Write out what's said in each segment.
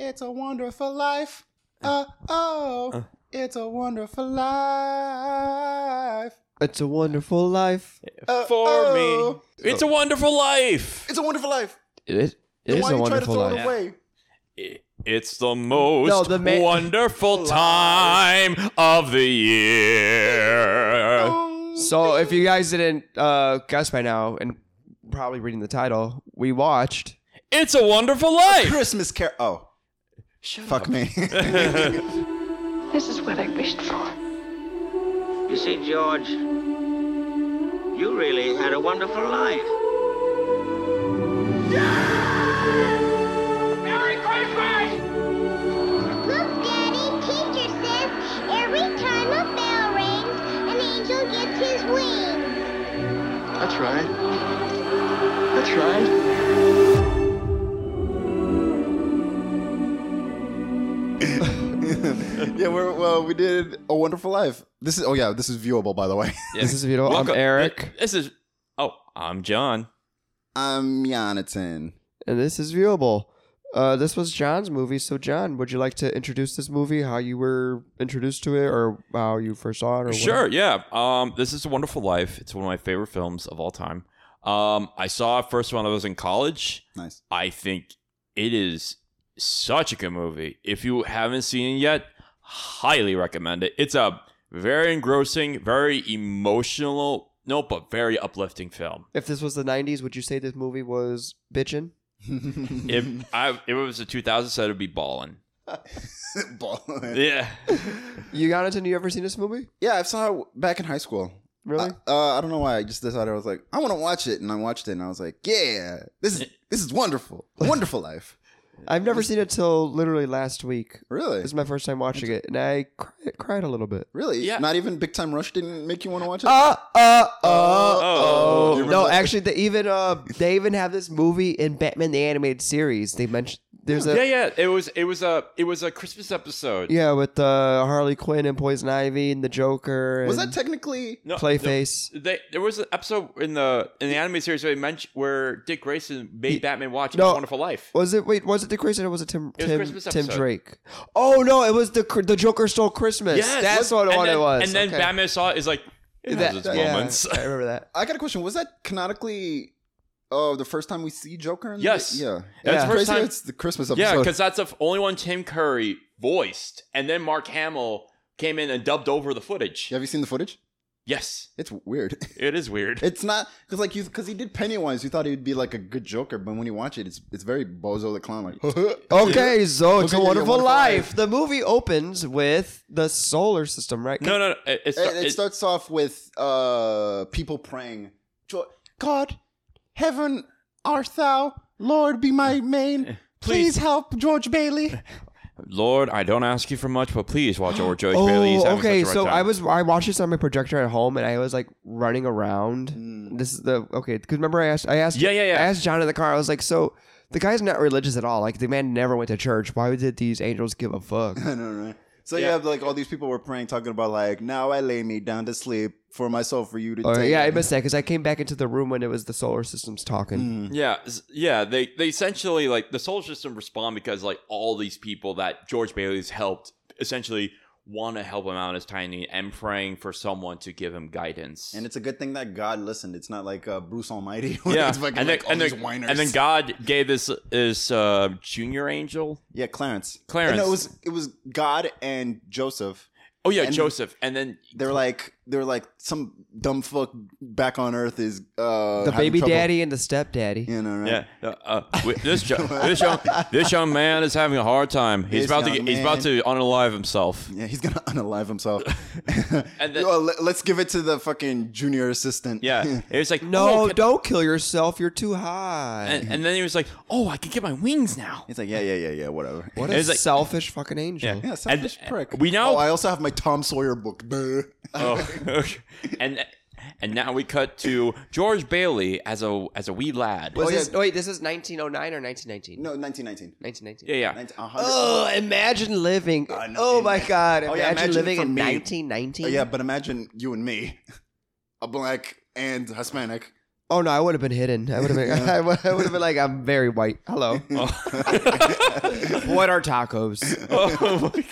It's a wonderful life. Uh oh. It's a wonderful life. It's a wonderful life. for Uh-oh. Oh. me. It's a wonderful life. oh. It's a wonderful life. It is, it Then is why a you try to wonderful throw it life. away? I- It's the most No, the ma- wonderful time of the year. So if you guys didn't uh, guess by now, and probably reading the title, we watched. It's a wonderful life. Christmas Carol. Oh, fuck me. This is what I wished for. You see, George, you really had a wonderful life. Merry Christmas! Look, Daddy, teacher says every time a bell rings, an angel gets his wings. That's right. That's right. yeah, we're, well, we did a wonderful life. This is oh yeah, this is viewable by the way. This is Vito. I'm Welcome- Eric, This is. Oh, I'm John. I'm Jonathan. and this is viewable. Uh, this was John's movie. So John, would you like to introduce this movie? How you were introduced to it, or how you first saw it, or Sure, whatever? yeah. Um, this is a wonderful life. It's one of my favorite films of all time. Um, I saw it first when I was in college. Nice. I think it is such a good movie. If you haven't seen it yet, highly recommend it. It's a very engrossing, very emotional, no, but very uplifting film. If this was the '90s, would you say this movie was bitchin'? If I if it was a 2000 set, it'd be ballin'. Ball. Yeah. You, Jonathan, you ever seen this movie? yeah, I saw it back in high school. Really? I, uh, I don't know why. I just decided I was like, I want to watch it, and I watched it, and I was like, yeah, this is this is wonderful, wonderful life. I've never seen it till literally last week. Really, This is my first time watching it, and I cri- cried a little bit. really. Yeah. Not even Big Time Rush didn't make you want to watch it. Uh, uh, uh, Oh. oh. You No, remember- actually, they even uh, they even have this movie in Batman the Animated Series. They mentioned there's a yeah, yeah, yeah. It was it was a it was a Christmas episode. with uh, Harley Quinn and Poison Ivy and the Joker. And was that technically? No, Clayface? They, there was an episode in the in the anime series where, they mentioned, where Dick Grayson made Batman watch No. A Wonderful Life. was it? Wait, was it the Christmas or was it Tim? It was Tim, Christmas Tim episode. Drake. Oh no, it was the cr- the Joker stole Christmas. Yes, that's what and what then, it was. And then Okay. Batman saw it is like it has its That- yeah, moments. I remember that. I got a question. Was that canonically? Oh, the first time we see Joker. In the- Yes. yeah. That's the first crazy time- It's the Christmas episode. yeah, because that's the f- only one Tim Curry voiced, and then Mark Hamill came in and dubbed over the footage. have you seen the footage? Yes, It's weird. it is weird. It's not because like you because he did Pennywise, you thought he would be like a good Joker, but when you watch it, it's it's very Bozo the Clown. Like, Okay, so it's Okay, a yeah, wonderful, Wonderful life. Life. The movie opens with the solar system, right? no, no, no. It, it, it, start- it it- starts off with uh people praying, "Jo- God, heaven, art thou, Lord, be my main. Please. Please help George Bailey. Lord, I don't ask you for much, but please watch over George Oh, Bailey. He's having okay. such a So rough time. I was I watched this on my projector at home, and I was like running around. This is the okay. Because remember, I asked, I asked, Mm. Yeah, yeah, yeah. I asked John in the car. I was like, so the guy's not religious at all. Like the man never went to church. Why did these angels give a fuck? I know, right? So you have like all these people were praying, talking about like, now I lay me down to sleep for my soul for you Oh, to Or, take. yeah, I missed that because I came back into the room when it was the solar systems Mm. Mm-hmm. talking. Yeah, s- yeah. They they essentially like the solar system respond because like all these people that George Bailey's helped essentially want to help him out in his tiny and praying for someone to give him guidance. And it's a good thing that God listened. It's not like uh, Bruce Almighty. where yeah, it's fucking and then, like all and, these then, whiners. and then God gave this is uh, junior angel. Yeah, Clarence. Clarence. And it was it was God and Joseph. Oh yeah, And- Joseph, and then They were like they were like some dumb fuck back on Earth is uh The having baby trouble. daddy and the stepdaddy. You know, right? yeah, uh, uh, wi- this yo- this young this young man is having a hard time. This He's about to young get, he's about man. to unalive himself. Yeah, he's gonna unalive himself. And then- Well, let, us give it to the fucking junior assistant. Yeah, it's like No, oh, can- don't kill yourself. You're too high. and, and then he was like, oh, I can get my wings now. He's like, yeah, yeah, yeah, yeah, whatever. what it a was like- selfish fucking angel. Yeah, selfish prick. uh, we now- Oh, I also have my Tom Sawyer book. Brr. Oh, okay. and and now we cut to George Bailey as a as a wee lad. Was Oh, yeah. this, Wait, this is 1909 or 1919? No, 1919. 1919. yeah, yeah. 19, 100. Oh, imagine living. I know. Oh my God. Imagine, Oh, yeah, imagine living Oh, for in me. 1919. yeah, but imagine you and me, a black and Hispanic, Oh no, I would have been hidden. I would have been. I would have been like, I'm very white. Hello. what are tacos? oh my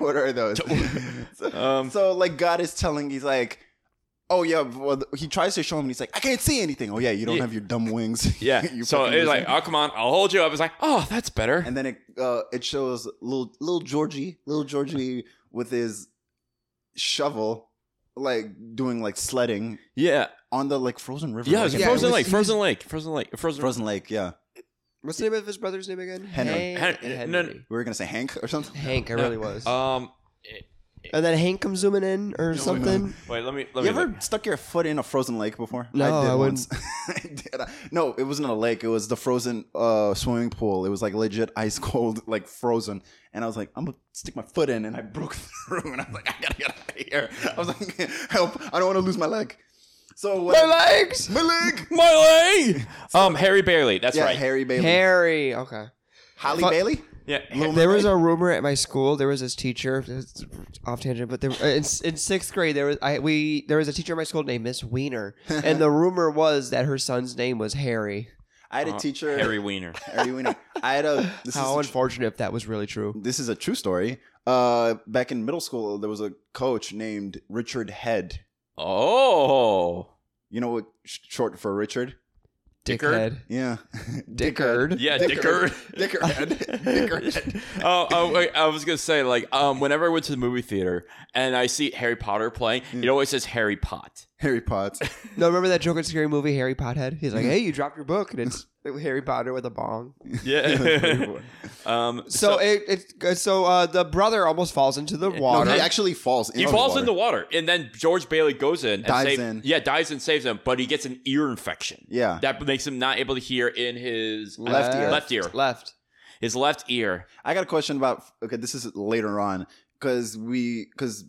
what are those? Um, so like God is telling, he's like, oh yeah. Well, th- he tries to show him. And he's like, I can't see anything. Oh yeah, you don't Yeah. have your dumb wings. yeah. You so fucking it was like, lizard. oh come on, I'll hold you up. It's like, oh, that's better. and then it uh, it shows little little Georgie, little Georgie with his shovel, like doing like sledding yeah. on the like frozen river. Yeah. It was Yeah, it frozen was- lake. Frozen lake. Frozen lake. Frozen. frozen lake. Yeah, What's the name of his brother's name again? Henry. Hank. Hen- Henry. no, we were gonna say Hank or something. Hank. I No, really was. Um. and then Hank comes zooming in or something. Wait. Let me. Let You me. ever stuck your foot in a frozen lake before? No, I wouldn't. I did. No, it wasn't a lake. It was the frozen uh, swimming pool. It was like legit ice cold, like frozen. And I was like, I'm gonna stick my foot in, and I broke through. And I was like, I gotta get out of here. I was like, help! I don't want to lose my leg. So what? My legs. My leg. My leg. Um. Harry Bailey. That's yeah, right. Harry Bailey. Harry. Okay. Holly Fu- Bailey. yeah. Little There was Mermaid? a rumor at my school. There was this teacher, it's off tangent, but there, uh, in, in sixth grade there was I we there was a teacher at my school named Miss Wiener, and the rumor was that her son's name was Harry. I had a Uh, teacher. Harry Wiener. Harry Wiener. I had a. This is How a tr- unfortunate if that was really true. this is a true story. Uh, back in middle school, there was a coach named Richard Head. Oh. You know what? sh- Short for Richard. Dickard? Yeah. Dickard. Yeah. Uh, Dicker. Dickerhead. Dickerhead. oh, oh wait, I was gonna say like um, whenever I went to the movie theater and I see Harry Potter playing, Hmm. it always says Harry Pot. Harry Potter. No, remember that joke in scary movie Harry Pothead? He's like, "Hey, you dropped your book," and it's Harry Potter with a bong. Yeah. um. So, it, it it's- so uh, the brother almost falls into the No, water. he actually falls. he into falls water. in the water, and then George Bailey goes in, and Dives save- in. Yeah, dives and saves him, but he gets an ear infection. Yeah. That makes him not able to hear in his Left ear. Left ear. Left. His left ear. I got a question about. Okay, this is later on because we because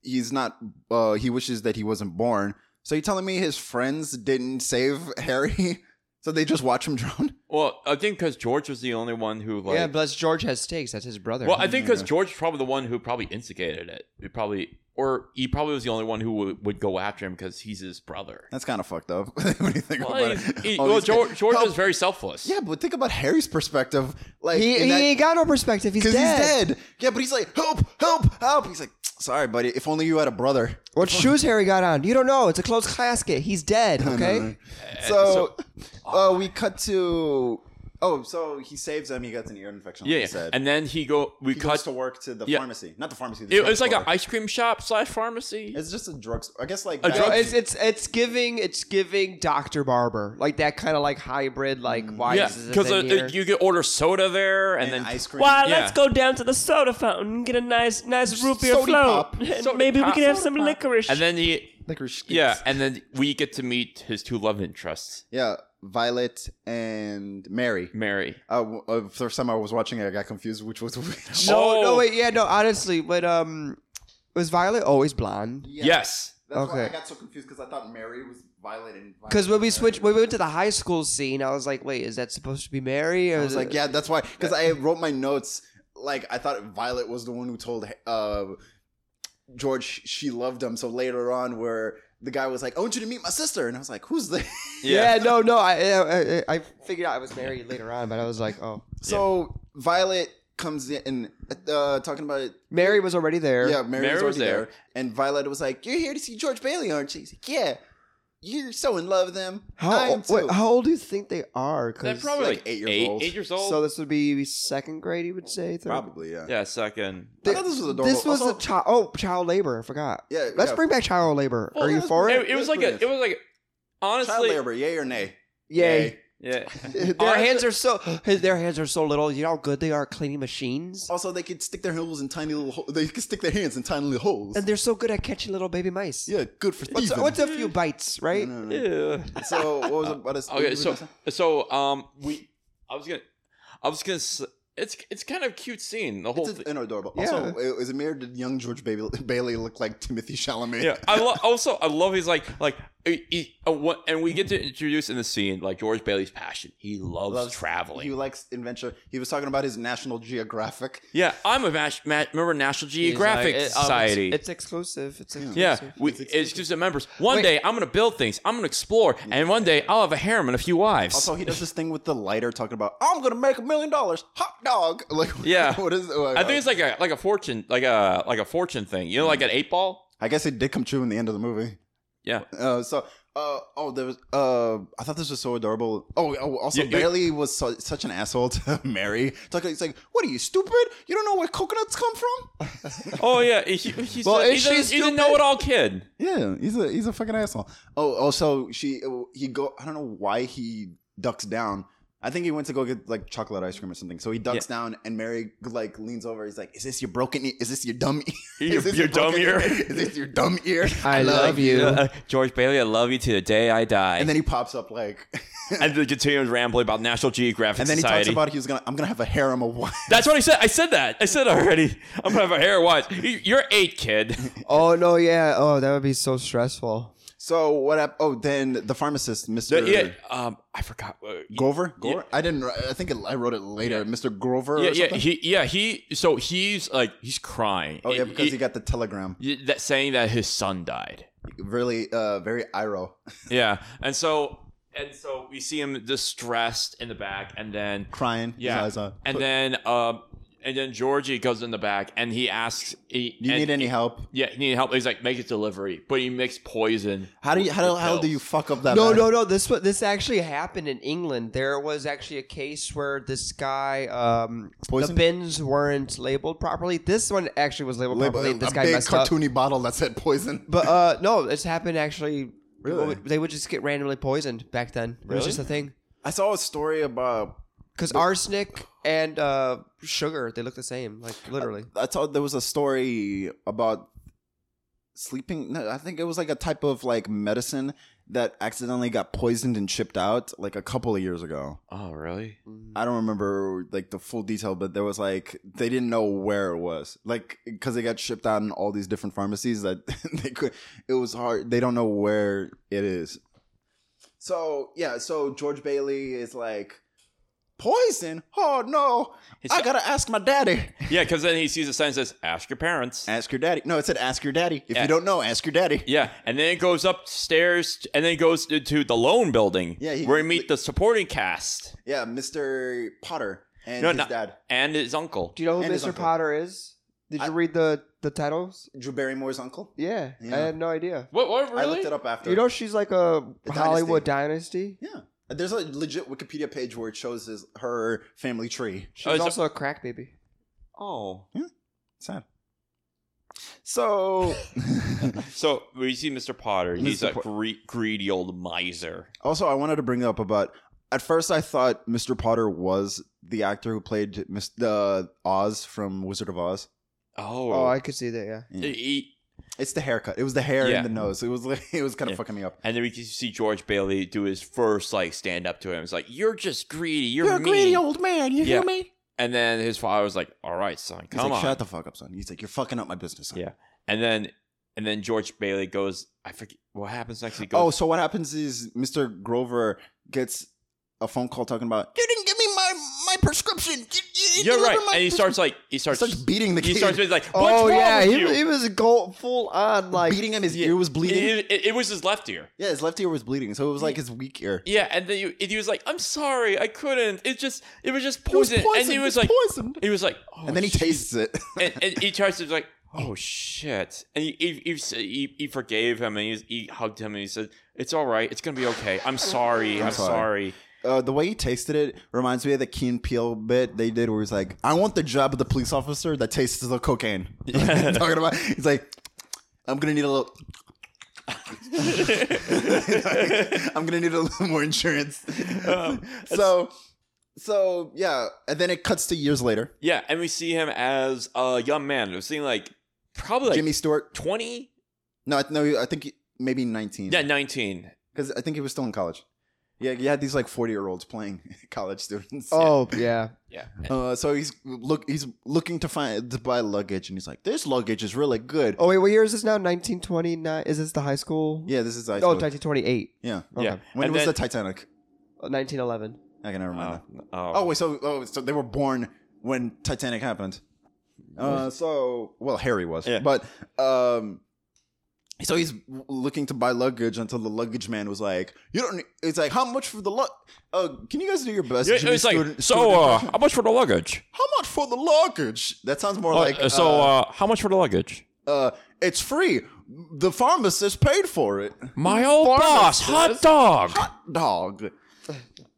he's not. Uh, he wishes that he wasn't born. So you telling me his friends didn't save Harry? So they just watch him drown. Well, I think because George was the only one who like. yeah, plus George has stakes. That's his brother. well, I think because George was probably the one who probably instigated it. It probably, or he probably was the only one who w- would go after him because he's his brother. That's kind of fucked up. when you think Well, about he's- it. he- Oh, well these George, kids- George Help. is very selfless. Yeah, but think about Harry's perspective. Like he, in he that- ain't got no perspective. He's dead. Because he's dead. Yeah, but he's like, help, help, help. He's like, sorry, buddy. If only you had a brother. What shoes Harry got on? You don't know. It's a closed casket. He's dead. Okay. Eh, So, uh, ah. we cut to. Oh, so he saves him. He gets an ear infection. yeah. Like yeah. you said. And then he go. We he cut. goes to work to the yeah. pharmacy. Not the pharmacy. The It, it's like an drugstore. ice cream shop slash pharmacy. It's just a drugstore. I guess like A that- drug- It's it's it's giving it's giving Doctor Barber like that kind of like hybrid like Mm. why Yeah, is this because a uh, thing here? you can order soda there, and, And then ice cream. Why, Yeah. let's go down to the soda fountain and get a nice, nice root beer Sody float. pop. And Sody Maybe pop. we can have Sody some licorice. and then he, Licorice sticks. yeah, and then we get to meet his two love interests, yeah. Violet and Mary. Mary. Uh, w- uh, first time I was watching it, I got confused which was which. no Oh. no wait yeah no honestly but um was Violet always blonde Yes, That's why I Okay. got so confused because I thought Mary was Violet and. Violet because when we and switched Mary. when we went to the high school scene I was like wait is that supposed to be Mary or I was is like, it- yeah, that's why. Because I wrote my notes like I thought Violet was the one who told uh, George she loved him. So later on, where the guy was like, "I want you to meet my sister," and I was like, "Who's the?" yeah, no no I, I I I figured out I was Mary later on but I was like oh So Violet comes in uh, talking about it. Mary was already there Yeah, Mary, Mary was was already there. and Violet was like, "You're here to see George Bailey, aren't you?" He's like, "Yeah." You're so in love with him. I how am too. wait, how old do you think they are 'Cause- they're probably like like, eight eight years old. Eight years old. So this would be second grade, you would say. Third? Probably, yeah. yeah, second. I thought this was adorable. This was Also- a child. Oh, child labor. I forgot. Yeah, Let's yeah. bring back child labor. Well, Are it you was- for it? It, was like a. It was like honestly. Child labor, yay or nay? Yay! Yeah. their hands are so. Their hands are so little. You know how good they are at cleaning machines, Also, they could stick their holes in tiny little. Ho- they could stick their hands in tiny little holes. and they're so good at catching little baby mice. yeah, good for What's, thieving. what's a few bites, right? No, no, no. Yeah. So what was about this? Okay, so so um, we. I was gonna. I was gonna. s- It's it's kind of cute scene. The whole it's thing. an adorable. Also, is it mirror did young George Bailey, Bailey look like Timothy Chalamet? Yeah, I lo- also I love he's like like he- he- uh, what- and we get to introduce in the scene like George Bailey's passion. He loves, traveling. He likes adventure. He was talking about his National Geographic. yeah, I'm a mas- ma- member of National He's Geographic like, it- um, Society. It's, it's exclusive. It's exclusive. yeah, we, it's just the members. One Wait. day I'm gonna build things. I'm gonna explore, and one day I'll have a harem and a few wives. Also, he does this thing with the lighter, talking about I'm gonna make a million dollars, hot dog. Like, Yeah. what is? I think it's like a like a fortune like a like a fortune thing. You know, like an eight ball. I guess it did come true in the end of the movie. Yeah. Uh, so, uh, oh, there was. Uh, I thought this was so adorable. Oh, oh also, You- you- Bailey was so, such an asshole to Mary. Talking, he's like, "What are you stupid? You don't know where coconuts come from?" Oh yeah, he, he's Well, a, is he's, she a, he's a stupid? know-it-all kid. Yeah, he's a he's a fucking asshole. Oh, also, she he go. I don't know why he ducks down. I think he went to go get like chocolate ice cream or something. So he ducks down, and Mary like leans over. He's like, "Is this your broken? ear? Is this your dumb? ear? Your- Is this your dumb broken ear?" Is this your dumb ear? I love you. Uh, George Bailey, I love you to the day I die. And then he pops up like, and then continues rambling about National Geographic and then he Society. talks about he was gonna. I'm gonna have a harem of wives. That's what I said. I said that. I said already. I'm gonna have a hair watch. You- You're eight, kid. Oh no, yeah. Oh, that would be so stressful. So what? Hap- oh, then the pharmacist, Mister The- yeah. Um, I forgot. uh, Grover. Grover. I didn't. wri- I think it, I wrote it later, Mister Grover. Yeah, or yeah. something? He, yeah, he. So he's like, he's crying. oh yeah, because he got the telegram. got that saying that his son died. Really, uh, very iro. Yeah, and so and so we see him distressed in the back, and then crying. his yeah, eyes out. and But, then um, and then Georgie goes in the back, and he asks, he, do you and- need any help? Yeah, he need help. He's like, make his delivery, but he makes poison. How do you? How do, with how do pills. you fuck up that? No, bad? no, no. This wa- this actually happened in England. There was actually a case where this guy, um, the Poison? bins weren't labeled properly. This one actually was labeled Label, properly. This a guy big messed up. cartoony bottle that said poison. But uh, no, it's happened actually. Really? People would- They would just get randomly poisoned back then. It was just a thing. I saw a story about. Because arsenic and uh, sugar, they look the same, like literally. I saw there was a story about sleeping. No, I think it was like a type of like medicine that accidentally got poisoned and shipped out like a couple of years ago. Oh, really? I don't remember like the full detail, but there was like they didn't know where it was, like because it got shipped out in all these different pharmacies that they could. It was hard. They don't know where it is. So yeah, so George Bailey is like poison. Oh no, I gotta ask my daddy. Yeah, because then he sees a sign that says, "Ask your parents." Ask your daddy. No, it said ask your daddy. If Yeah. you don't know, ask your daddy. yeah, and then it goes upstairs, and then it goes into the loan building. Yeah, he- where we meet the supporting cast Yeah, Mr. Potter and No, his no. dad, and his uncle. Do you know who And his Mr. uncle. Potter is? Did you I- read the, the titles? Drew Barrymore's uncle. Yeah, Yeah. I had no idea. What? What? I Really? looked it up after. You know, she's like a Hollywood dynasty. Yeah. There's a legit Wikipedia page where it shows his, her family tree. She's Oh, is it- also a crack baby. Oh. Sad. So So we see Mr. Potter. He's Mr. a gre- greedy old miser. also I wanted to bring up about at first I thought Mr. Potter was the actor who played Mr. Oz from Wizard of Oz. Oh. Oh, I could see that. Yeah. He- he- It's the haircut. It was the hair Yeah. and the nose. It was like, it was kind of Yeah. fucking me up. and then we can see George Bailey do his first like stand up to him. It's like you're just greedy. You're, You're a mean." greedy old man. You Yeah. hear me? And then his father was like, "All right, son, He's come like, on." shut the fuck up, son. He's like, you're fucking up my business. Son. Yeah. and then and then George Bailey goes. I forget what happens next. He Oh, goes. so what happens is Mr. Grover gets a phone call talking about you didn't give me my my prescription. You, you didn't you're deliver right. my And he prescription." starts like he starts. starts beating the He kid. starts being like, "What's Oh wrong yeah, with he, you?" he was go full on like beating him. His ear was bleeding. It, it- it was his left ear. yeah, his left ear was bleeding, so it was like his weak ear. Yeah, and then you- and he was like, "I'm sorry, I couldn't. It just, it was just was poison." and he poisoned, was it's like, poisoned. He was like, oh, and then he shit. tastes it. and, and he tries to like, "Oh shit!" And he he, he, s- he, he forgave him, and he, he hugged him, and he said, "It's all right. It's gonna be okay. I'm sorry. I'm, sorry." sorry." uh, the way he tasted it reminds me of the Key and Peele bit they did, where he's like, "I want the job of the police officer that tastes the cocaine." Talking about, he's like, "I'm gonna need a little." I'm gonna need a little more insurance. Um, so, so yeah, and then it cuts to years later. Yeah, and we see him as a young man. We're seeing like probably like Jimmy Stewart. twenty. No, I- no, I think he- maybe 19. Yeah, nineteen. because I think he was still in college. Yeah, you had these like forty year olds playing college students. Oh yeah. Yeah. Uh, so he's look he's looking to find to buy luggage, and he's like, "This luggage is really good." Oh wait, what year is this now? 1929. Is this the high school? yeah, this is ice. Oh, Blue. 1928. yeah. Okay. Yeah. When Oh. And was then- the Titanic? Oh, 1911. I can never remember. oh, oh wait, so oh, so they were born when Titanic happened. Uh, so well, Harry was, Yeah. but um, so he's w- looking to buy luggage until the luggage man was like, "You don't." need-" It's like, "How much for the lug? Uh, can you guys do your best?" Yeah, to do it's like student- so. student Uh, impression?" how much for the luggage? how much for the luggage? That sounds more Oh, like uh, so uh, how much for the luggage? uh, it's free. The pharmacist paid for it. My old boss, hot dog. Hot dog.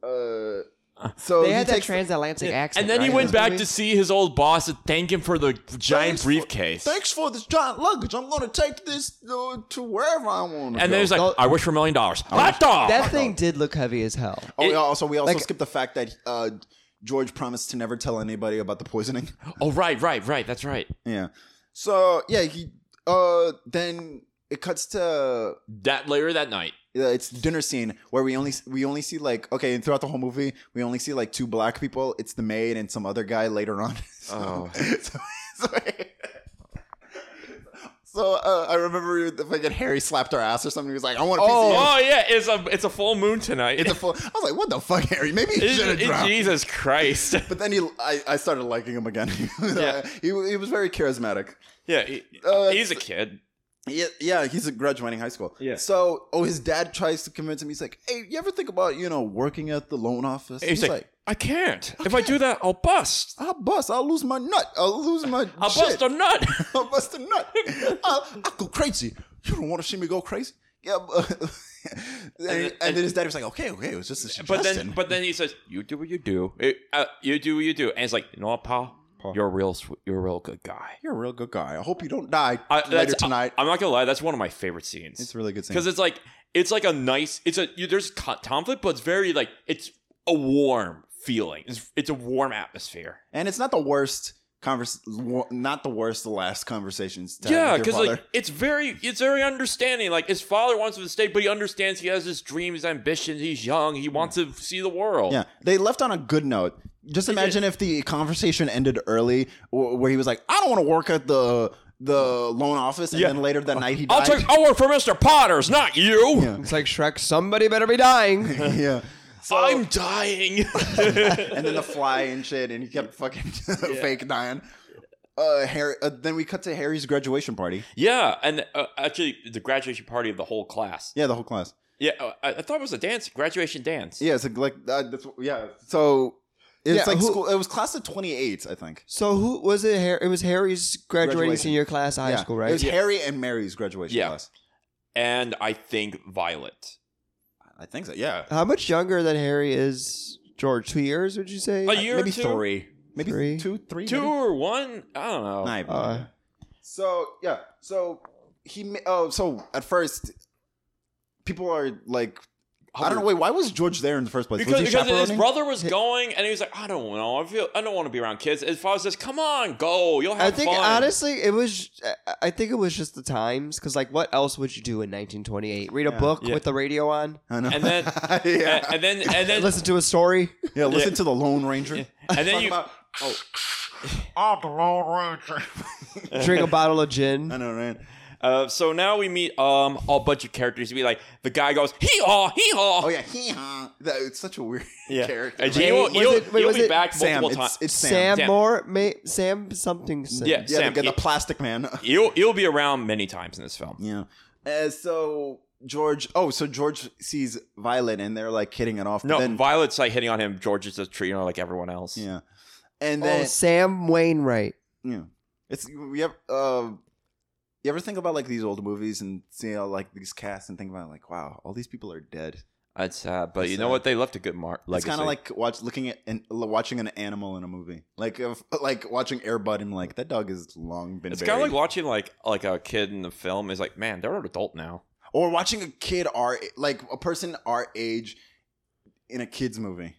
Uh, so They had he that takes- transatlantic accent. And then he right? went That's what back we- to see his old boss to thank him for the giant Thanks for- briefcase. Thanks for this giant luggage. I'm going to take this uh, to wherever I want to. and go. then he's like, I wish for a million dollars. Hot dog. That thing did look heavy as hell. oh, yeah, also we also like- skipped the fact that uh, George promised to never tell anybody about the poisoning. oh, right, right, right. That's right. yeah. So yeah, he uh then it cuts to That later that night. uh, it's dinner scene where we only we only see like okay and throughout the whole movie we only see like two black people it's the maid and some other guy later on so, Oh. so, so, so, uh, I remember the fucking Harry slapped our ass or something he was like I want a piece of you." Oh uh, yeah, it's a it's a full moon tonight. It's a full, I was like what the fuck Harry maybe he It's- should have it's- drowned Jesus Christ. but then he I, I started liking him again Yeah. he, he was very charismatic yeah, he- Uh, he's a kid. Yeah, yeah, he's a graduating high school. Yeah. So, oh, his dad tries to convince him. He's like, "Hey, you ever think about you know working at the loan office?" He's, like, I can't. If I do that, I'll bust. I'll bust. I'll lose my nut. I'll lose my. I'll shit. bust a nut. I'll bust a nut. I'll, I'll go crazy. You don't want to see me go crazy. Yeah. But and, then- and then his daddy was like, "Okay, okay, it was just a but suggestion." then but then he says, "You do what you do. It- uh, you do what you do." And it's like, you know what, pal? You're a real sw- you're a real good guy. you're a real good guy. I hope you don't die I, later that's- tonight. I, am not gonna lie. That's one of my favorite scenes. it's a really good scene. because it's like it's like a nice it's a you, there's co- conflict but it's very like it's a warm feeling it's, it's a warm atmosphere and it's not the worst convers, wo- not the worst last conversations. To yeah because because like it's very it's very understanding like his father wants him to stay but he understands he has his dreams ambitions he's young he wants to see the world Yeah, they left on a good note. Just imagine if the conversation ended early, wh- where he was like, "I don't want to work at the the loan office," and Yeah. then later that night he I'll died. take. I'll work for Mr. Potter's, not you. It's like Shrek. Somebody better be dying. yeah, I'm dying. and then the fly and shit, and he kept fucking fake dying. Uh, Harry. Uh, then we cut to Harry's graduation party. yeah, and uh, actually, the graduation party of the whole class. Yeah, the whole class. Yeah, uh, I, I thought it was a dance, graduation dance. Yeah, it's like, like uh, that's, yeah. So it's Yeah, like who- school. It was class of twenty eight, I think. so who was it? Har- it was Harry's graduating Graduation. senior class high yeah. school, It right? was Harry and Mary's graduation Yeah. class. and I think Violet. I think so. Yeah, How much younger than Harry is George? Two years, would you say? A year, maybe or two? three, maybe Three. two, Oh. three, two maybe? or one. I don't know. Nah, Uh, So yeah, so he ma- oh so at first people are like I don't know wait why was George there in the first place? was Because, he because his chaperoning? brother was going, and he was like, "I don't know. I feel I don't want to be around kids." His father says, "Come on, go. You'll I have think fun." honestly, it was. I- I think it was just the times, because like, what else would you do in 1928? Read a book Yeah. with the radio on, I know. and then- yeah. and, and then and then listen to a story. yeah, listen to the Lone Ranger. and then Talk you about- oh, drink a bottle of gin. I know, right? uh, so now we meet um a bunch of characters. We like the guy goes hee haw hee haw. Oh yeah, hee haw. That it's such a weird character. And Like, he will, was he'll, it- wait, he'll was be it- back Sam, multiple it's, times. it's Sam. Sam, Sam. Moore, ma- Sam something. Sim. yeah, yeah, Sam. the, the he- plastic man. he'll he'll be around many times in this film. yeah. Uh, so George, oh, so George sees Violet and they're like hitting it off. but No, then, Violet's like hitting on him. George is just treating her like everyone else. yeah, and Oh, then Sam Wainwright. Yeah, it's you ever uh, you ever think about like these old movies and see how like these casts and think about like wow all these people are dead. That's sad, but That's you know sad. what? They left a good mark. It's kind of like watch looking at and watching an animal in a movie, like if, like watching Airbud and like that dog has long been. it's buried. kind of like watching like like a kid in the film is like, man, they're an adult now. or watching a kid our like a person our age in a kids movie,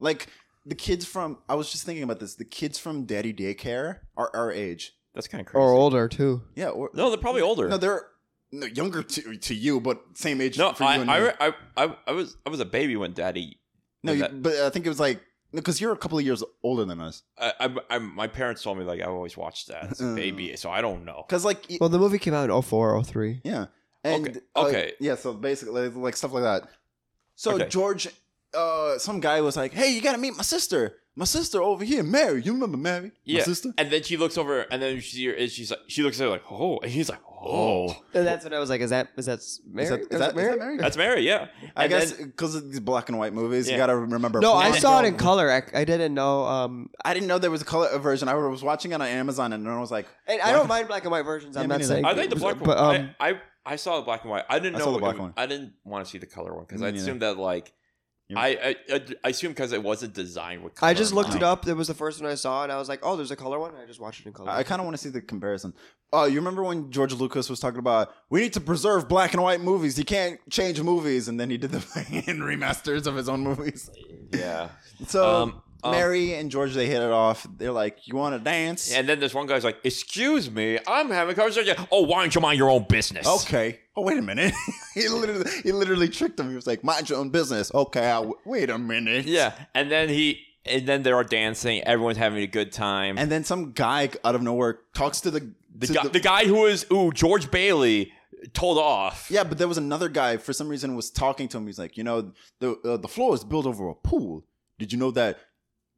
like the kids from I was just thinking about this. The kids from Daddy Daycare are our age. That's kind of crazy. Or older, too. Yeah, or no, they're probably older. No, they're no, younger to, to you, but same age No, for you. I, and I, me. re- I, I, I was I was a baby when Daddy. no, when you, that- but I think it was like because you're a couple of years older than us. I, I, I, my parents told me like I always watched that as a baby, so I don't know. Because like, y- Well, the movie came out in 04, 03. yeah, and Okay, uh, okay. yeah. So basically, like stuff like that. So Okay. George, uh, some guy was like, "Hey, you gotta meet my sister. My sister over here, Mary. You remember Mary? Yeah, My sister." and then she looks over, and then she and she's like, she looks at her like, oh, and he's like, oh, And that's when I was like, is that is that Mary? Is that, is that, is that Mary? that's Mary, yeah. I And guess then- because of these black and white movies, Yeah. you gotta remember. No, I black saw it girl. in color. I, I didn't know. Um, I didn't know there was a color version. I was watching it on Amazon, and I was like, and I don't mind black and white versions. Yeah, I'm me not neither. saying. I think the black but, one. um, I, I I saw the black and white. I didn't I know saw the it black was- one. I didn't want to see the color one because Me I neither. assumed that like Yeah. I I, I, I assumed because it wasn't designed with. Color I just in looked mind. it up. It was the first one I saw, and I was like, "Oh, there's a color one." and I just watched it in color. I kind of want to see the comparison. Oh, you remember when George Lucas was talking about we need to preserve black and white movies? You can't change movies, and then he did the fucking remasters of his own movies. Yeah, So Um, um, Mary and George they hit it off. They're like, "You want to dance?" and then this one guy's like, "Excuse me, I'm having a conversation." Oh, why don't you mind your own business? okay. Oh wait a minute. he literally he literally tricked him. He was like, "Mind your own business." Okay. I'll, wait a minute. Yeah, and then he and then they are dancing. Everyone's having a good time. And then some guy out of nowhere talks to the the, to guy, the, guy who is ooh George Bailey told off. Yeah, but there was another guy for some reason was talking to him. He's like, you know, the uh, the floor is built over a pool. Did you know that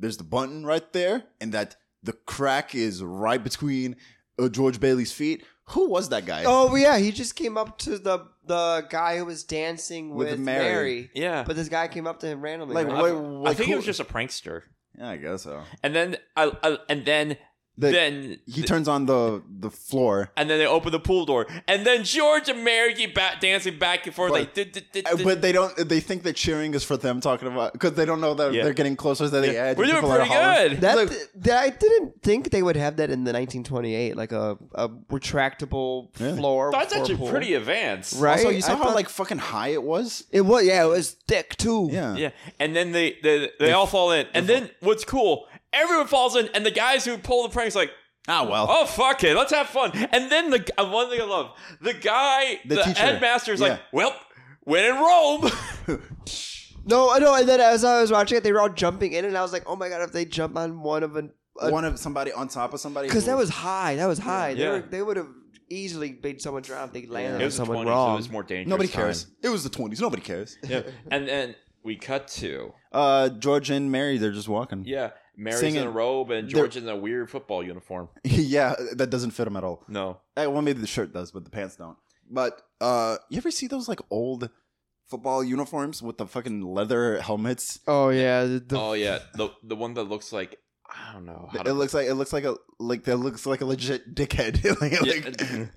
there's the button right there, and that the crack is right between uh, George Bailey's feet? Who was that guy? oh yeah, he just came up to the the guy who was dancing With with, Mary. Mary. yeah. but this guy came up to him randomly. Like, right? what- I, I like think who- it was just a prankster. yeah, I guess so. And then I, I and then The- then He turns on the the floor, and then they open the pool door, and then George and Mary keep ba- dancing back and forth But- like. "Duh, duh, duh, Uh, duh." but they don't. They think that cheering is for them talking about because they don't know that Yeah. they're getting closer to the Yeah. edge. We're and doing people are pretty hollering. good. That, Like- that I didn't think they would have that in the 1928, like a, a retractable Yeah. floor. That's for a actually pool. pretty advanced. right? Also, you saw I how thought- like fucking high it was. it was. Yeah, it was thick too. Yeah. Yeah, and then they they, they, all fall in, and then what's cool? Everyone falls in, and the guys who pull the pranks like, Ah well. oh fuck it, let's have fun. And then the uh, one thing I love, the guy, The the, teacher. headmaster is Yeah. like, well, when in Rome, No, I know. And then as I was watching it, they were all jumping in, and I was like, "Oh my god!" If they jump on one of an, One of somebody on top of somebody. because that was high. That was high. They, Yeah. were, they would have easily made someone drown if they landed it on was the someone 20s, so wrong. it was more dangerous. nobody time. cares. It was the twenties. Nobody cares. Yeah, and then we cut to uh George and Mary they're just walking. yeah, Mary's Singing. in a robe and They're- George is in a weird football uniform. yeah, that doesn't fit them at all. No, Eh, Well, maybe the shirt does, but the pants don't. But uh you ever see those like old football uniforms with the fucking leather helmets? oh yeah, the, the- oh yeah, the the one that looks like I don't know. How It looks like it looks like a like that looks like a legit dickhead. like, like,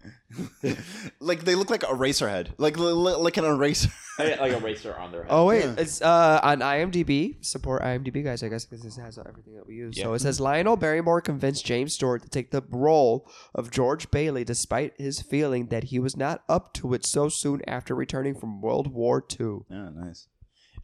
like, they look like a racer head. Like li- li- like an eraser. like, like a racer on their head. Oh wait, Yeah. it's uh, on IMDb. Support IMDb, guys. I guess because this has everything that we use. So Yeah. it says Lionel Barrymore convinced James Stewart to take the role of George Bailey, despite his feeling that he was not up to it so soon after returning from World War II. Yeah, nice.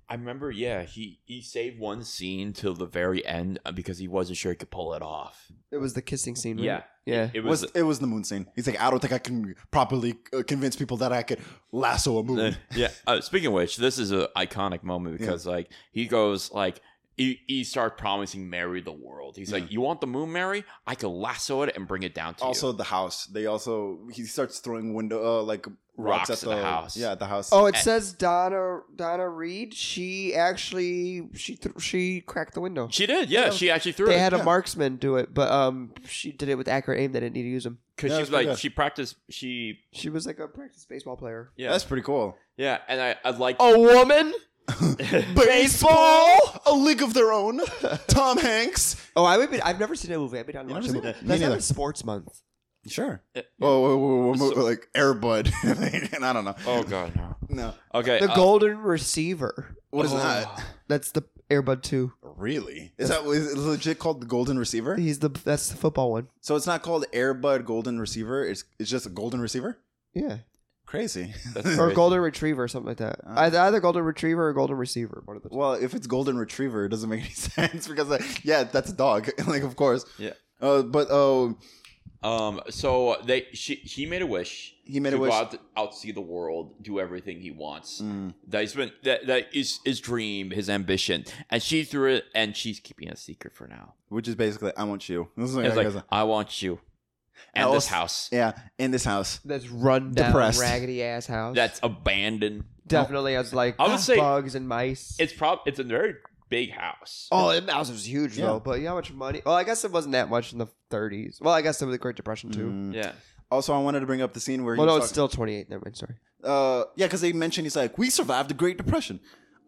I remember, yeah, he he saved one scene till the very end uh, because he wasn't sure he could pull it off. It was the kissing scene. right? Yeah. yeah. It It was, was, uh, it was the moon scene. He's like, I don't think I can properly uh, convince people that I could lasso a moon. uh, yeah. Uh, speaking of which, this is an iconic moment because like he goes like. He, he starts promising Mary the world. He's like, "You want the moon, Mary? I could lasso it and bring it down to also you." the house. They also he starts throwing window uh, like rocks, Rocks at at the, the house. Yeah, at the house. Eh. Oh, it says Donna Donna Reed. She actually she th- she cracked the window. She did, yeah. She actually threw They it had yeah. a marksman do it, but um, she did it with accurate aim. They didn't need to use him. because Yeah, it was she's pretty like good. she practiced. She She was like a practice baseball player. yeah, That's pretty cool. yeah. And I I like A woman. Baseball, a league of their own. Tom Hanks. Oh, I would be. I've never seen a movie. I've been on You watch never seen a movie. it? Me That's neither. not sports month. Sure. Yeah. Oh, whoa, whoa, whoa, So- like Air Bud. I don't know. oh god no No, okay The uh, Golden Receiver. what is Oh. that? That's the Airbud Two. Really? Is that is it legit called the Golden Receiver? He's the. That's the football one. So it's not called Air Bud Golden Receiver. It's it's just a Golden Receiver. Yeah, Crazy. Uh. that's or crazy. Golden Retriever, something like that. Either, either Golden Retriever or Golden Receiver. One of the two. Well, if it's golden retriever, it doesn't uh, make any sense because, like, yeah, that's a dog. like, of course. Yeah. Uh, but uh, Um, so they she he made a wish. He made to a wish. Go out, out see the world, do everything he wants. Mm. That's been that that is his dream, his ambition, and she threw it, and she's keeping it a secret for now. which is basically I want you. This is It's like- like I want you, and Else- this house yeah, in this house. That's run down, Depressed. raggedy ass house. that's abandoned. definitely has like I would say- bugs and mice. It's prob it's a very big house. Oh, that house was huge Yeah. though. But you know how much money? Well, I guess it wasn't that much in the 30s. Well, I guess it was the Great Depression too. Mm. Yeah, Also, I wanted to bring up the scene where Well, no, he it's was still 28. Never mind. Sorry. talk- uh, yeah, because they mentioned he's like, we survived the Great Depression.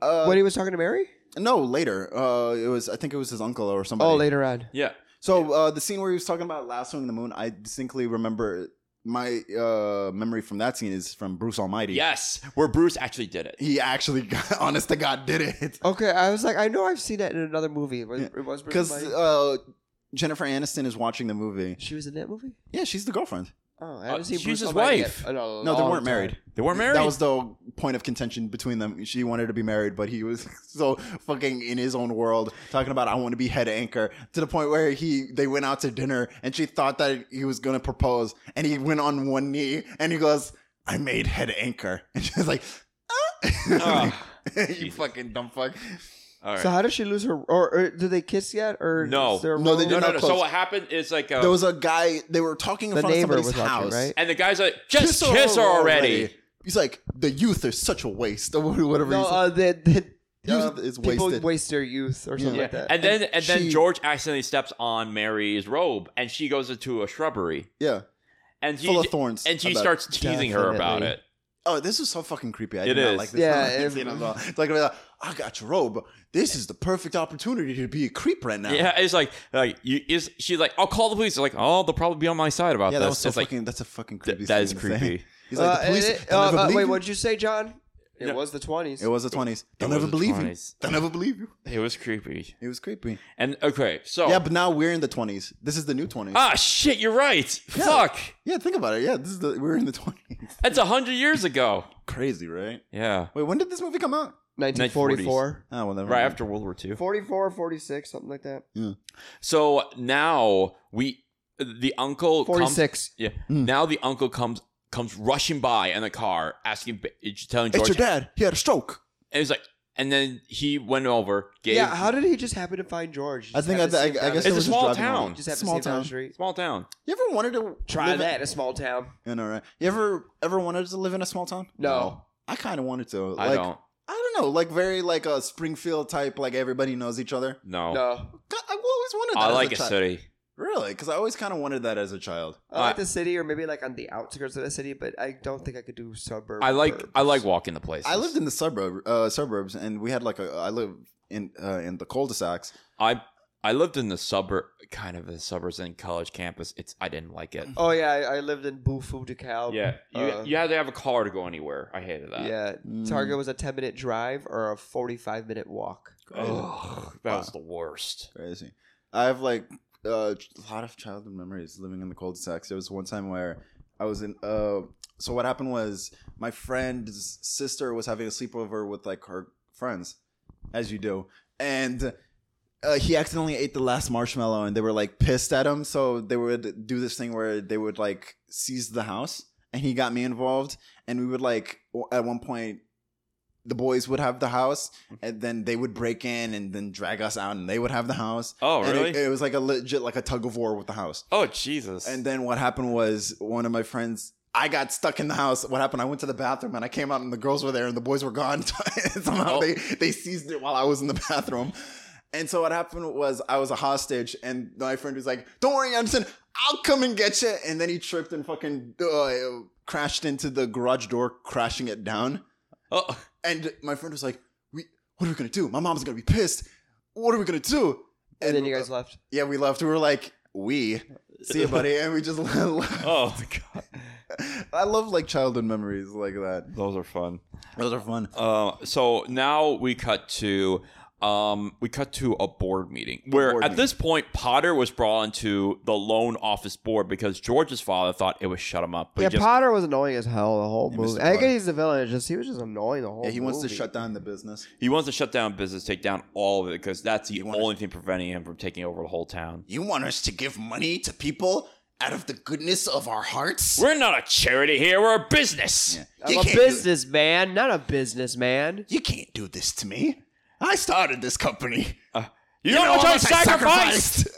Uh, when he was talking to Mary? no, later. Uh, it was I think it was his uncle or somebody. Oh, later on. yeah. So uh, the scene where he was talking about lassoing the moon, I distinctly remember my uh, memory from that scene is from Bruce Almighty. Yes, where Bruce actually did it. he actually, got, honest to God, did it. Okay, I was like, I know I've seen that in another movie. It was- it was Because Bruce Almighty. uh, Jennifer Aniston is watching the movie. she was in that movie. Yeah, she's the girlfriend. Oh, I haven't Uh, seen she's Bruce his Almighty wife. yet in a No, they long weren't time. married. They were married. That was the point of contention between them. She wanted to be married, but he was so fucking in his own world, talking about I want to be head anchor to the point where he they went out to dinner and she thought that he was gonna propose, and he went on one knee and he goes, "I made head anchor," and she's like, "Ah." "You fucking dumb fuck." All right. So how does she lose her? Or, or did they kiss yet? Or No. is there a No, they romance? did no, no, not no. close. So what happened is like uh, There was a guy they were talking in The front of neighbor somebody's was house, watching, right? and the guy's like, just kiss, her already. He's like, "The youth is such a waste," or whatever. No, he said. uh, that that Youth uh, is people wasted. waste their youth or something Yeah. like that. And then and then she- George accidentally steps on Mary's robe, and she goes into a shrubbery, yeah, and she full of thorns. and she about- starts teasing her about it. Definitely. Oh, this is so fucking creepy. I It did not is. like this. Yeah, I didn't it- see it at all. It's like, uh, I got your robe. This is the perfect opportunity to be a creep right now. Yeah, it's like like you is she's like, I'll call the police. It's like, oh, they'll probably be on my side about Yeah, that this. was so it's like fucking. that's a fucking th- creepy. that is thing to say. creepy. He's like, Uh, the police. and it- they'll uh, never uh, believe wait, you. what did you say, John? It Yeah. was the 20s. It was the twenties. They'll It was never the believe you. 20s. They'll never believe you. It was creepy. It was creepy. And okay, so Yeah, but now we're in the twenties. This is the new twenties. Oh. ah shit, you're right. Fuck, Yeah, think about it. Yeah, this is the we're in the twenties. that's a hundred years ago. Crazy, right? Yeah, Wait, when did this movie come out? 1944. Oh, well, never right mind. after World War II. 44, 46, something like that. So now we the uncle comes 46. Yeah. Hmm. Now the uncle comes comes rushing by in the car, asking, telling It's George, your dad. He had a stroke. and he's like, and then he went over. Gave, yeah, how did he just happen to find George? I think I, I, I guess It's it a was just small driving town. around. just happened small to see him down town. the street. small town? You ever wanted to Try live in- that in a small town. I know, right? You ever ever wanted to live in a small town? No. I kind of wanted to. Like, I don't. I don't know, like very like a Springfield type, like everybody knows each other. No. No. Oh. God, I always wanted that. I as like a a child. city. Really, because I always kind of wanted that as a child. I like the city or maybe like on the outskirts of the city, but I don't think I could do suburb. I like I like walking the places. I lived in the suburb uh, suburbs, and we had like a I live in uh, in the cul-de-sacs. I I lived in the suburb, kind of the suburbs and college campus. It's I didn't like it. Oh, yeah. I, I lived in Bufu, Oh, DeKalb. Yeah, you, Uh, you had to have a car to go anywhere. I hated that. Yeah. Mm. Target was a 10 minute drive or a 45 minute walk. Ugh, that was the worst. Crazy. I have like uh, a lot of childhood memories living in the cul-de-sacs. There was one time where I was in. Uh, so what happened was my friend's sister was having a sleepover with like her friends, as you do, and. Uh, he accidentally ate the last marshmallow and they were like pissed at him so they would do this thing where they would like seize the house and he got me involved and we would like w- at one point the boys would have the house and then they would break in and then drag us out and they would have the house Oh, And it- really? it, was like a legit like a tug of war with the house Oh Jesus! and then what happened was one of my friends I got stuck in the house. What happened? I went to the bathroom and I came out and the girls were there and the boys were gone. Somehow Oh. they, they seized it while I was in the bathroom. And so what happened was I was a hostage and my friend was like, don't worry, Anderson, I'll come and get you. And then he tripped and fucking uh, crashed into the garage door, crashing it down. oh, And my friend was like, "We, what are we gonna do? My mom's gonna be pissed. What are we gonna do?" And, then you guys left. yeah, we left. We were like, "We see you, buddy," and we just left. oh God, I love like childhood memories like that. those are fun. Those are fun. Uh, so now we cut to um we cut to a board meeting where board at meeting. this point Potter was brought into the loan office board because George's father thought it would shut him up. But yeah, he just, Potter was annoying as hell the whole Yeah, movie. Mr. I Potter. guess he's the villain. It's just he was just annoying the whole. Yeah, he wants to movie. shut down the business. he wants to shut down business, take down all of it because that's the wanna- only thing preventing him from taking over the whole town. You want us to give money to people out of the goodness of our hearts. We're not a charity here. We're a business. I'm You a can't do- businessman, not a businessman. you can't do this to me. I started this company. You, know, how much I sacrificed.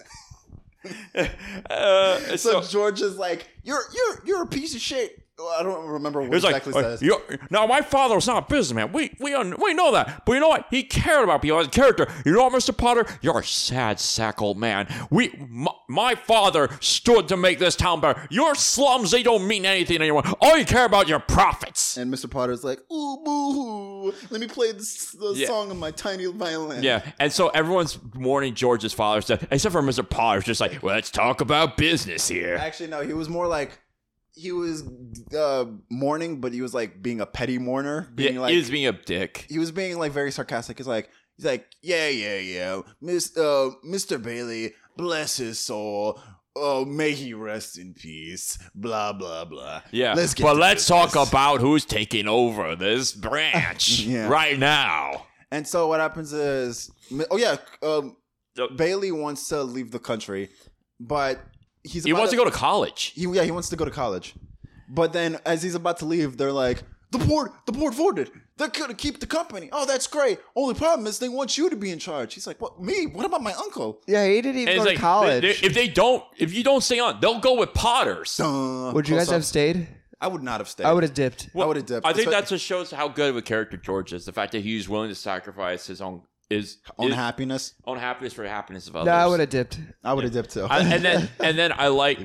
Uh, So, so, George is like, "You're you're you're a piece of shit." Well, I don't remember what It was like, exactly uh, says. you now my father was not a businessman. We we un- we know that, but you know what? He cared about people as a character. You know what, Mister Potter? You're a sad sack old man. We my, my father stood to make this town better. Your slums they don't mean anything to anyone. All you care about is your profits. and Mr. Potter's like, "Ooh, boo hoo! Let me play this, the Yeah. song on my tiny violin." Yeah, and so everyone's mourning George's father's death, except for Mister Potter's just like, well, let's talk about business here. Actually, no. He was more like he was uh, mourning, but he was like being a petty mourner, being yeah, like is being a dick. he was being like very sarcastic. He's like, he's like, yeah, yeah, yeah, Miss, uh, Mr. Bailey, bless his soul. Oh, may he rest in peace. Blah blah blah. Yeah, let's get but to let's business. talk about who's taking over this branch Yeah. right now. And so what happens is, oh yeah, um, Yep. Bailey wants to leave the country, but he's He about wants to go to college. He, yeah, he wants to go to college, but then as he's about to leave, they're like, the board, the board voted. They're gonna keep the company. Oh, that's great. Only problem is they want you to be in charge. He's like, what? Me? What about my uncle? Yeah, he didn't even go And it's to like, college. they- they- if they don't, if you don't stay on, they'll go with Potters. Duh, Would you close guys have up. stayed? I would not have stayed. I would have dipped. I would have dipped. I think Espe- that's what shows how good of a character George is. The fact that he's willing to sacrifice his own his on his happiness. own happiness for the happiness of others. No, I would have dipped. I would have dipped too. I- and then and then I like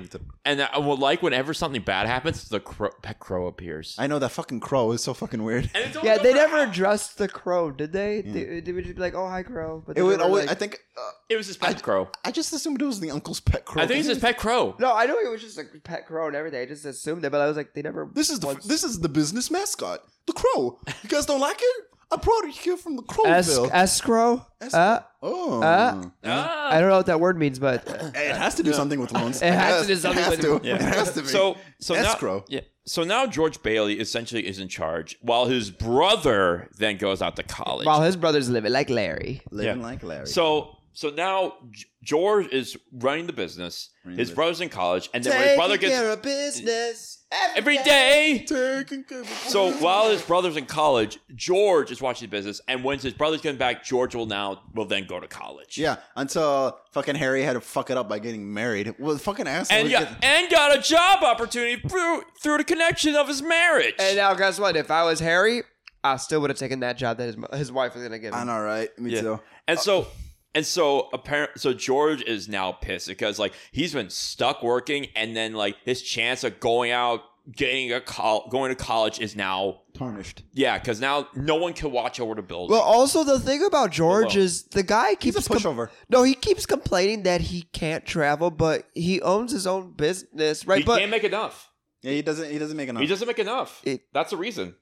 and I would like whenever something bad happens, the crow, pet crow appears. I know that fucking crow is so fucking weird. And it's only Yeah, good they for- never addressed the crow, did they? They, they would just be like, "Oh, hi, crow." But Hmm. It they would never, always. I like- think. Uh, It was his pet crow. I just assumed it was the uncle's pet crow. I think it's his pet crow. No, I know it was just a pet crow and everything. I just assumed that, but I was like, they never. This is the once- this is the business mascot, the crow. You guys don't like it? I brought it here from the Es- Crowville. escrow. That's- Uh, oh, uh, Ah. I don't know what that word means, but uh, it has to do something with loans. It has to do something it has with- to. Yeah. It has to be. So so now Escrow. yeah. So now George Bailey essentially is in charge, while his brother then goes out to college. while his brother's living like Larry. living yeah. like Larry. So so now G- George is running the business. his brother's in college, and then when his taking brother care gets of business every day. Taking care of So while his brother's in college, George is watching the business, and once his brother's coming back, George will now will then go to college. yeah, until fucking Harry had to fuck it up by getting married. Well, fucking asshole. And is yeah, getting- and got a job opportunity through through the connection of his marriage. And uh, now, guess what? If I was Harry, I still would have taken that job that his mo- his wife was gonna give I him. know, right? Me Yeah. too. And so and so apparent so George is now pissed because like he's been stuck working and then like his chance of going out getting a col- going to college is now Tarnished. yeah cuz now no one can watch over the building. Well, also the thing about George Hello. is the guy He's keeps a com- pushover. no, he keeps complaining that he can't travel, but he owns his own business, right? he but can't make enough. Yeah, he doesn't. He doesn't make enough. He doesn't make enough. It- That's the reason.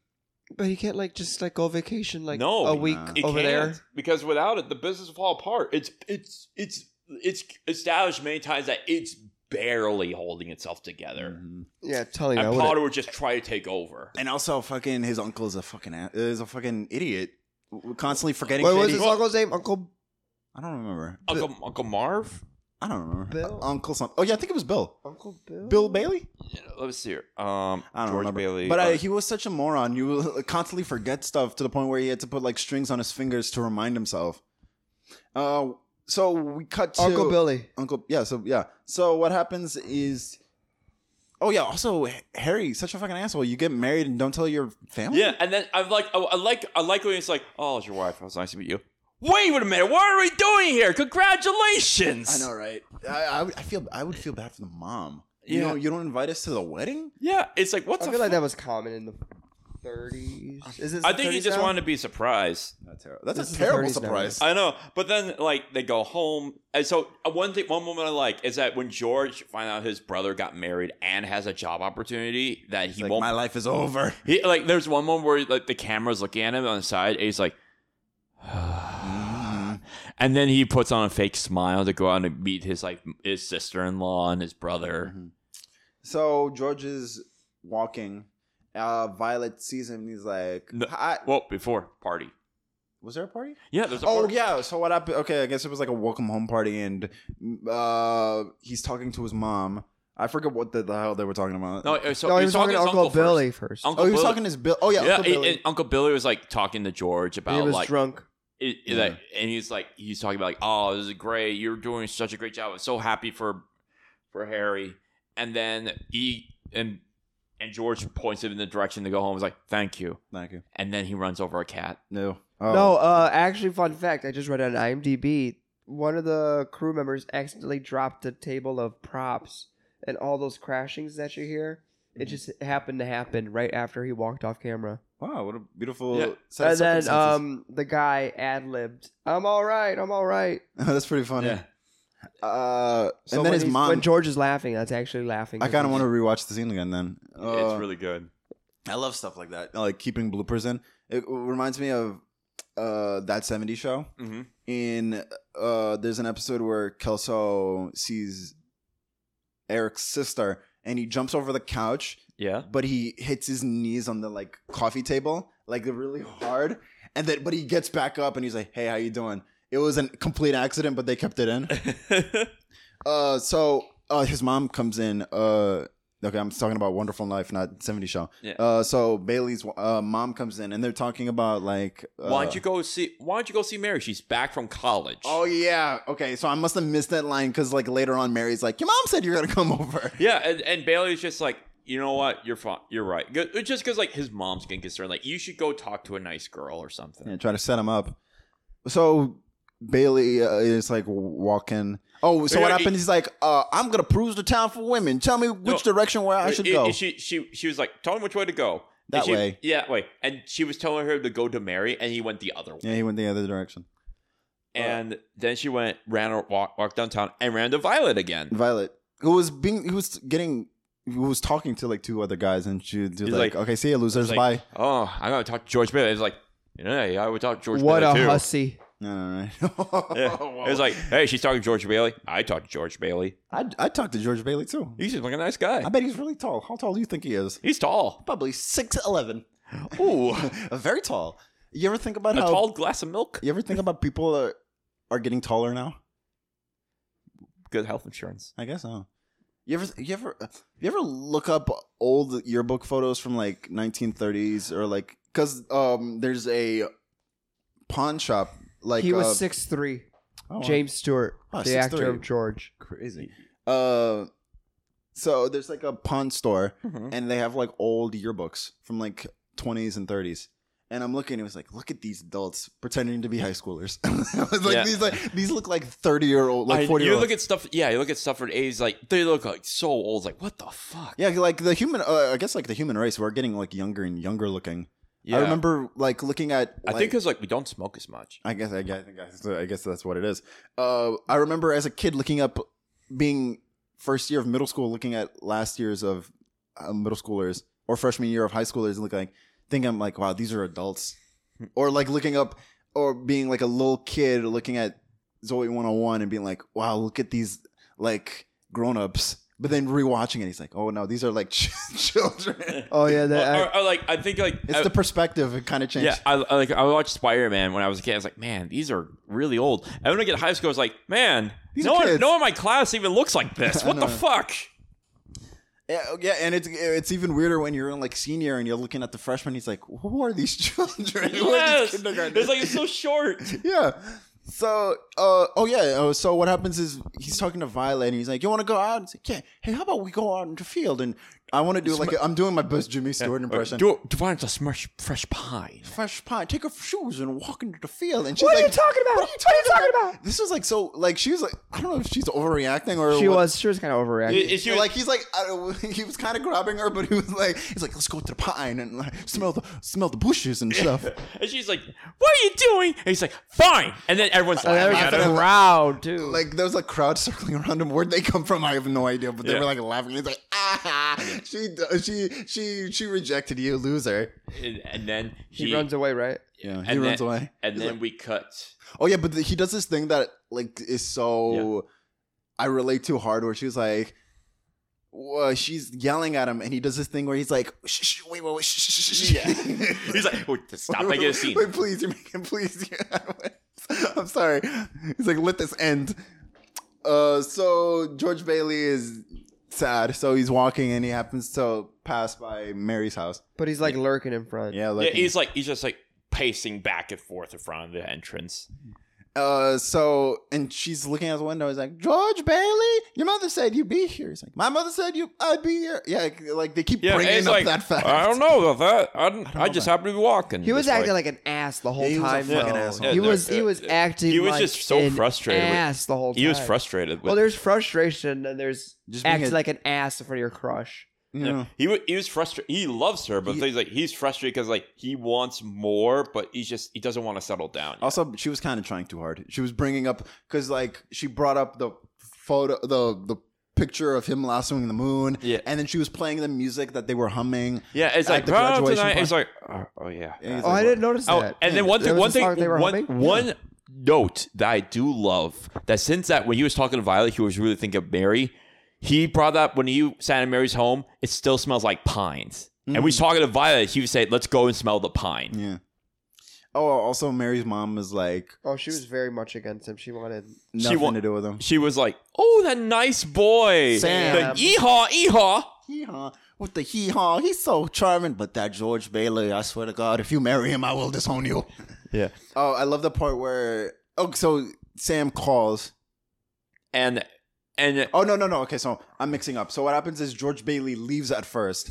but he can't like just like go vacation like No, a week It over there. can't, because without it the business will fall apart. It's it's it's it's established many times that it's barely holding itself together. Mhm. Yeah, telling you, I And would. Potter would just try to take over. And also, fucking his uncle is a fucking a- is a fucking idiot, W- constantly forgetting. What shit was he- his uncle's name? Uncle I don't remember. Uncle, Uncle Marv? I don't remember. Bill? Uh, uncle something. Oh yeah, I think it was Bill. Uncle Bill. Bill Bailey. Yeah, let me see here. Um, I don't George remember. Bailey. but uh, uh, he was such a moron. You will constantly forget stuff to the point where he had to put like strings on his fingers to remind himself. Uh, so we cut to Uncle Billy. Uncle, yeah. So yeah. So what happens is, oh yeah. Also, H- Harry, such a fucking asshole. You get married and don't tell your family. yeah, and then I'm like, oh, I like, I like when it's like, oh, it's your wife. It was nice to meet you. Wait a minute, what are we doing here? Congratulations. I know, right? I, I, would, I feel I would feel bad for the mom. You Yeah. know, you don't invite us to the wedding. Yeah, it's like, what's I the? feel like fu- that was common in the 30s. Is it I think he just wanted to be surprised. That's, terrible. That's This a is the terrible 30s now, surprise. I know, but then like they go home, and so uh, one thing, one moment I like is that when George find out his brother got married and has a job opportunity that he Like, won't my life is over. He like there's one moment where like the camera's looking at him on the side, and he's like, Mm-hmm. and then he puts on a fake smile to go out and meet his like his sister in law and his brother. Mm-hmm. So George is walking. Uh, Violet sees him. and He's like, No. "Hi." Well, before party, "Was there a party?" yeah, there's a Oh party. yeah. So what happened? Okay, I guess it was like a welcome home party, and uh, he's mm, talking to his mom, I forget what the, the hell they were talking about. No, uh, so No, he he's was talking to his Uncle, first. Billy first. oh, Uncle he was Billy- talking his bill. Oh yeah, yeah, Uncle and- Billy. and Uncle Billy was like talking to George about he was like drunk. it, it, Yeah. like, and he's like he's talking about like oh this is great you're doing such a great job i'm so happy for for harry and then he and and george points him in the direction to go home he's like thank you Thank you. and then he runs over a cat No. Oh. No, uh, actually, fun fact. I just read on IMDb. One of the crew members accidentally dropped a table of props, and all those crashings that you hear, Mm-hmm. it just happened to happen right after he walked off camera. Wow, what a beautiful. Yeah. set of and then circumstances. um, the guy ad libbed, "I'm all right, I'm all right." that's pretty funny. Yeah. Uh, So and when then his he's- mom. when George is laughing, that's actually laughing. I kind of want to rewatch the scene again. Then Uh, it's really good I love stuff like that, like keeping bloopers in. It reminds me of uh, that '70s show. mm-hmm. In uh, there's an episode where Kelso sees Eric's sister, and he jumps over the couch, yeah but he hits his knees on the like coffee table, like really hard, and then but he gets back up and he's like, "Hey, how you doing?" It was a complete accident, but they kept it in. Uh, so uh, his mom comes in. Uh, okay, I'm talking about Wonderful Life, not 70 Show. Yeah. Uh, so Bailey's uh, mom comes in, and they're talking about like. Uh, why don't you go see why don't you go see mary she's back from college Oh yeah. Okay, so I must have missed that line because like later on, Mary's like, "Your mom said you're gonna come over." yeah and, and bailey's just like you know what you're fine you're right Good- it's just because like his mom's getting concerned like you should go talk to a nice girl or something Yeah, try to set him up. So Bailey uh, is like walking. Oh, so Yeah, what he- happened? He's like, uh, "I'm gonna peruse the town for women. Tell me which No. direction where I It- should it- go." it- She she she was like, tell him which way to go. And That she- way. Yeah, that way. And she was telling her to go to Mary, and he went the other way. yeah, he went the other direction. And then she went, ran, or walk, walked downtown, and ran to Violet again. Violet, who was being, who was getting, who was talking to like two other guys, and she was like, like- "Okay, see you, losers. It's like, Bye." Oh, I'm gonna talk to George Bailey. It was like, you know, yeah, I would talk to George What Bailey a too. hussy! No, no, no. Yeah. It was like, hey, she's talking to George Bailey. I talked to George Bailey. I I talked to George Bailey too. He's just like a nice guy. I bet he's really tall. How tall do you think he is? He's tall. Probably six eleven. Ooh, very tall. You ever think about a how? tall glass of milk. You ever think about people are, are getting taller now? Good health insurance. I guess so. You ever you ever you ever look up old yearbook photos from like 1930s or like because um there's a pawn shop like he uh, was six three. oh, wow. James Stewart, Oh, the actor 6'3". of George. crazy. Uh, so there's like a pawn store, Mm-hmm. and they have like old yearbooks from like 20s and 30s. And I'm looking, it was like, look at these adults pretending to be high schoolers. I was like, Yeah. these like these look like 30 year old, like I- 40 year you old. look at stuff. Yeah, you look at stuff for age. Like they look like so old. Like what the fuck? yeah, like the human, uh, I guess like the human race, we're getting like younger and younger looking. Yeah. I remember like looking at. I like- think because like we don't smoke as much. I guess I guess, I guess I guess that's what it is. Uh, I remember as a kid looking up, being first year of middle school, looking at last year's of uh, middle schoolers or freshman year of high schoolers, and look like think I'm like, wow, these are adults, or like looking up or being like a little kid looking at Zoe 101 and being like, wow, look at these like grown ups. But then rewatching it, he's like, oh no, these are like children. Oh yeah, that, or, or, like I think like It's I- the perspective. It kind of changed. yeah, I, I like I watched Spider Man when I was a kid. I was like, man, these are really old. And when I get to high school, I was like, man, These no are one, kids. no one in my class even looks like this. I What the know. fuck? Yeah, oh, yeah, and it's it's even weirder when you're in like senior and you're looking at the freshman. He's like, "Who are these children? Who are Yes, these it's like it's so short. yeah. So, uh, oh yeah. Oh, so what happens is he's talking to Violet, and he's like, "You want to go out?" And say, "Yeah." Hey, how about we go out into the field? And I want to do like i I'm doing my best Jimmy Stewart impression. Do do why not just smash fresh pie? fresh pie, take off her shoes and walk into the field. And she's What are like, you talking about? What are you talking, about? This was like so like she was like I don't know if she's overreacting or she what- was she was kind of overreacting. It- it's So, your- like he's like I don't, he was kind of grabbing her, but he was like he's like let's go to the pine and like, smell the smell the bushes and stuff. and she's like, what are you doing? And he's like, fine. And then everyone's Oh, And there laughing at was a him. crowd too. like there was a crowd circling around him. Where'd they come from? I have no idea. But they Yeah. were like laughing. He's like ah, she she she she rejected you, loser. And, and then he, runs away, right? Yeah, he and runs then- away. And He's then like- we cut. oh yeah, but the, he does this thing that like is so I relate to hard. Where she's like. Well, she's yelling at him, and he does this thing where he's like, shh, shh, "Wait, wait, wait, shh, shh, shh, shh." Yeah. He's like, wait, stop making a scene. Wait, please, you're making please. I'm sorry. He's like, let this end. Uh, so George Bailey is sad. So he's walking and he happens to pass by Mary's house. But he's like lurking in front. Yeah, Yeah, like he's like he's just like pacing back and forth in front of the entrance. uh, so and she's looking out the window. He's like, George Bailey, your mother said you'd be here. He's like, my mother said you, I'd be here. Yeah, like- like they keep Yeah, and bringing he's up like that fact. I don't know about that. I, didn't- I, just happened to be walking. He was It's acting like, an ass the whole he was a time. fucking though. asshole. He Yeah, was no, he was uh, acting. he was like just so an frustrated with- Ass the whole time. he was frustrated. With, Well, there's frustration and there's Just being acting a- like an ass in front of your crush. You know? He wa- he was frustrated. He loves her, but he's like he's frustrated because like he wants more, but he's just he doesn't want to settle down. yet. Also, she was kind of trying too hard. She was bringing up because like she brought up the photo, the the picture of him lassoing the moon. Yeah. and then she was playing the music that they were humming. yeah, it's at like the "Prom graduation tonight. party. It's like oh, oh, yeah. And he's like, Oh, I "What?" didn't notice Oh, that. and then one There thing, was one a song thing, they were one, humming? one note that I do love that since that when he was talking to Violet, he was really thinking of Mary. He brought up when he sat in Mary's home, it still smells like pines. And we was Mm. talking to Violet, he would say, "Let's go and smell the pine." Yeah. Oh, also Mary's mom is like Oh, she was very much against him. She wanted. nothing wa- to do with him. She was like, "Oh, that nice boy, Sam. The eehaw, eehaw." Hee haw with the hee haw. He's so charming, but that George Bailey, I swear to God, if you marry him, I will disown you. Yeah. Oh, I love the part where oh, so Sam calls. And and Oh no no no. Okay, so I'm mixing up. So what happens is George Bailey leaves at first.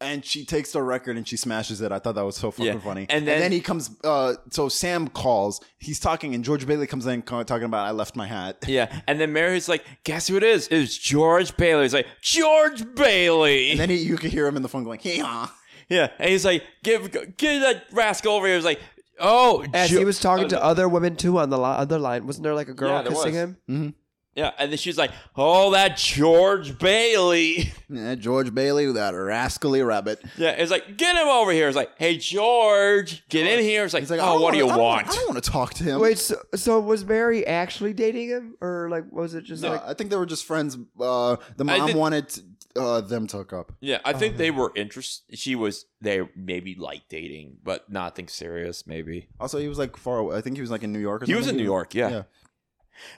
And she takes the record and she smashes it. I thought that was so fucking Yeah. funny. And then- he comes. Uh, so Sam calls. He's talking, and George Bailey comes in ca- talking about I left my hat. yeah, and then Mary's like, "Guess who it is? It's George Bailey." He's like, "George Bailey." And then he, you can hear him in the phone going, "Hee haw." Yeah, and he's like, "Give, give that rascal over here." He's like, "Oh, As Jo- he was talking uh, to other women too on the li- other line, wasn't there like a girl Yeah, there kissing was. him? yeah," and then she's like, "Oh, that George Bailey." Yeah, George Bailey, that rascally rabbit. Yeah, it's like, "Get him over here." It's like, "Hey, George, get in here." It's like, He's like, "I "Oh, don't what do you wanna- I don't- want?" I don't, want to talk to him. Wait, so, so was Mary actually dating him, or like was it just No, like? I think they were just friends. Uh, the I mom did- wanted uh, them to hook up. Yeah, I think Oh, they were interested. She was they maybe like dating, but nothing serious. Maybe Also, he was like far away. I think he was like in New York. or he was in something. New York. Yeah, Yeah.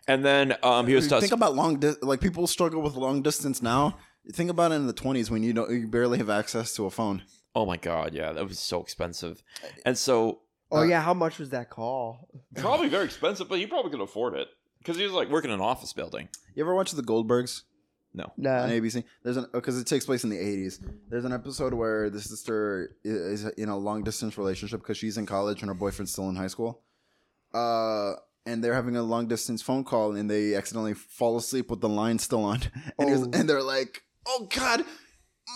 and then um, he was Think about long, dis- like people struggle with long distance now. Think about it in the twenties when you don't, you barely have access to a phone. Oh my god, yeah, that was so expensive, and so oh yeah, how much was that call? probably very expensive, but he probably could afford it because he was like working in an office building. You ever watch the Goldbergs? on Nah, ABC. There's an because it takes place in the 80s. There's an episode where the sister i- is in a long distance relationship because she's in college and her boyfriend's still in high school. Uh, and they're having a long distance phone call and they accidentally fall asleep with the line still on. And, he was- Oh. and they're like, "Oh God,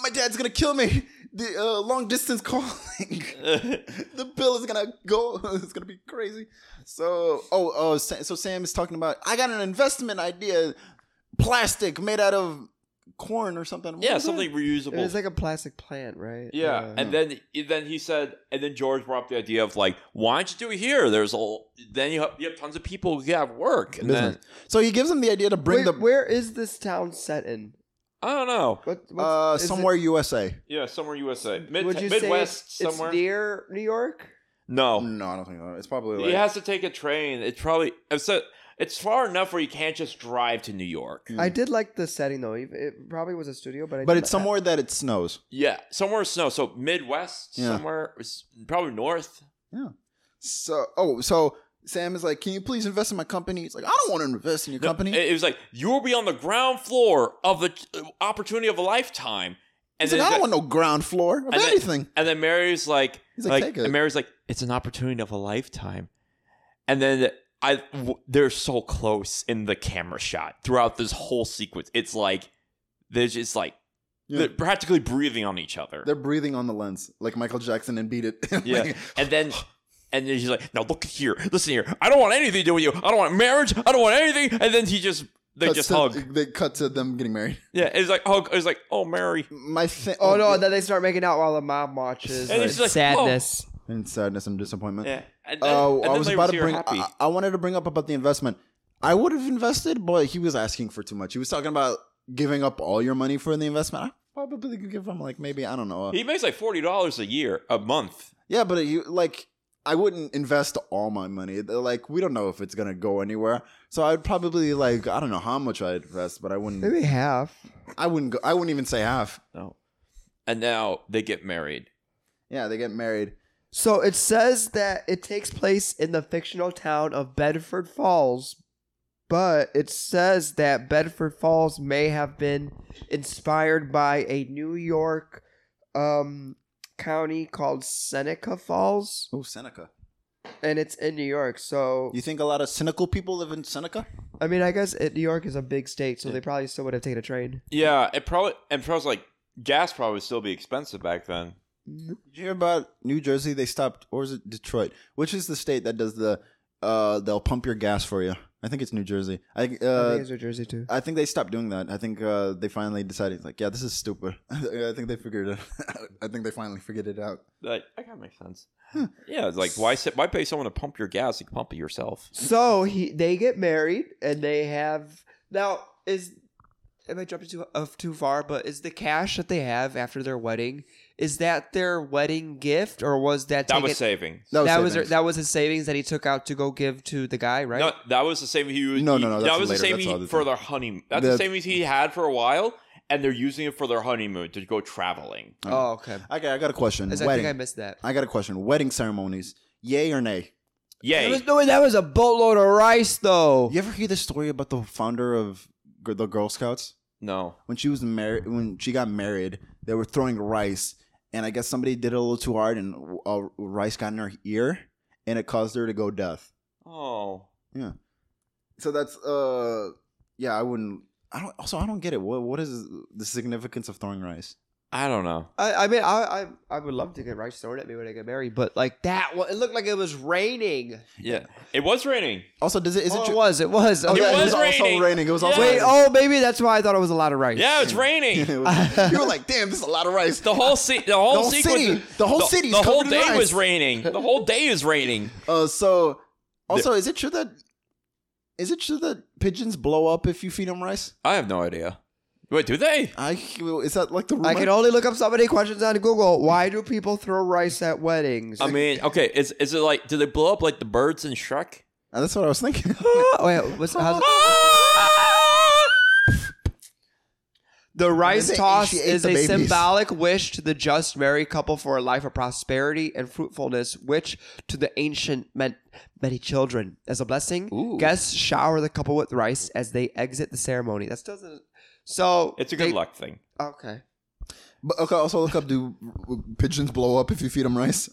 my dad's gonna kill me. The uh, long distance calling." the bill is gonna go. It's gonna be crazy. So, oh, oh, Sa- so Sam is talking about. I got an investment idea, plastic made out of corn or something. What Yeah, was that? something reusable. Mm-hmm. it was like a plastic plant, right? yeah, and then then he said, and then George brought up the idea of like, why don't you do it here? There's a then you have, you have tons of people who have work, and then Business. So he gives him the idea to bring the Wait, where is this town set in? I don't know, What, what's, uh, is it- somewhere USA. yeah, somewhere USA, Mid- would you say Midwest, it's, somewhere. it's near New York? no, No, I don't think so. It's probably like Oh. he has to take a train. It's probably it's a, it's far enough where you can't just drive to New York. I did like the setting though. It- It probably was a studio, but I Mm. but did it's not- somewhere that it snows. Yeah, somewhere snow. So Midwest, Yeah. somewhere s- probably north. So, oh, so Sam is like, "Can you please invest in my company?" He's like, "I don't want to invest in your No, company." It, it was like you will be on the ground floor of the uh, opportunity of a lifetime. And He's like, "I it's don't like- want no ground floor of and then- anything." and then Mary's like, He's like, like, "Take it." and Mary's like, it's an opportunity of a lifetime. And then I, w- they're so close in the camera shot throughout this whole sequence. It's like they're just like Yeah. they're practically breathing on each other. They're breathing on the lens, like Michael Jackson and Beat It. Yeah. And then and then she's like, "Now look here, listen here. I don't want anything to do with you. I don't want marriage. I don't want anything." And then he just they Cuts just to- hug. They cut to them getting married. Yeah, it's like hug. It's like, "Oh, Mary." My thing. Oh no! Then they start making out while the mom watches. And it's like, sadness. and sadness and disappointment. Yeah. And then, Oh, and then I was they about see to her bring. happy. I, I wanted to bring up about the investment. I would have invested, but he was asking for too much. He was talking about giving up all your money for the investment. I uh, probably could give him like maybe I don't know. he makes like forty dollars a year, a month. yeah, but you like I wouldn't invest all my money. They're like, we don't know if it's gonna go anywhere. So I'd probably like, I don't know how much I'd invest, but I wouldn't. Maybe half. I wouldn't go. I wouldn't even say half. No. And now they get married. Yeah, they get married. So it says that it takes place in the fictional town of Bedford Falls, but it says that Bedford Falls may have been inspired by a New York um, county called Seneca Falls, Oh, Seneca. and it's in New York. So You think a lot of cynical people live in Seneca? I mean, I guess it, New York is a big state, so they probably still would have taken a train. Yeah, it probably and probably like gas probably would still be expensive back then. Did you hear about New Jersey? They stopped, or is it Detroit? Which is the state that does the? Uh, they'll pump your gas for you. I think it's New Jersey. I I uh, think it's New Jersey too. I think they stopped doing that. I think uh, they finally decided, like, yeah, this is stupid. I think they figured it. I think they finally figured it out. Like that kind of makes sense. yeah, it's like why sit, why pay someone to pump your gas? You can pump it yourself. So he they get married and they have now is am I jumping too of too far? But is the cash that they have after their wedding is that their wedding gift or was that That taken- was saving. that was savings. that was his savings that he took out to go give to the guy right? No, that was the same. He was, No, he- no, no, That that's was the later, same that's he- all the for time. their honeymoon. That's the That- same he had for a while, and they're using it for their honeymoon to go traveling. Oh okay. Okay, I got a question. As I Wedding. think I, I missed that. got a question. Wedding ceremonies, yay or nay? Yay! That was, no, that was a boatload of rice though. You ever hear the story about the founder of G- the Girl Scouts no, when she was married? When she got married, they were throwing rice, and I guess somebody did it a little too hard, and uh, rice got in her ear, and it caused her to go deaf. oh, So that's uh, yeah, I wouldn't. I don't. Also, I don't get it. What what is the significance of throwing rice? I don't know. I, I mean, I, I I would love to get rice thrown at me when I get married, but like that, one, it looked like it was raining. Yeah, it was raining. Also, does it is oh, it? it, Tr- was. It was. Oh, It yeah, was it was raining. also raining. It was also Wait, raining. oh, maybe that's why I thought it was a lot of rice. Yeah, it's raining. It was- you were like, damn, this is a lot of rice. The whole city, the whole, The whole sequence- city- the whole city's the whole covered in day ice. was raining. The whole day is raining. Uh, so, also, is it true that is it true that pigeons blow up if you feed them rice? I have no idea. Wait, do they? I is that like the rumor? I can only look up so many questions on Google. Why do people throw rice at weddings? I mean, okay, is is it like do they blow up like the birds in Shrek? Uh, That's what I was thinking. Oh, wait, what's, how's it- the rice They toss ate- she ate is the a babies. symbolic wish to the just married couple for a life of prosperity and fruitfulness, which to the ancient meant many children. As a blessing, Ooh. guests shower the couple with rice as they exit the ceremony. That doesn't. So It's a good they- luck thing. Okay. but okay, also look up: Do pigeons blow up if you feed them rice?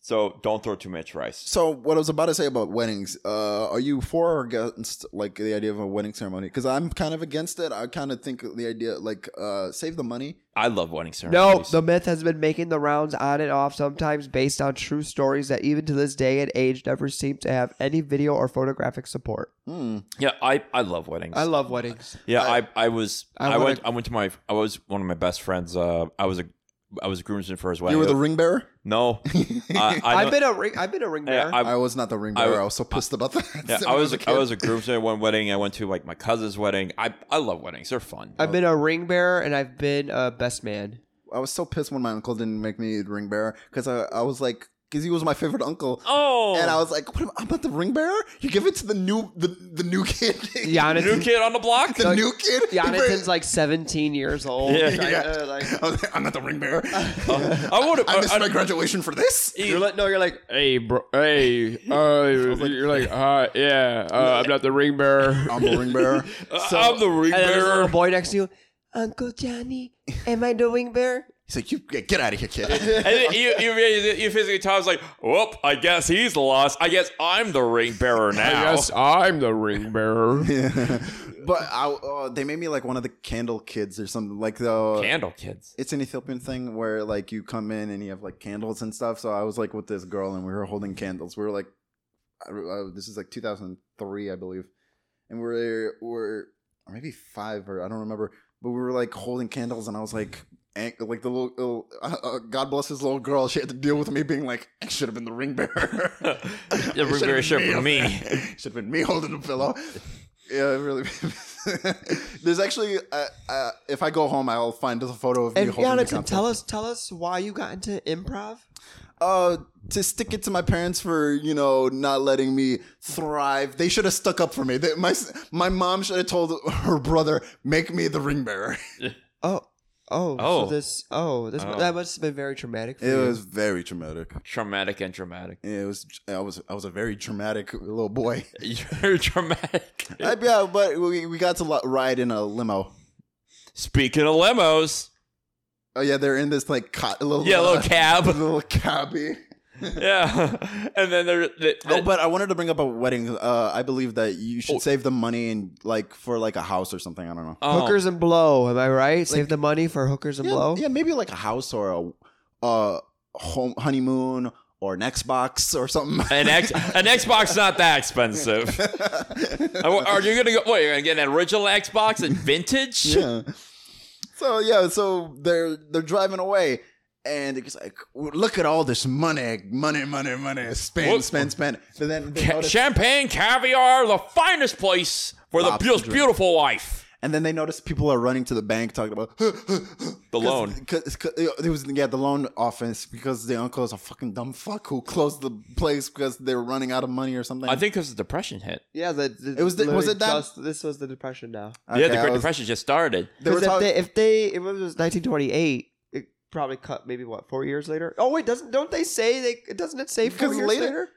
So don't throw too much rice. So, what I was about to say about weddings: uh, Are you for or against like the idea of a wedding ceremony? Because I'm kind of against it. I kind of think the idea like uh, save the money. I love wedding No, ceremonies. the myth has been making the rounds on and off, sometimes based on true stories that even to this day and age never seem to have any video or photographic support. Hmm. yeah, I, I love weddings. I love weddings. yeah, I, I was I I, wanna- went I went to my I was one of my best friends. Uh, I was a I was a groomsman for his wedding. You were the ring bearer. no, I, I I've know- been a ring. I've been a ring yeah, bearer. I, I was not the ring I- bearer. I, was so pissed about that. yeah, when I was a I kid. was a groomsman at one wedding. I went to like my cousin's wedding. I I love weddings. They're fun. I've been a ring bearer and I've been a best man. I was so pissed when my uncle didn't make me the ring bearer because I, I was like, because he was my favorite uncle. oh, And I was like, what, am- I'm not the ring bearer? You give it to the new, the, the new kid. new Jonathan, kid on the block. the new kid. He Jonathan's like 17 years old. Yeah. bring- Like, yeah. uh, like- I was like, I'm not the ring bearer. Uh, I would I missed have. my graduation for this. you're like, no, you're like, Hey, bro. Hey, uh, you're like, uh, yeah, uh, I'm not the ring bearer. I'm the ring bearer. Uh, I'm the ring and then there's a little bearer. boy next to you. Uncle Johnny, am I the ring bearer? He's like, you get, get out of here, kid. And then you, you, you physically tell us like, whoop, I guess he's lost. I guess I'm the ring bearer now. Yes, uh, I'm the ring bearer. but I, uh, they made me like one of the candle kids or something like the Candle kids. it's an Ethiopian thing where like you come in and you have like candles and stuff. So I was like with this girl and we were holding candles. We were like, I, I, this is like 2003, I believe, and we're we're or maybe five or I don't remember, but we were like holding candles and I was like. ang- Like the little, little uh, uh, God bless this little girl. She had to deal with me being like, I should have been the ring bearer. The ring bearer should have been me. should have been me holding the pillow. Yeah, it really. There's actually, uh, uh, if I go home, I'll find a photo of me And holding the Jonathan, candle. tell us, tell us why you got into improv. uh, to stick it to my parents for you know not letting me thrive. They should have stuck up for me. They, my my mom should have told her brother, "Make me the ring bearer." Oh, oh, Oh. So this, oh, this, Oh. that must have been very traumatic for It you. was very traumatic. Traumatic and dramatic. It was I was I was a very traumatic little boy. You're dramatic. I- yeah, but we, we got to li- ride in a limo. Speaking of limos, Oh yeah, they're in this like cot, little yeah, little uh, cab. little cabbie. yeah, and then there. The, Oh, but I wanted to bring up a wedding. Uh, I believe that you should Oh. save the money and like for like a house or something. I don't know. oh, hookers and blow. Am I right? Save the money for hookers and Uh, yeah, blow. yeah, maybe like a house or a uh, home honeymoon or an Xbox or something. An X, an Xbox not that expensive. I wa- Are you gonna go? What you're gonna get an original Xbox and vintage? yeah. So yeah, so they're they're driving away, and it's like, look at all this money, money, money, money, spend, What? spend, spend. And then they Ca- notice, champagne, caviar, the finest place for the Lobster most drink. beautiful wife. and then they notice people are running to the bank talking about the loan. Cause, 'cause- it was yeah the loan office because the uncle is a fucking dumb fuck who closed the place because they were running out of money or something. I think because the depression hit. Yeah, the, the, It was the- was literally it that- just- this was the depression now. yeah, Okay, the I Great was- Depression just started. They were Because if, talking. they, if they, if it was 1928, it probably cut maybe what four years later. Oh wait, doesn't don't they say they? Doesn't it say four Because years later- later?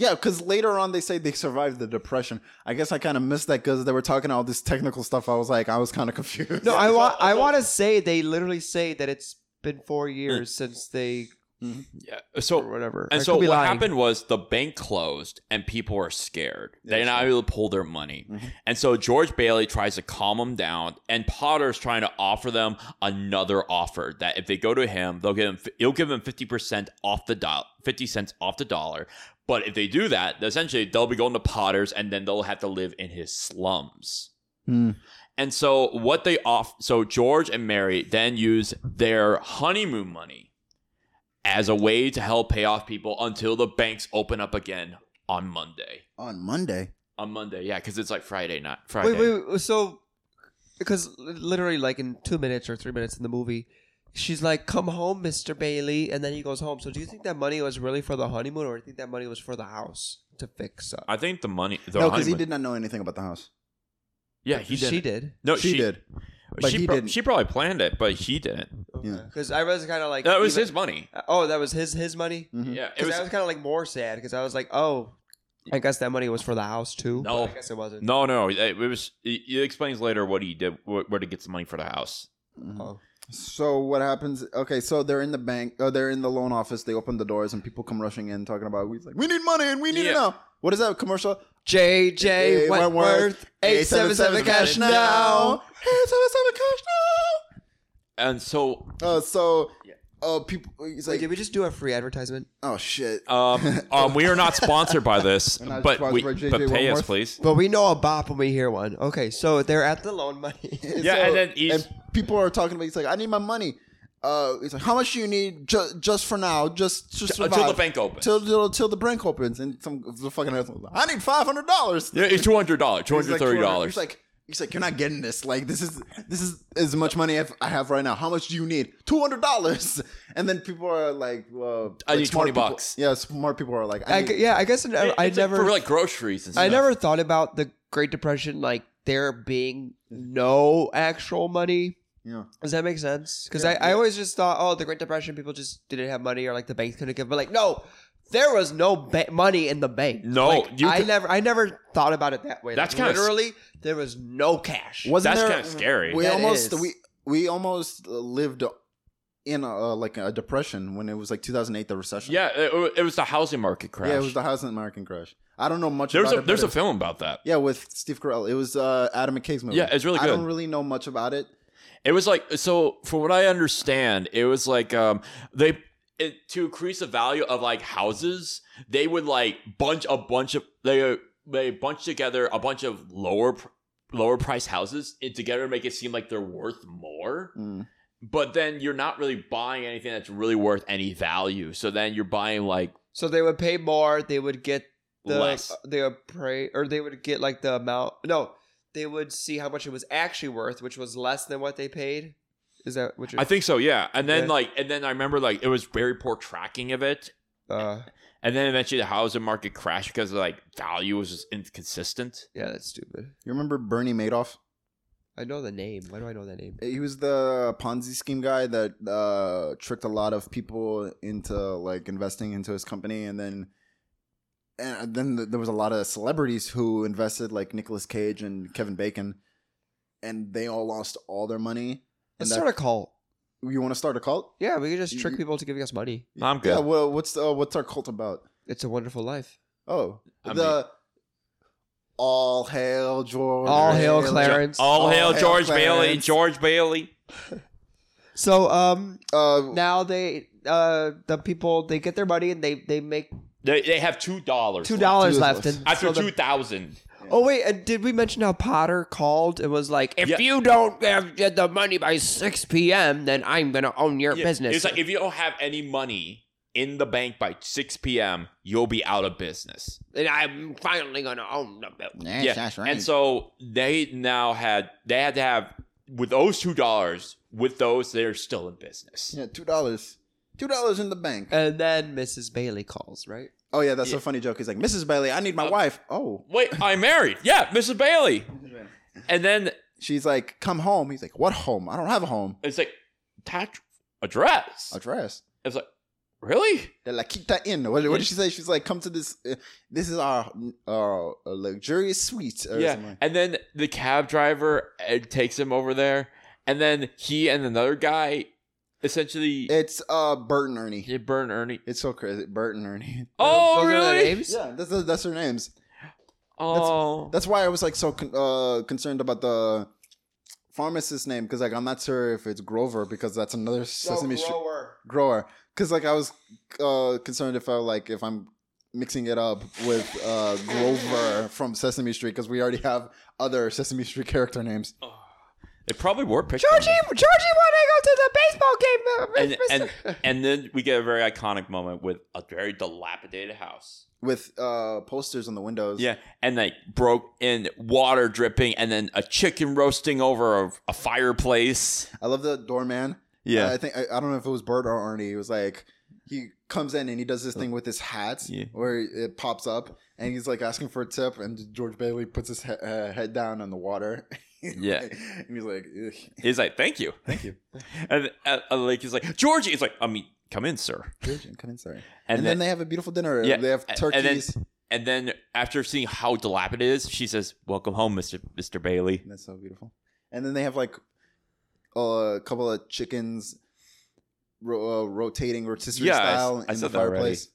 Yeah, because later on they say they survived the depression. I guess I kind of missed that because they were talking all this technical stuff. I was like, I was kind of confused. No, I want I want to say they literally say that it's been Mm. four years since they Yeah. or So whatever. I and could so be what lying. happened was the bank closed and people were scared. They're That's not right. able to pull their money. Mm-hmm. Mhm. And so George Bailey tries to calm them down and Potter's trying to offer them another offer that if they go to him, they'll give him he'll give them 50% off the dollar, 50 cents off the dollar. But if they do that, essentially they'll be going to Potter's and then they'll have to live in his slums. Hmm. And so what they off so George and Mary then use their honeymoon money as a way to help pay off people until the banks open up again on Monday. on Monday. On Monday, yeah, because it's like Friday night. Friday. Wait, wait, wait, so because literally like in two minutes or three minutes in the movie. She's like, "Come home, Mister Bailey," and then he goes home. So, do you think that money was really for the honeymoon, or do you think that money was for the house to fix up? I think the money. The No, because he honeymoon- did not know anything about the house. Yeah, he did. She did. No, she, did. but she, he pro- didn't. she probably planned it, but he didn't. Yeah. Because I was kind of like That was even- his money. Oh, that was his his money. Mhm. Yeah, it Because was. I was kind of like more sad because I was like, oh, I guess that money was for the house too. No. But I guess it wasn't. No, no, it, it was. It, it explains later what he did, where, where to get the money for the house. Mhm. Oh. So what happens? Okay, so they're in the bank. Uh, they're in the loan office. They open the doors and people come rushing in talking about. He's like, we need money and we need Yeah. it now. What is that commercial? JJ Wentworth, eight seven seven cash now. Eight seven seven cash And so, now. Uh, so, uh, people. He's Wait, like, did we just do a free advertisement? oh shit. um, um, we are not sponsored by this, We're not but sponsored we, by JJ but pay us, Wentworth. please. But we know a bop when we hear one. Okay, so they're at the loan money. Yeah, and then he's- and people are talking about. He's like, I need my money. Uh, he's like, how much do you need ju- just for now, just to survive Until the bank opens. till till, till the bank opens, and some the fucking asshole, I need five hundred dollars. yeah, it's two hundred dollars, two hundred thirty dollars. He's like. He's like, you're not getting this. Like, this is this is as much money if I have right now. How much do you need? Two hundred dollars. And then people are like, well, I like need smart 20 people- bucks. Yeah, smart people are like, I I need, gu- yeah, I guess I, I never. for like groceries and stuff. I never thought about the Great Depression like there being no actual money. Yeah. Does that make sense? Because Yeah, I, I always just thought, oh, the Great Depression, people just didn't have money, or like the banks couldn't give. But like, no, there was no ba- money in the bank. No, Like, you I could- never, I never thought about it that way. That's like, kinda s- literally there was no cash. Wasn't That's there- kinda scary. We That almost is. we we almost uh, lived in a, uh, like a depression when it was like 2008, the recession. Yeah, it, it was the housing market crash. yeah, it was the housing American crash. I don't know much There's about a it. there's but a it- film about that. Yeah, with Steve Carell. It was uh, Adam McKay's movie. Yeah, it's really I don't good. really know much about it. It was like so. For what I understand, it was like um they it, to increase the value of like houses, they would like bunch a bunch of they uh, they bunch together a bunch of lower pr- lower price houses it, together to make it seem like they're worth more. Mm. But then you're not really buying anything that's really worth any value. So then you're buying like so they would pay more. They would get the uh, less. they would pray or they would get like the amount. No, they would see how much it was actually worth, which was less than what they paid. Is that what you're? I think so, yeah. And then Yeah. like, and then I remember like it was very poor tracking of it, Uh, And then eventually the housing market crashed because like value was just inconsistent. yeah, that's stupid. You remember Bernie Madoff? I know the name. Why do I know that name? He was the Ponzi scheme guy that uh, tricked a lot of people into like investing into his company, and then and then th- there was a lot of celebrities who invested, like Nicolas Cage and Kevin Bacon, and they all lost all their money. And Let's that- start a cult. you want to start a cult? Yeah, we can just You- trick you- people to giving us money. I'm Yeah. good. Well, what's uh, what's our cult about? It's a wonderful life. Oh, I the all hail George. All hail Taylor. Clarence. All Oh, hail hail George Bailey. Clarence. George Bailey. So um, Uh, now they uh the people they get their money and they they make They, they have two dollars. two dollars Two left. dollars. And after so the- two thousand. Oh wait, and did we mention how Potter called and was like, if Yeah. you don't have get the money by six p.m., then I'm gonna own your business. It's like if you don't have any money in the bank by six p.m., you'll be out of business. and I'm finally gonna own the building. yeah, And so they now had they had to have with those two dollars. With those, they're still in business. yeah, two dollars. Two dollars in the bank. And then Mrs. Bailey calls, right? Oh yeah, that's Yeah. a funny joke. He's like, Mrs. Bailey, I need my wife. Oh, Wait, I'm married. Yeah, Mrs. Bailey. And then she's like, come home. He's like, what home? I don't have a home. it's like that address. Address. It's like really. The La Quita Inn. What, what did she say? She's like, come to this. Uh, this is our uh, luxurious suite. Or yeah. something. And then the cab driver uh, takes him over there, and then he and another guy essentially It's uh, Bert and Ernie. they burn Ernie. It's so crazy. Bert and Ernie. Oh Those are their really? names? Yeah, that's that's their names. Oh, That's why I was like so con- uh, concerned about the pharmacist's name because like I'm not sure if it's Grover because that's another Sesame Street grower. Because like I was uh, concerned if I like if I'm mixing it up with uh, Grover from Sesame Street because we already have other Sesame Street character names. they probably were picked. on Georgie, him. Georgie, want to go to the And, baseball game? uh, and Mr. and then we get a very iconic moment with a very dilapidated house. with uh posters on the windows. Yeah, and like broke in water dripping, and then a chicken roasting over a, a fireplace. I love the doorman. Uh, I think I, I don't know if it was Bert or Arnie. It was like he comes in and he does this thing with his hat Yeah. where it pops up and he's like asking for a tip and George Bailey puts his he- uh, head down in the water. Yeah. and he's like, "Ugh." he's like, "Thank you, thank you," and uh, uh, like he's like, "Georgie," he's like, "I mean, come in, sir." George, come in, sorry. And, And then- then, they have a beautiful dinner. Yeah, they have a- turkeys. and then- And then after seeing how dilapidated it is, she says, "Welcome home, Mister Mister Bailey." That's so beautiful. And then they have like a couple of chickens ro- uh, rotating rotisserie Yeah, I s- style I in the said that already. fireplace.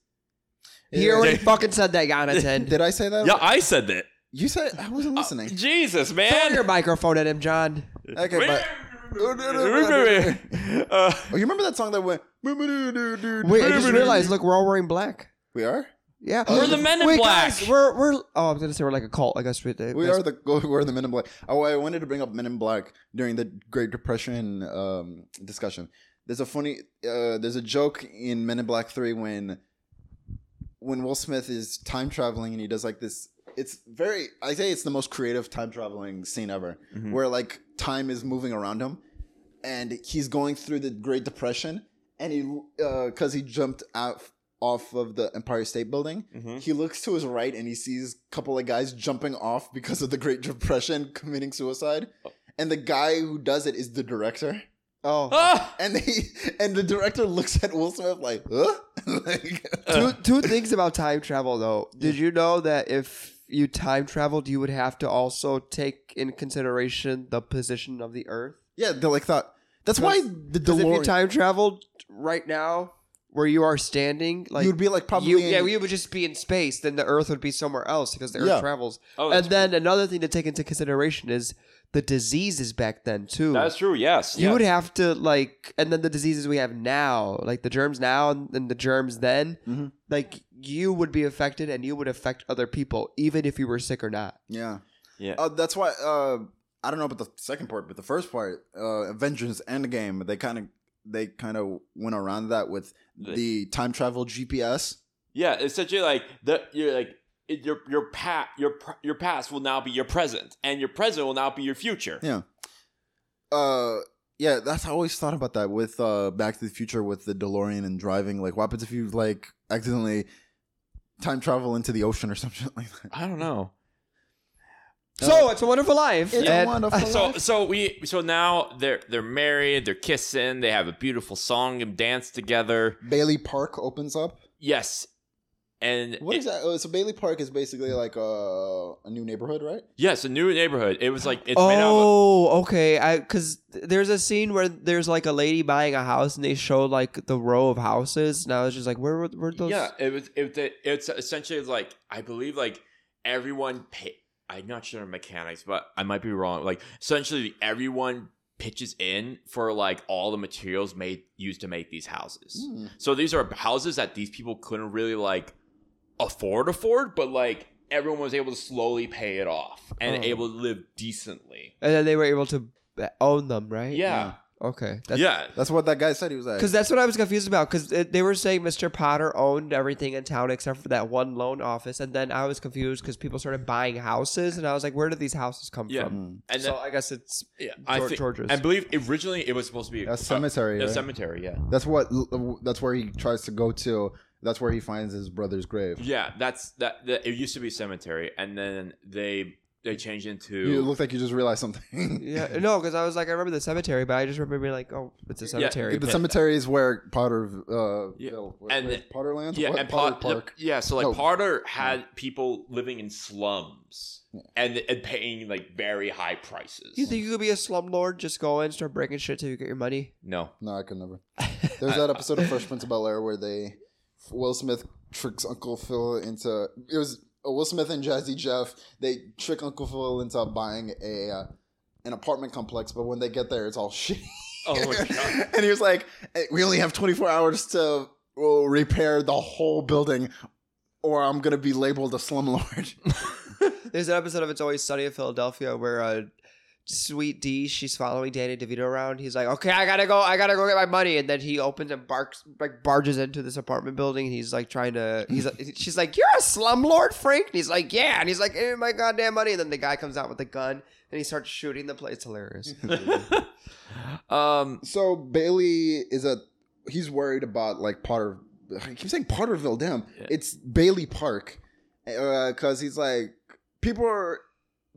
He already Yeah. fucking said that, Jonathan. Did I say that? Yeah, I said that. You said I wasn't Uh, listening. Jesus, Throw your man. microphone at him, John. okay, but Uh, oh, you remember that song that went? Wait, I just realized. Look, we're all wearing black. we are. Yeah, We're the men in Wait, black. guys, we're we're. Oh, I'm gonna say we're like a cult. I guess we. uh, We are the we're the Men in Black. Oh, I wanted to bring up Men in Black during the Great Depression um, discussion. There's a funny uh, there's a joke in Men in Black Three when when Will Smith is time traveling and he does like this. It's very I say it's the most creative time traveling scene ever, where like time is moving around him, and he's going through the Great Depression, and he because he jumped out off of the Empire State Building, Mm-hmm. he looks to his right and he sees a couple of guys jumping off because of the Great Depression, committing suicide, and the guy who does it is the director. Oh, ah! And he and the director looks at Will Smith like, huh? like two, two things about time travel though. Did you know that if you time traveled, you would have to also take in consideration the position of the Earth? yeah, they like thought. That's why the Because if you DeLorean. time traveled right now, where you are standing, like you'd be like probably you- in- yeah, we would just be in space. Then the Earth would be somewhere else because the Earth Yeah. travels. Oh, and that's then another thing to take into consideration is the diseases back then too. That's true. Yes, you yes. would have to like, and then the diseases we have now, like the germs now and, and the germs then, Mm-hmm. Mhm. like you would be affected and you would affect other people, even if you were sick or not. yeah Yeah. Uh, that's why uh, I don't know about the second part, but the first part, uh, Avengers Endgame, they kind of they kind of went around that with The- the time travel GPS. Yeah, essentially, like the you're like it, your your past your pr- your past will now be your present, and your present will now be your future. Yeah. Uh, yeah, that's I always thought about that with uh Back to the Future with the DeLorean and driving. Like, what happens if you like accidentally time travel into the ocean or something like that? I don't know. Oh. So it's a wonderful life. It's a And- wonderful So so we so now they're they're married, they're kissing, they have a beautiful song and dance together. Bailey Park opens up. Yes. And What it- is that? Oh, so Bailey Park is basically like uh, a a new neighborhood, right? Yes, a new neighborhood. It was like it's made out of oh, okay. I because there's a scene where there's like a lady buying a house, and they show like the row of houses. And I was just like, where were where those? Yeah, it was. It, it, it's essentially like I believe like everyone. Pay, I'm not sure on mechanics, but I might be wrong. Like essentially, everyone pitches in for like all the materials made used to make these Hmm. houses. Mm. So these are houses that these people couldn't really like afford afford, but like everyone was able to slowly pay it off and Oh. able to live decently. and then they were able to own them, right? Yeah, Okay. yeah. That's, That's what that guy said. He was like, Because that's what I was confused about. Because they were saying Mr. Potter owned everything in town except for that one loan office, and then I was confused because people started buying houses, and I was like, "Where did these houses come Yeah. from?" Mm. And so I guess it's yeah, I Geor- think- George's. I believe originally it was supposed to be a cemetery. A right? cemetery, yeah. that's what. That's where he tries to go to. That's where he finds his brother's grave. Yeah, that's that, that. It used to be cemetery, and then they they changed You into look like you just realized something. yeah. No, because I was like, I remember the cemetery, but I just remember being like, "Oh, it's a cemetery." The cemetery is where Potter, uh, Yeah. Bill- And- where's Potterland, yeah, What? and Potter Pot- Park. yeah. So like No. Potter had people living in slums and and paying like very high prices. You think you could be a slumlord? Just go and start breaking shit till you get your money. no, No, I could never. There's that episode of Fresh Prince of Bel Air where they Will Smith tricks Uncle Phil into it was uh, Will Smith and Jazzy Jeff. They trick Uncle Phil into buying a uh, an apartment complex, but when they get there, it's all shitty. oh my god. and he was like, "Hey, "We only have 24 hours to well, repair the whole building, or I'm gonna be labeled a slumlord." There's an episode of It's Always Sunny in Philadelphia where uh, Sweet D, she's following Danny DeVito around. He's like, "Okay, I gotta go. I gotta go get my money." And then he opens and barks, like barges into this apartment building. And he's like trying to. He's like, she's like, "You're a slumlord, Frank." And he's like, "Yeah." And he's like, "Eh, "My goddamn money." And then the guy comes out with a gun and he starts shooting the place. It's hilarious. Um, so Bailey is a he's worried about like Potter. I keep saying Potterville. Damn, Yeah. it's Bailey Park because he's like people are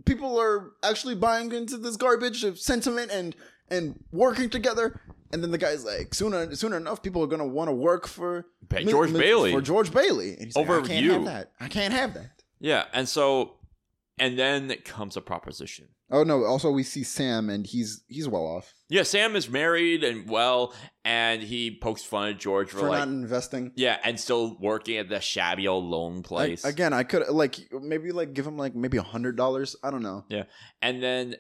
people are actually buying into this garbage of sentiment and and working together. And then the guy's like, sooner sooner enough, people are gonna want to work for Ba- mi- George mi- Bailey. for George Bailey. And he's like, Over I can't you. have that. I can't have that. yeah, and so and then comes a proposition. Oh no! Also, we see Sam, and he's he's well off Yeah, Sam is married and well, and he pokes fun at George for, for like not investing. yeah, and still working at the shabby old lone Like, place again, I could like maybe like give him like maybe a hundred dollars. I don't know. And then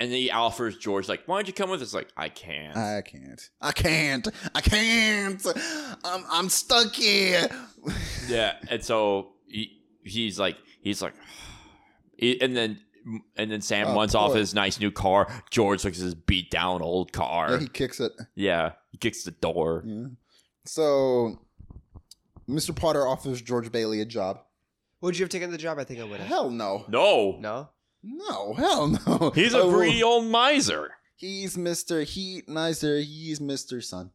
and then he offers George like, "Why don't you come with us?" Like, I can't. I can't. I can't. I can't. I'm I'm stuck here. yeah, and so he, he's like, he's like, he- and then and then Sam Oh, runs off poor. his nice new car. George looks at his beat down old car. Yeah, Yeah, he kicks it. he kicks the door. Yeah. So, Mr. Potter offers George Bailey a job. Would you have taken the job? I think I would have. Hell no. No, No. No. Hell no. he's a Oh, greedy old miser. He's Mr. He Miser. He's Mr. Son.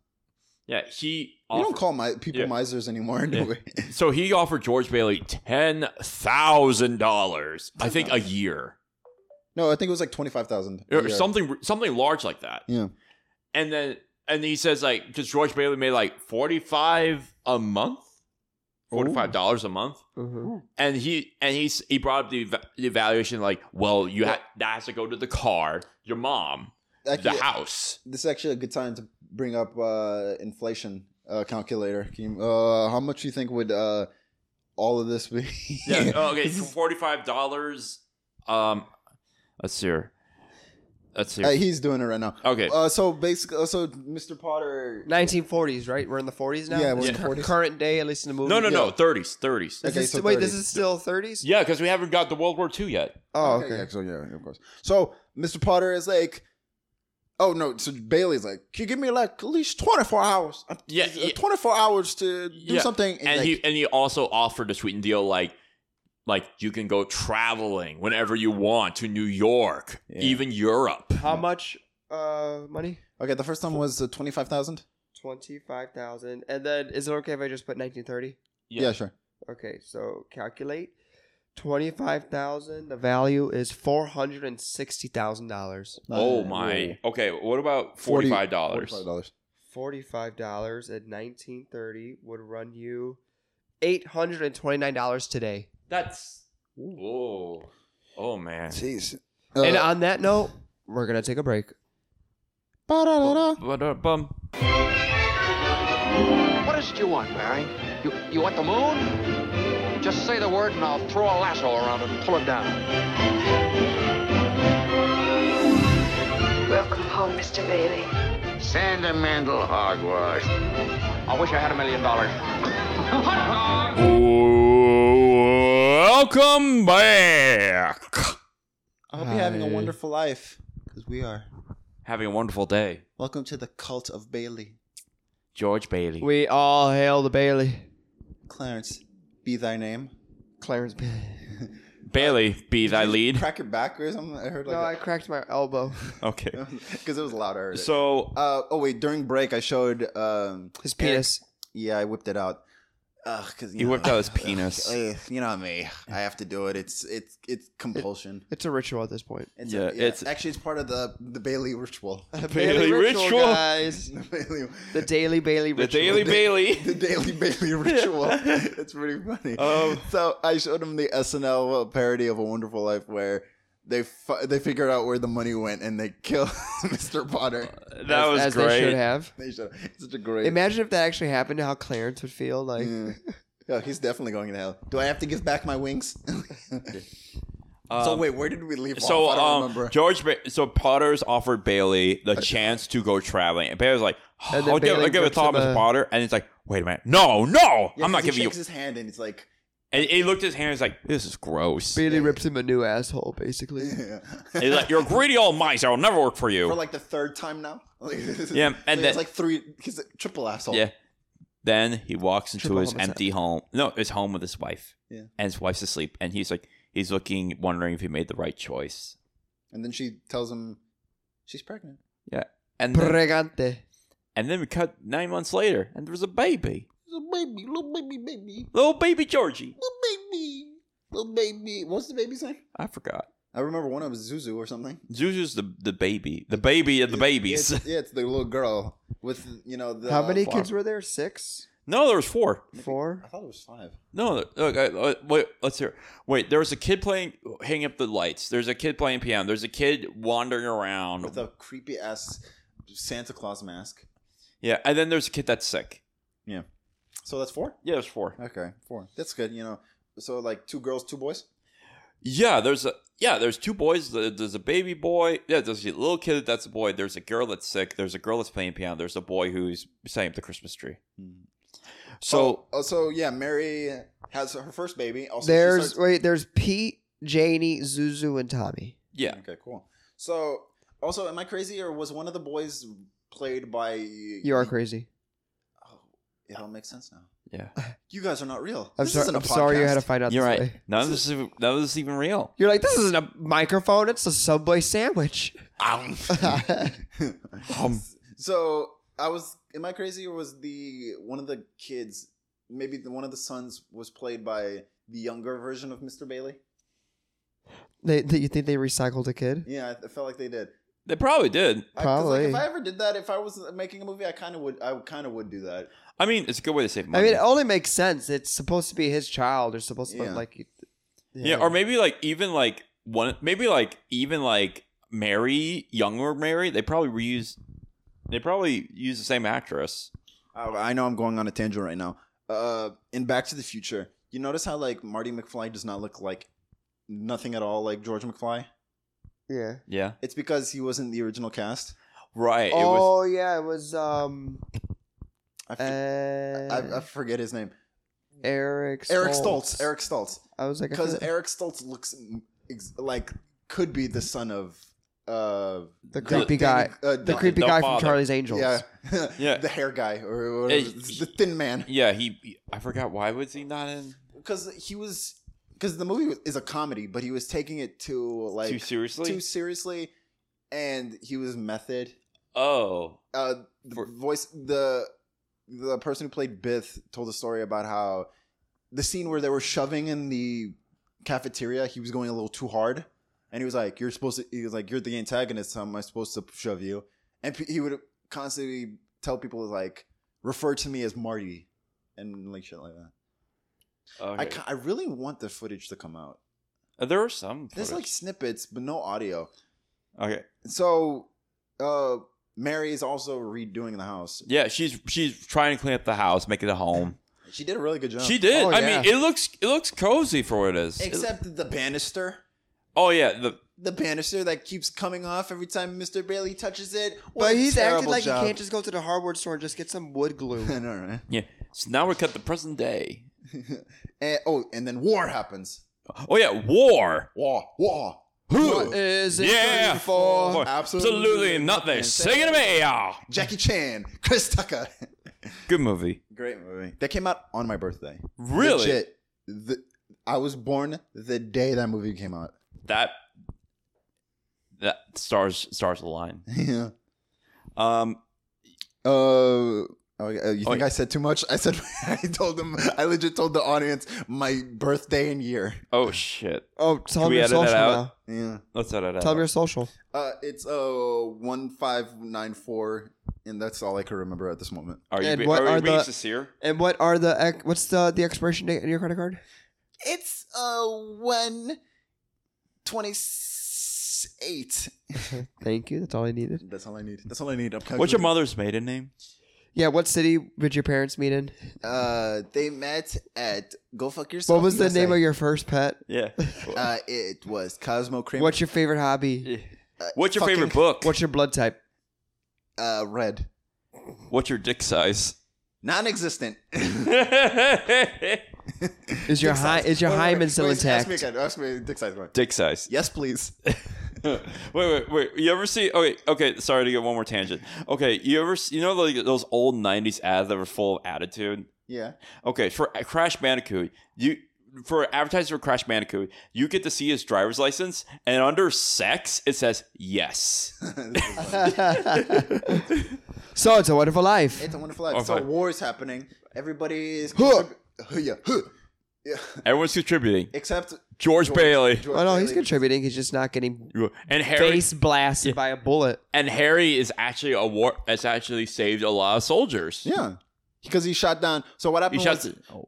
Yeah, he. We don't offered- call my people Yeah. misers anymore. Do Yeah. we? so he offered George Bailey ten thousand dollars. I think a year. No, I think it was like twenty five thousand. or something something large like that. Yeah. And then and he says like because George Bailey made like forty five a month, forty five dollars a month, Mm-hmm. and he and he's he brought up the, eva- the evaluation like, well, you ha- that has to go to the car, your mom, the house. this is actually a good time to bring up uh, inflation uh, calculator. Can you, uh, how much do you think would uh, all of this be? Yeah. oh, okay. Forty five dollars. Um, let's see here. Let's see. Uh, Here. he's doing it right now. Okay. Uh, so basically, so Mr. Potter. 1940s, right? We're in the 40s now. Yeah, we're in This the cur- 40s. Current day, at least in the movie. no, no, no. yeah. Thirties, thirties. This Okay, is- so wait, 30s. this is still 30s. Yeah, because we haven't got the World War II yet. Oh, okay. yeah, so yeah, of course. So Mr. Potter is like, oh no. So Bailey's like, can you give me like at least twenty four hours? Uh, Yeah, uh, yeah. twenty four hours to do Yeah, something. and like, he and he also offered a sweeten deal like like you can go traveling whenever you want to New York, Yeah. even Europe. How much? uh money? Okay, the first one was uh, twenty five thousand. Twenty five thousand. And then is it okay if I just put nineteen thirty? Yeah, sure. Okay, so calculate. Twenty five thousand. The value is four hundred and sixty thousand dollars. oh Uh, my. Okay, what about Forty- forty-five dollars? Forty-five dollars. Forty five dollars at nineteen thirty would run you eight hundred and twenty nine dollars today. That's oh, oh man. Jeez. uh, and on that note, we're gonna take a break. Ba-da-da-da. Ba-da-bum. What is it you want, Barry? You, you want the moon? Just say the word and I'll throw a lasso around it and pull it down. Welcome home, Mr. Bailey. Sand and mandel hogwash. I wish I had a million dollars. Welcome back. I hope you're having a Hi. wonderful life, because we are. Having a wonderful day, Welcome to the cult of Bailey. George Bailey. We all hail the Bailey. Clarence, be thy name. Clarence Bailey. Bailey, be thy lead. uh, Crack your back or something. I heard No, I like cracked my elbow. Okay. because it was loud. I heard it. So uh, oh wait, during break I showed. Um, His penis. yeah, I whipped it out. Ugh, cause, You whipped out his penis. Ugh, you know me. I have to do it. It's it's it's compulsion. It's a ritual at this point. It's Yeah, it's- actually it's part of the the Bailey ritual. Bailey ritual. guys. the Bailey, The daily Bailey the ritual. Daily Bailey. the Daily Bailey ritual. it's pretty funny. Um, so I showed him the SNL parody of A Wonderful Life where they fi- they figured out where the money went and they kill Mr. Potter. That was as they should great. have. They should. It's such a great. Imagine if that actually happened, how Clarence would feel. Like, Yeah. Yeah, he's definitely going to hell. Do I have to give back my wings? so Um, wait, where did we leave So off? I don't um, remember. Uh, George, ba- so Potter's offered Bailey the chance to go traveling, and Bailey's like, And then "I'll give, Bailey I'll give it rips to him Thomas a- Potter," and it's like, "Wait a minute, no, no, Yeah, 'cause I'm not he giving you." shakes his hand and it's like, And he looked at his hand, and he's like, "This is gross." Bailey rips him a new asshole, basically. And he's like, "You're a greedy old mice. I will never work for you." for like the third time now. Like, this is- Yeah, and like, then- it's like three. He's a triple asshole. yeah. Then he walks into Triple his homicide. empty home. No, his home with his wife. Yeah. And his wife's asleep, and he's like, he's looking, wondering if he made the right choice. And then she tells him she's pregnant. And then, Pregante. and then we cut nine months later, and there's a baby, Little baby, little baby, baby, little baby Georgie. little baby, little baby. What's the baby's name? I forgot. I remember one of them was Zuzu or something. Zuzu's the the baby, the baby of the babies. It's, yeah, it's the little girl with you know the. How many fuck. kids were there? Six? No, there was four. Four? I thought it was five. No, look, I, I- wait, let's hear. Wait, there was a kid playing, hanging up the lights. There's a kid playing piano. There's a kid wandering around. With a creepy ass Santa Claus mask. yeah, and then there's a kid that's sick. So that's four. Yeah, there's four. Okay, four. That's good. You know, so like two girls, two boys. Yeah, there's a yeah, there's two boys. There- There's a baby boy. Yeah, there's a little kid that's a boy. There's a girl that's sick. There's a girl that's playing piano. There's a boy who's setting up the Christmas tree. So Hmm. oh, so yeah, Mary has her first baby. Also, she there's, starts- wait, there's Pete, Janie, Zuzu, and Tommy. yeah, Okay, cool. So also, am I crazy or was one of the boys played by? You are crazy. Oh, it all makes sense now. yeah, You guys are not real. I'm, this sorry. isn't a I'm sorry you had to podcast. find out you're this right. way. None of this is none of this is even real. You're like, this isn't a microphone, it's a Subway sandwich. Um, so I was. Am I crazy or was the one of the kids? Maybe the, one of the sons was played by the younger version of Mr. Bailey. They, they, you think they recycled a kid? Yeah, I, I felt like they did. they probably did. I- 'cause, like, if Probably. I ever did that, if I was making a movie, I kind of would. I kind of would do that. I mean, it's a good way to save I money. mean, oh, it only makes sense. It's supposed to be his child. They're supposed to, Yeah. like, Yeah, or maybe like even like one, maybe like even like Mary, younger Mary. They probably reuse. They probably use the same actress. I, I know I'm going on a tangent right now. Uh, in Back to the Future, you notice how like Marty McFly does not look like nothing at all like George McFly. Yeah. Yeah, It's because he wasn't the original cast. right. It was oh yeah, it was um I, f- I, I uh, forget his name. Eric Stoltz. Eric Stoltz. Eric Stoltz. I was like, I Because feel- Eric Stoltz looks m- ex- like could be the son of uh, the Da- creepy guy, Danny- uh, the Da- creepy the guy from father. Charlie's Angels. Yeah, Yeah. the hair guy or, or Hey, the thin Oh. man. yeah. He, he- I forgot why was he not in? because he was because the movie is a comedy, but he was taking it to like Too seriously? too seriously, and he was method. Oh, Uh, the For- voice the the person who played Bith told a story about how the scene where they were shoving in the cafeteria, he was going a little too hard, and he was like, "You're supposed to." He was like, "You're the antagonist. How am I supposed to shove you?" And p- he would constantly tell people like, "Refer to me as Marty," and like shit like that. I, okay. ca- I really want the footage to come out. Uh, there were some. There's like footage. snippets, but no audio. okay. So, uh, Mary is also redoing the house. Yeah, she's she's trying to clean up the house, make it a home. She did a really good job. She did. Oh, I yeah. mean, it looks it looks cozy for what it is. It- Except the banister. oh yeah, the The banister that keeps coming off every time Mr. Bailey touches it. What But a he's acting terrible like job. he can't just go to the hardware store and just get some wood glue. I know, right? yeah. So now we're cut the present day. And- oh, and then war happens. Oh yeah, war. War, war. what is it Yeah. yeah. for? War. absolutely nothing. nothing. Sing it to me, y'all. Jackie Chan, Chris Tucker. Good movie. Great movie. That came out on my birthday. Really? Legit. The- I was born the day that movie came out. That that stars stars align. yeah. Um, Uh, oh, yeah, you Oh, think yeah. I said too much? I said I told them. I legit told the audience my birthday and year. Oh shit! Oh, tell Can me we your edit that social out? now. Yeah. Let's edit that Tell me your out. social. Uh, it's uh one five nine four, and that's all I can remember at this moment. Are And you, what are you are being the- sincere? And what are the ex- what's the the expiration date on your credit card? It's uh one twenty eight. Thank you. That's all I needed. That's all I need. That's all I need. I'm What's your mother's maiden name? Yeah. What city did your parents meet in? Uh, they met at Go Fuck Yourself. What was the USA. name of your first pet? Yeah. Uh, it was Cosmo Cream. What's your favorite hobby? uh, What's your fucking- favorite book? What's your blood type? Uh, red. What's your dick size? Non-existent. dick Is your Dick hy- size. is your Wait, wait, hymen wait, still wait, intact? Ask me again. Ask me dick size. Wait. size. Yes, please. wait, wait, wait. You ever see? Okay, okay. Sorry to get one more tangent. Okay, you ever? s- You know like those old '90s ads that were full of attitude. yeah. Okay, for uh, Crash Bandicoot, you for advertising for Crash Bandicoot, you get to see his driver's license, and under sex, it says yes. so it's a wonderful life. it's a wonderful life. So Okay. war is happening. Everybody is. Huh. Huh, yeah, huh. Yeah. Everyone's contributing. Except George, Bailey George Oh no, he's Bailey. contributing. He's just not getting and Harry. face blasted by a bullet. And Harry is actually a war. Has actually saved a lot of soldiers. Yeah, because he shot down. So what He happened? shot. was,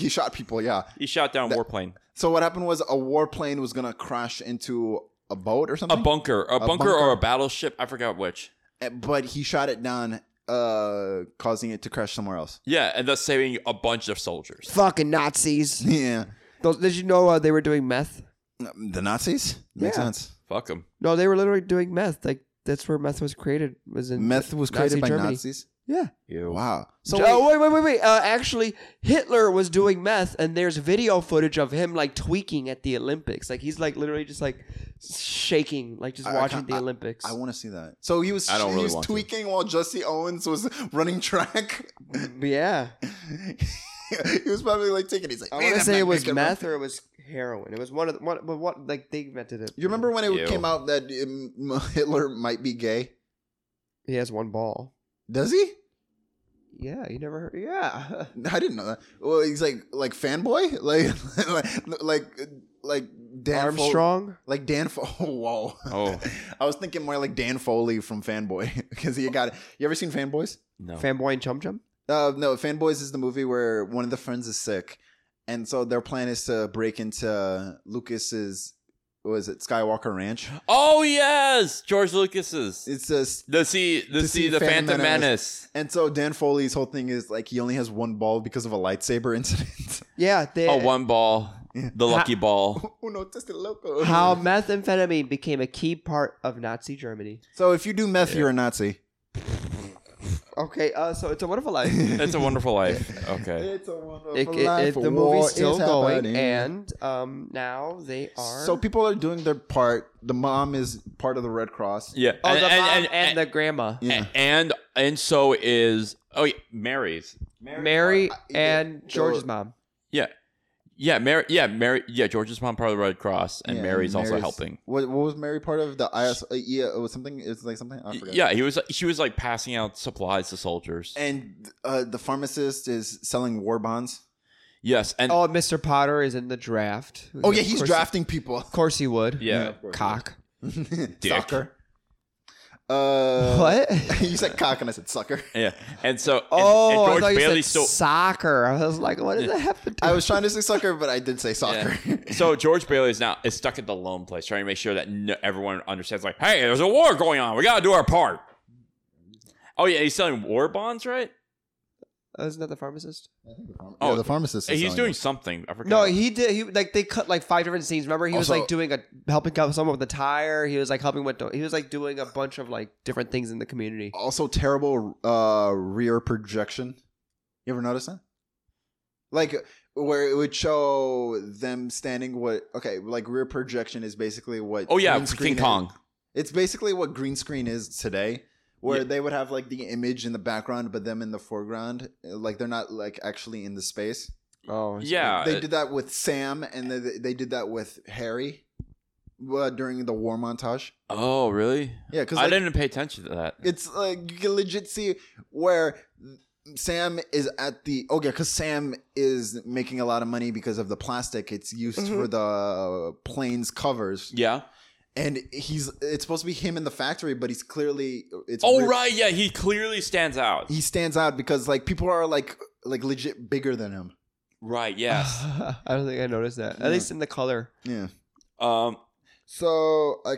he shot people. Yeah. He shot down a warplane. So what happened was a warplane was gonna crash into a boat or A something. bunker, a, bunker, bunker. or a battleship. I forgot which. Uh, But he shot it down, uh, causing it to crash somewhere else. Yeah, and thus saving a bunch of soldiers. Fucking Nazis. Yeah. Those, did you know uh, they were doing meth? The Nazis makes Yeah. sense. Fuck them. No, they were literally doing meth. Like that's where meth was created. Was in Meth was created Nazi by Germany. Nazis. Yeah. Wow. So oh wait, wait, wait, wait. Uh, actually, Hitler was doing meth, and there's video footage of him like tweaking at the Olympics. Like he's like literally just like shaking, like just I- I watching can't- the Olympics. I want to see that. So he was I don't he really was want to. tweaking while Jesse Owens was running track. yeah, he was probably like taking. He's like, I "Man, want to I'm say not it was making meth money." or it was heroin. It was one of the, one, but what like they invented it. You remember when it Ew. came out that um, Hitler might be gay? he has one ball? Does he? Yeah, you never heard. Yeah, I didn't know that. Well, he's like like fanboy, like like like like Dan Fo- Armstrong. like Dan. Fo- oh, whoa. Oh. I was thinking more like Dan Foley from Fanboy because he got. You ever seen Fanboys? No. Fanboy and Chum Chum. Uh, no, Fanboys is the movie where one of the friends is sick, and so their plan is to break into Lucas's was it Skywalker Ranch? Oh yes, George Lucas's. It's a The see, the To see, the Phantom Menace. and so Dan Foley's whole thing is like he only has one ball because of a lightsaber incident. Yeah, they, Oh, one ball, the lucky ball. Uno tested loco. how methamphetamine became a key part of Nazi Germany. So if you do meth, you're a Nazi. Okay, uh, so it's a wonderful life. That's a wonderful life. Okay. It's a wonderful it, it, it, the movie's still going, and um, now they are. so people are doing their part. The mom is part of the Red Cross. Yeah. oh, the mom and, the grandma, Yeah. and and so is oh yeah, Mary's. Mary and George's mom. Yeah. yeah, Mary. Yeah, Mary. Yeah, George's mom part of the Red Cross, and Yeah, Mary's, also helping. What, what was Mary part of? The IS? Uh, yeah, it was something. It was like something. I forgot. Yeah, he was. She was like passing out supplies to soldiers. And uh, the pharmacist is selling war bonds. yes, and Oh, Mr. Potter is in the draft. Oh yeah, he's Of course- drafting people. Of course he would. yeah, Cock. Sucker. Uh, What? you said cock and I said sucker. yeah, and so and, Oh, and I George thought Bailey you said stole. soccer. I was like, what does that have to do? I was trying to say sucker, but I did say soccer. so George Bailey is now is stuck at the lone place, trying to make sure that no, everyone understands. Like, hey, there's a war going on. We gotta do our part. Oh yeah, he's selling war bonds, right? Oh, Isn't that the pharmacist? oh, Oh, the pharmacist. Is He's selling doing it. something. I forgot. No, he did. He like they cut like five different scenes. Remember, he was Also- like doing a helping out someone with a tire. He was like helping with. He was like doing a bunch of like different things in the community. also terrible uh, rear projection. You ever notice that? Like where it would show them standing. What? Okay, like rear projection is basically what. Oh yeah, green screen King is. Kong. It's basically what green screen is today, where Yeah. they would have like the image in the background, but them in the foreground. Like they're not like actually in the space. Oh, Yeah, they did that with Sam, and they, they did that with Harry uh, during the war montage. Oh, really? Yeah, because I didn't pay attention to that. It's like you can legit see where Sam is at the oh yeah, because Sam is making a lot of money because of the plastic it's used Mm-hmm. for the planes covers, yeah. and he's it's supposed to be him in the factory, but he's clearly it's Oh weird. right, yeah. He clearly stands out. He stands out because like people are like like legit bigger than him. right. Yes. I don't think I noticed that. At least in the color. Yeah. um. So I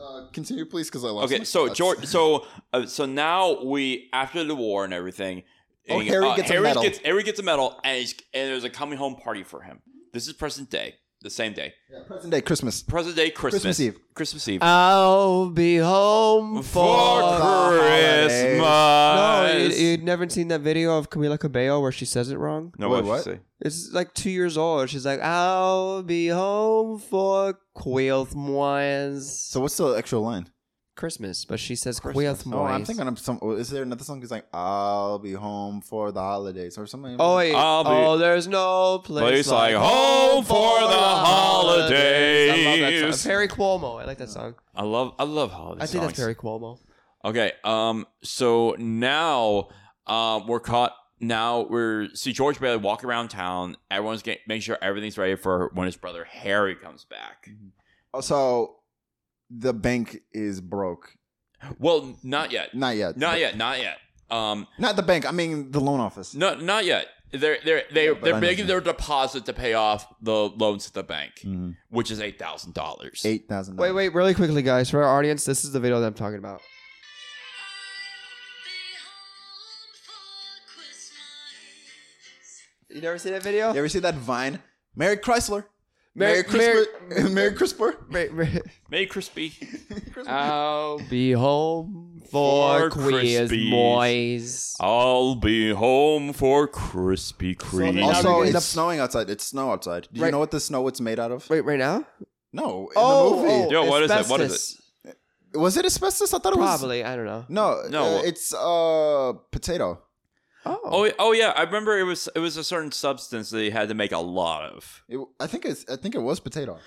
uh, continue, please, because I lost. Okay. my So thoughts. George. So uh, so now we after the war and everything. Oh, and, Harry gets a uh, Harry medal. Gets, Harry gets a medal, and, he's, and there's a coming home party for him. This is present day, the same day, Yeah, present day Christmas. present day, Christmas, Christmas Eve. Christmas Eve. I'll be home for Oh, Christmas. No, you, you'd never seen that video of Camila Cabello where she says it wrong. no, Wait, what'd she what? say? It's like two years old. She's like, "I'll be home for Christmas." So what's the actual line? Christmas, but she says Christmas. Christmas. Oh, I'm thinking of some. oh, Is there another song? that's like, "I'll be home for the holidays" or something. Oh wait! I'll be- oh, there's no place, Place like home for the I love that holidays. song. Perry Cuomo. I like that song. I love, I love holiday I think songs. that's Perry Cuomo. Okay. Um. So now, um, we're caught. Now we're see George Bailey walk around town. Everyone's getting make sure everything's ready for when his brother Harry comes back. Oh, so the bank is broke. Well, not yet. Not yet. Not yet. Not yet. Um. Not the bank. I mean the loan office. No, not yet. They're they're they but I they're know making that. their deposit to pay off the loans at the bank, which is eight thousand dollars. Mm. Mm-hmm. Eight thousand. Wait, wait, really quickly, guys, for our audience, this is the video that I'm talking about. You never seen that video? You ever see that Vine? Mary Chrysler. Mary Merry- Crisper. Mary Crisper. Wait, wait. May crispy. I'll be home for, For Christmas. Crispies. I'll be home for crispy cream. now we're Also, getting it's the- snowing outside. It's snow outside. Do you Right. know what the snow it's made out of? Wait, right now? No, in oh, the movie. oh, Yo, what is it? What is it? asbestos. oh. Was it asbestos? I thought it was. Probably, I don't know. No, No. no. it's uh potato. Oh, oh, yeah- oh yeah, I remember it was it was a certain substance that you had to make a lot of. It, I think it's. I think it was potato.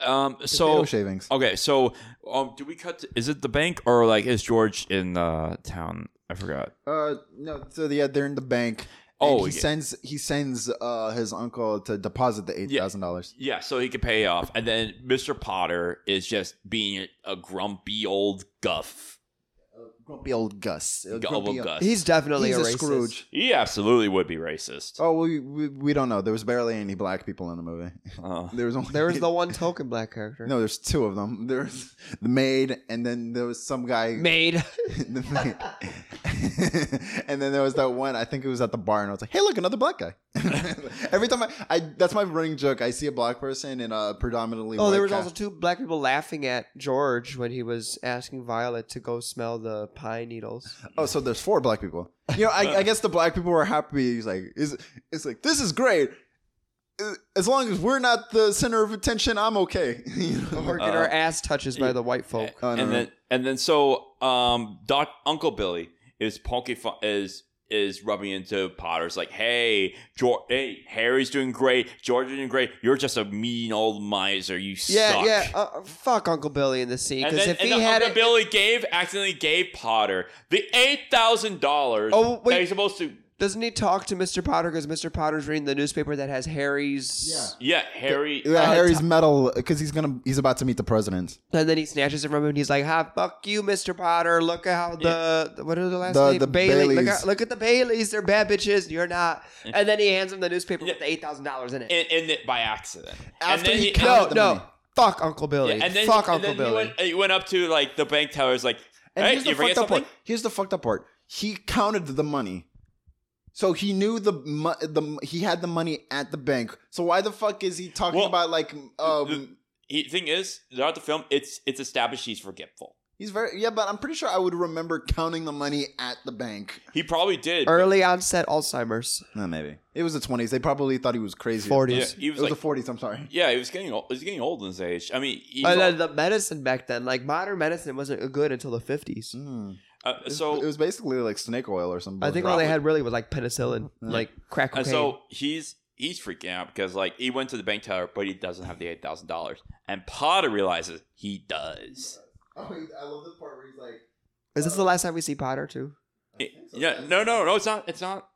Um. potato So shavings. okay. So um. Do we cut? To, is it the bank or like is George in uh, town? I forgot. Uh, no. So yeah, they're in the bank. Oh, Oh, he yeah. sends he sends uh his uncle to deposit the eight thousand dollars. Yeah, so he could pay off, and then Mr. Potter is just being a grumpy old guff. Grumpy old Gus. Uh, Gu- old grumpy- Gus. he's definitely He's a, a racist. Scrooge. He absolutely would be racist. Oh, we, we we don't know. There was barely any black people in the movie. Uh, There was only There was the one token black character. no. There's two of them. There's the maid, and then there was some guy. Made. the maid. and then there was that one. I think it was at the bar, and I was like, "Hey, look, another black guy." Every time I, I, that's my running joke. I see a black person in a predominantly. Oh, there white was ca- also two black people laughing at George when he was asking Violet to go smell the pine needles. Oh, so there's four black people. You know, I, I guess the black people were happy. He's like, is it's like this is great. As long as we're not the center of attention, I'm okay. You Oh, know? Or get our ass touches by the white folk. Oh, no, uh, and no. then and then so um, Doc Uncle Billy is poking fun is is rubbing into Potter's like, hey, George, hey, Harry's doing great, George is doing great. You're just a mean old miser. You Yeah, suck. yeah. Uh, fuck Uncle Billy in the scene And because then, if and he the had Uncle it, Billy gave accidentally gave Potter the eight thousand dollars. Oh, wait. that he's supposed to. doesn't he talk to Mr. Potter because Mr. Potter's reading the newspaper that has Harry's, Yeah, Harry. Yeah, Harry's metal because he's gonna he's about to meet the president. and then he snatches it from him and he's like, "Ha, fuck you, Mr. Potter! Look at how the what are the last The- name? the Look, Baileys. at, look at the Baileys. They're bad bitches. You're not." And then he hands him the newspaper with Yeah. the eight thousand dollars in it. in, in it by accident. After and then he he, counted the no, no. money. Fuck Uncle Billy. Yeah, and then fuck and Uncle then Billy. He went, he went up to like the bank teller. Is like, And hey, here's the you forget fucked up something? part. Here's the fucked up part. He counted the money, so he knew the mo- the he had the money at the bank. So why the fuck is he talking Well, about like um? He, thing is, throughout the film, it's it's established he's forgetful. He's very yeah, but I'm pretty sure I would remember counting the money at the bank. He probably did. Er, but- Early onset Alzheimer's. No, maybe it was the 20s. They probably thought he was crazy. 40s. yeah, he It was was like, the 40s. I'm sorry. yeah, he was getting old. He's getting old in his age. I mean, he's uh, And al- then the medicine back then, like modern medicine, wasn't good until the fifties. Mm, uh, So it so was basically like snake oil or something. Hmm. I think all they had really was like penicillin, like crack uh, cocaine. so he's he's freaking out because like he went to the bank teller, but he doesn't have the eight thousand dollars, and Potter realizes he does. Oh, I love this part where he's like, Is this the last time we see Potter too? Yeah, no, no, no, it's not. It's not.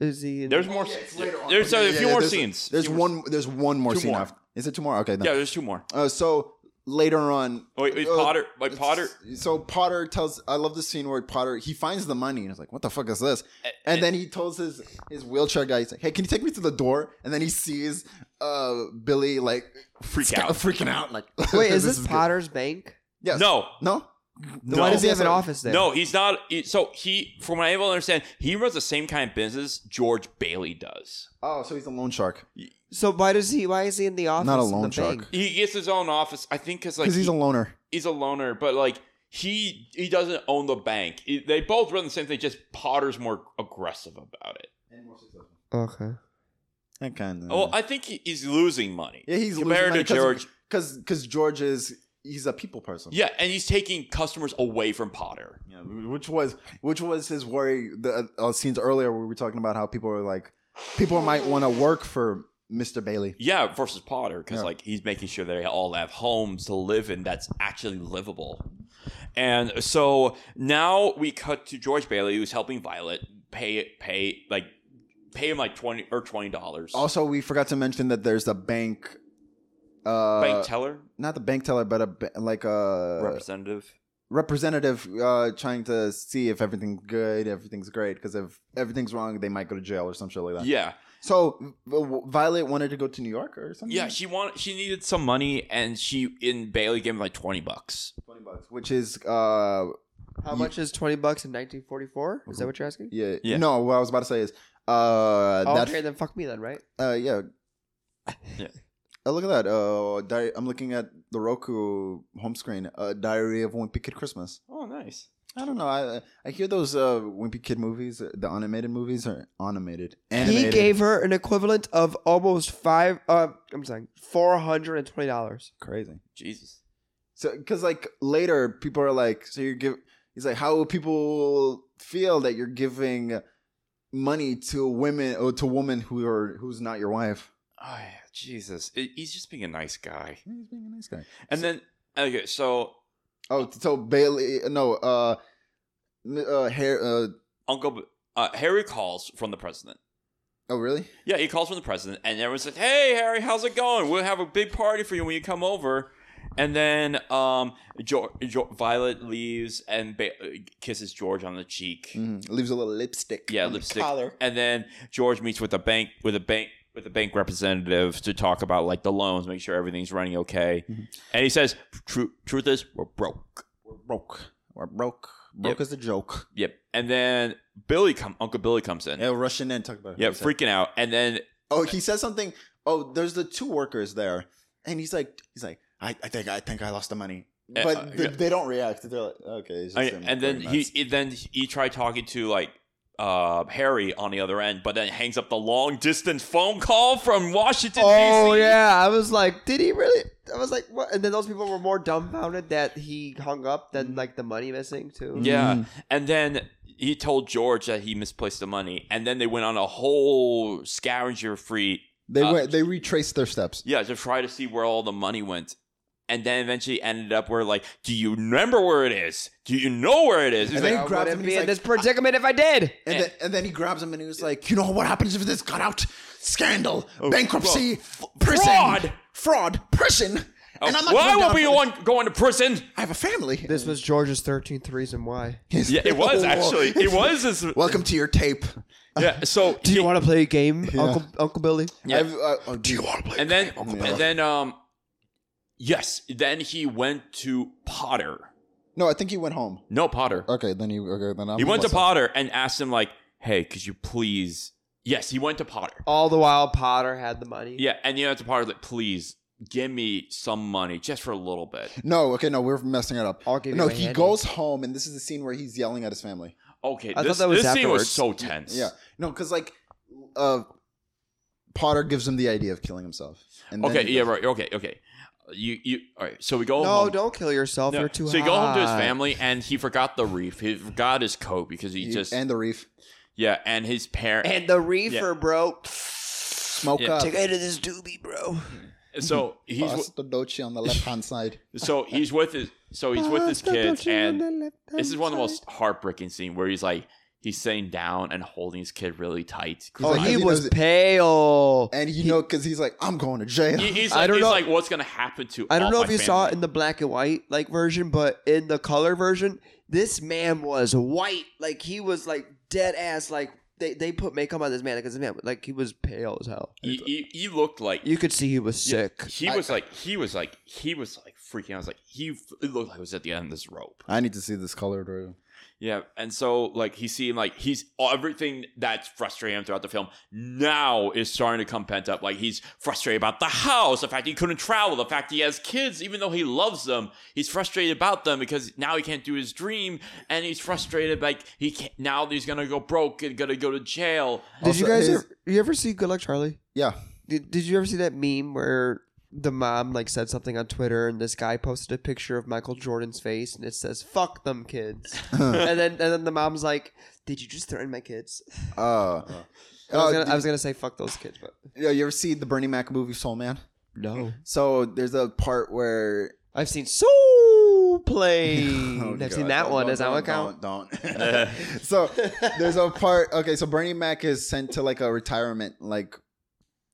Is he? In, There's more. it's later on. There's uh, Yeah, yeah, a few yeah, more there's- scenes. There's Few more one. There's one more Two scene. more. After. Is it two more? Okay. scenes. No. Yeah, there's two more. Uh, so later on, Wait, wait, uh, Potter, like Potter, So Potter tells. I love the scene where Potter he finds the money and he's like, "What the fuck is this?" And then he tells his his wheelchair guy, he's like, "Hey, can you take me to the door?" And then he sees uh Billy like Freak sca- out. freaking out. Like, Wait, is this, good." Potter's bank? Yes. No, No. Oh, No. Why does he have an So- office there? no, he's not. he- so he, from what I'm able to understand, he runs the same kind of business George Bailey does. Oh, so he's a loan shark. So why does he? Why is he in the office? Not a in the loan shark. bank? He gets his own office, I think, because like Because he's a he- loner. he's a loner, but like he he doesn't own the bank. He- they both run the same thing. Just Potter's more aggressive about it. Okay. That kind of. Well, Oh, I think he, he's losing money. Mm. yeah, he's compared to George. Because because George is he's a people person. Yeah, and he's taking customers away from Potter. Yeah, which was which was his worry. The uh, scenes earlier where we were talking about how people are like, people might want to work for Mister Bailey. Yeah, versus Potter, because Yeah. like he's making sure they all have homes to live in that's actually livable. And so now we cut to George Bailey, who's helping Violet pay pay like pay him like twenty or twenty dollars. Also, we forgot to mention that there's a bank, uh, Bank teller not the bank teller, but a ba- like a Uh, representative. representative uh, trying to see if everything's good, everything's great. Because if everything's wrong, they might go to jail or some shit like that. Yeah, So V- Violet wanted to go to New York or something. yeah. She wanted she needed some money, and she in Bailey gave him like twenty bucks. twenty bucks, which is uh, How You- much is twenty bucks in 1944? Is that what you're asking? yeah, Yeah. No, what I was about to say is uh, Oh, that okay, then fuck me then, right? uh, yeah. Yeah. Oh, look at that. Uh, di- I'm looking at the Roku home screen. Uh, Diary of a Wimpy Kid Christmas. Oh, nice. I don't know. I I hear those uh, Wimpy Kid movies, the animated movies, are animated. He Animated. gave her an equivalent of almost five. Uh, I'm sorry, four hundred and twenty dollars. crazy. Jesus. So, because like later, people are like, so you're give. He's like, how will people feel that you're giving money to women or to women who are who's not your wife? Oh, yeah, Jesus. He- he's just being a nice guy. Yeah, He's being a nice guy. And then okay, so Oh, so Bailey, no, uh, uh, hair, uh, Uncle uh, Harry calls from the president. oh, really? Yeah, he calls from the president, and everyone says, "Hey, Harry, how's it going? We'll have a big party for you when you come over." And then um, jo- jo- Violet leaves and ba- kisses George on the cheek. Mhm. Leaves a little lipstick. Yeah, on the lipstick. collar. And then George meets with a bank with a bank with a bank representative to talk about like the loans, make sure everything's running okay. Mm-hmm. And he says, "Truth, truth is, we're broke." We're broke. We're broke. Broke Yep. is a joke. Yep. And then Billy come Uncle Billy comes in. Yeah, rushing in, talk about. it. Yeah, He said- freaking out. And then Oh, he says something. Oh, there's the two workers there, and he's like, he's like, I, I think, I think I lost the money, Uh, but uh, they, yeah. they don't react. They're like, okay, it's just I- him and then going he, nuts. he- then he tried talking to like uh, Harry on the other end, but then hangs up the long distance phone call from Washington. Oh DC. yeah, I was like, did he really? I was like, what? And then those people were Mm. Mm. more dumbfounded that he hung up than like the money missing too. yeah. And then he told George that he misplaced the money, and then they went on a whole scavenger free. They Uh, went. They retraced their steps. Yeah, to try to see where all the money went. And then eventually ended up where like, do you remember where it is? Do you know where it is? He's And like, then I he grabs him wouldn't and be he's in like, this predicament if I did. and, then, and then he grabs him and he was like, "You know what happens if this got out? Scandal, bankruptcy, prison, Oh, fraud! fraud, prison." oh, and I'm not why going will down be for the this. one going to prison? I have a family. This was George's 13th reason why. Yeah, it was actually. It was this. Welcome to your tape. Yeah. So Do you he- want to play a game, Uncle Uncle Billy? Yeah. I've, uh, oh, do you want to play? and then Uncle Bill? and then um, yes. Then he went to Potter. no, I think he went home. No Potter. Okay, then he. Okay, then Uh, I'm he went to myself. Potter and asked him like, "Hey, could you please?" Yes, he went to Potter. All the while, Potter had the money. Yeah, and he went to Potter like, "Please give me some money, just for a little bit." No, okay, no, we're messing it up. I'll give you no, a he hand. goes home, and this is the scene where he's yelling at his family. Okay, I thought this, that was this scene was afterwards. so tense. Yeah, no, because like, uh, Potter gives him the idea of killing himself. And then Okay. he Yeah. goes- Right. Okay. Okay. You. You. All right. So we go. No, home. don't kill yourself. No. You're too so he go home to his hot. family, and he forgot the reef. He forgot his coat because he, he- just and the reef yeah, and his parents. And the reefer, bro. smoke Yeah. up. Take it to this doobie, bro. so he's He's the dochi on the left hand side. so he's with his so he's with his kids, and this is one of the most heartbreaking scene where he's like he's sitting down and holding his kid really tight. Oh, like, he he was knows it. pale. And you know, because he's like, I'm going to jail. He- he's I like, don't he's know- like, what's gonna happen to? I don't all know my if you saw it family?" in the black and white like version, but in the color version, this man was white. Like he was like dead ass. Like they, they put makeup on this man because this man like he was pale as hell. He, he, he looked like You could see he was Yeah, sick. He was like he was like he was like freaking. out. I was like he f- it looked like he was at the end of this rope. I need to see this colored room. Yeah, and so like he seemed like he's everything that's frustrating him throughout the film now is starting to come pent up. Like he's frustrated about the house, the fact he couldn't travel, the fact he has kids, even though he loves them. He's frustrated about them because now he can't do his dream, and he's frustrated like he can't now he's gonna go broke and gonna go to jail. Did Also, you guys his- ever, you ever see Good Luck Charlie? Yeah. Did, did you ever see that meme where the mom like said something on Twitter and this guy posted a picture of Michael Jordan's face and it says "fuck them kids" and then and then the mom's like, "Did you just threaten my kids?" Uh, I was, uh, gonna, did- I was gonna say "fuck those kids," but yeah, you ever see the Bernie Mac movie Soul Man? no. So there's a part where I've seen Soul Play. Oh, I've seen God. that Don't- one. don't- Does that don't- one count? Don't. don't. so there's a part. Okay, so Bernie Mac is sent to like a retirement like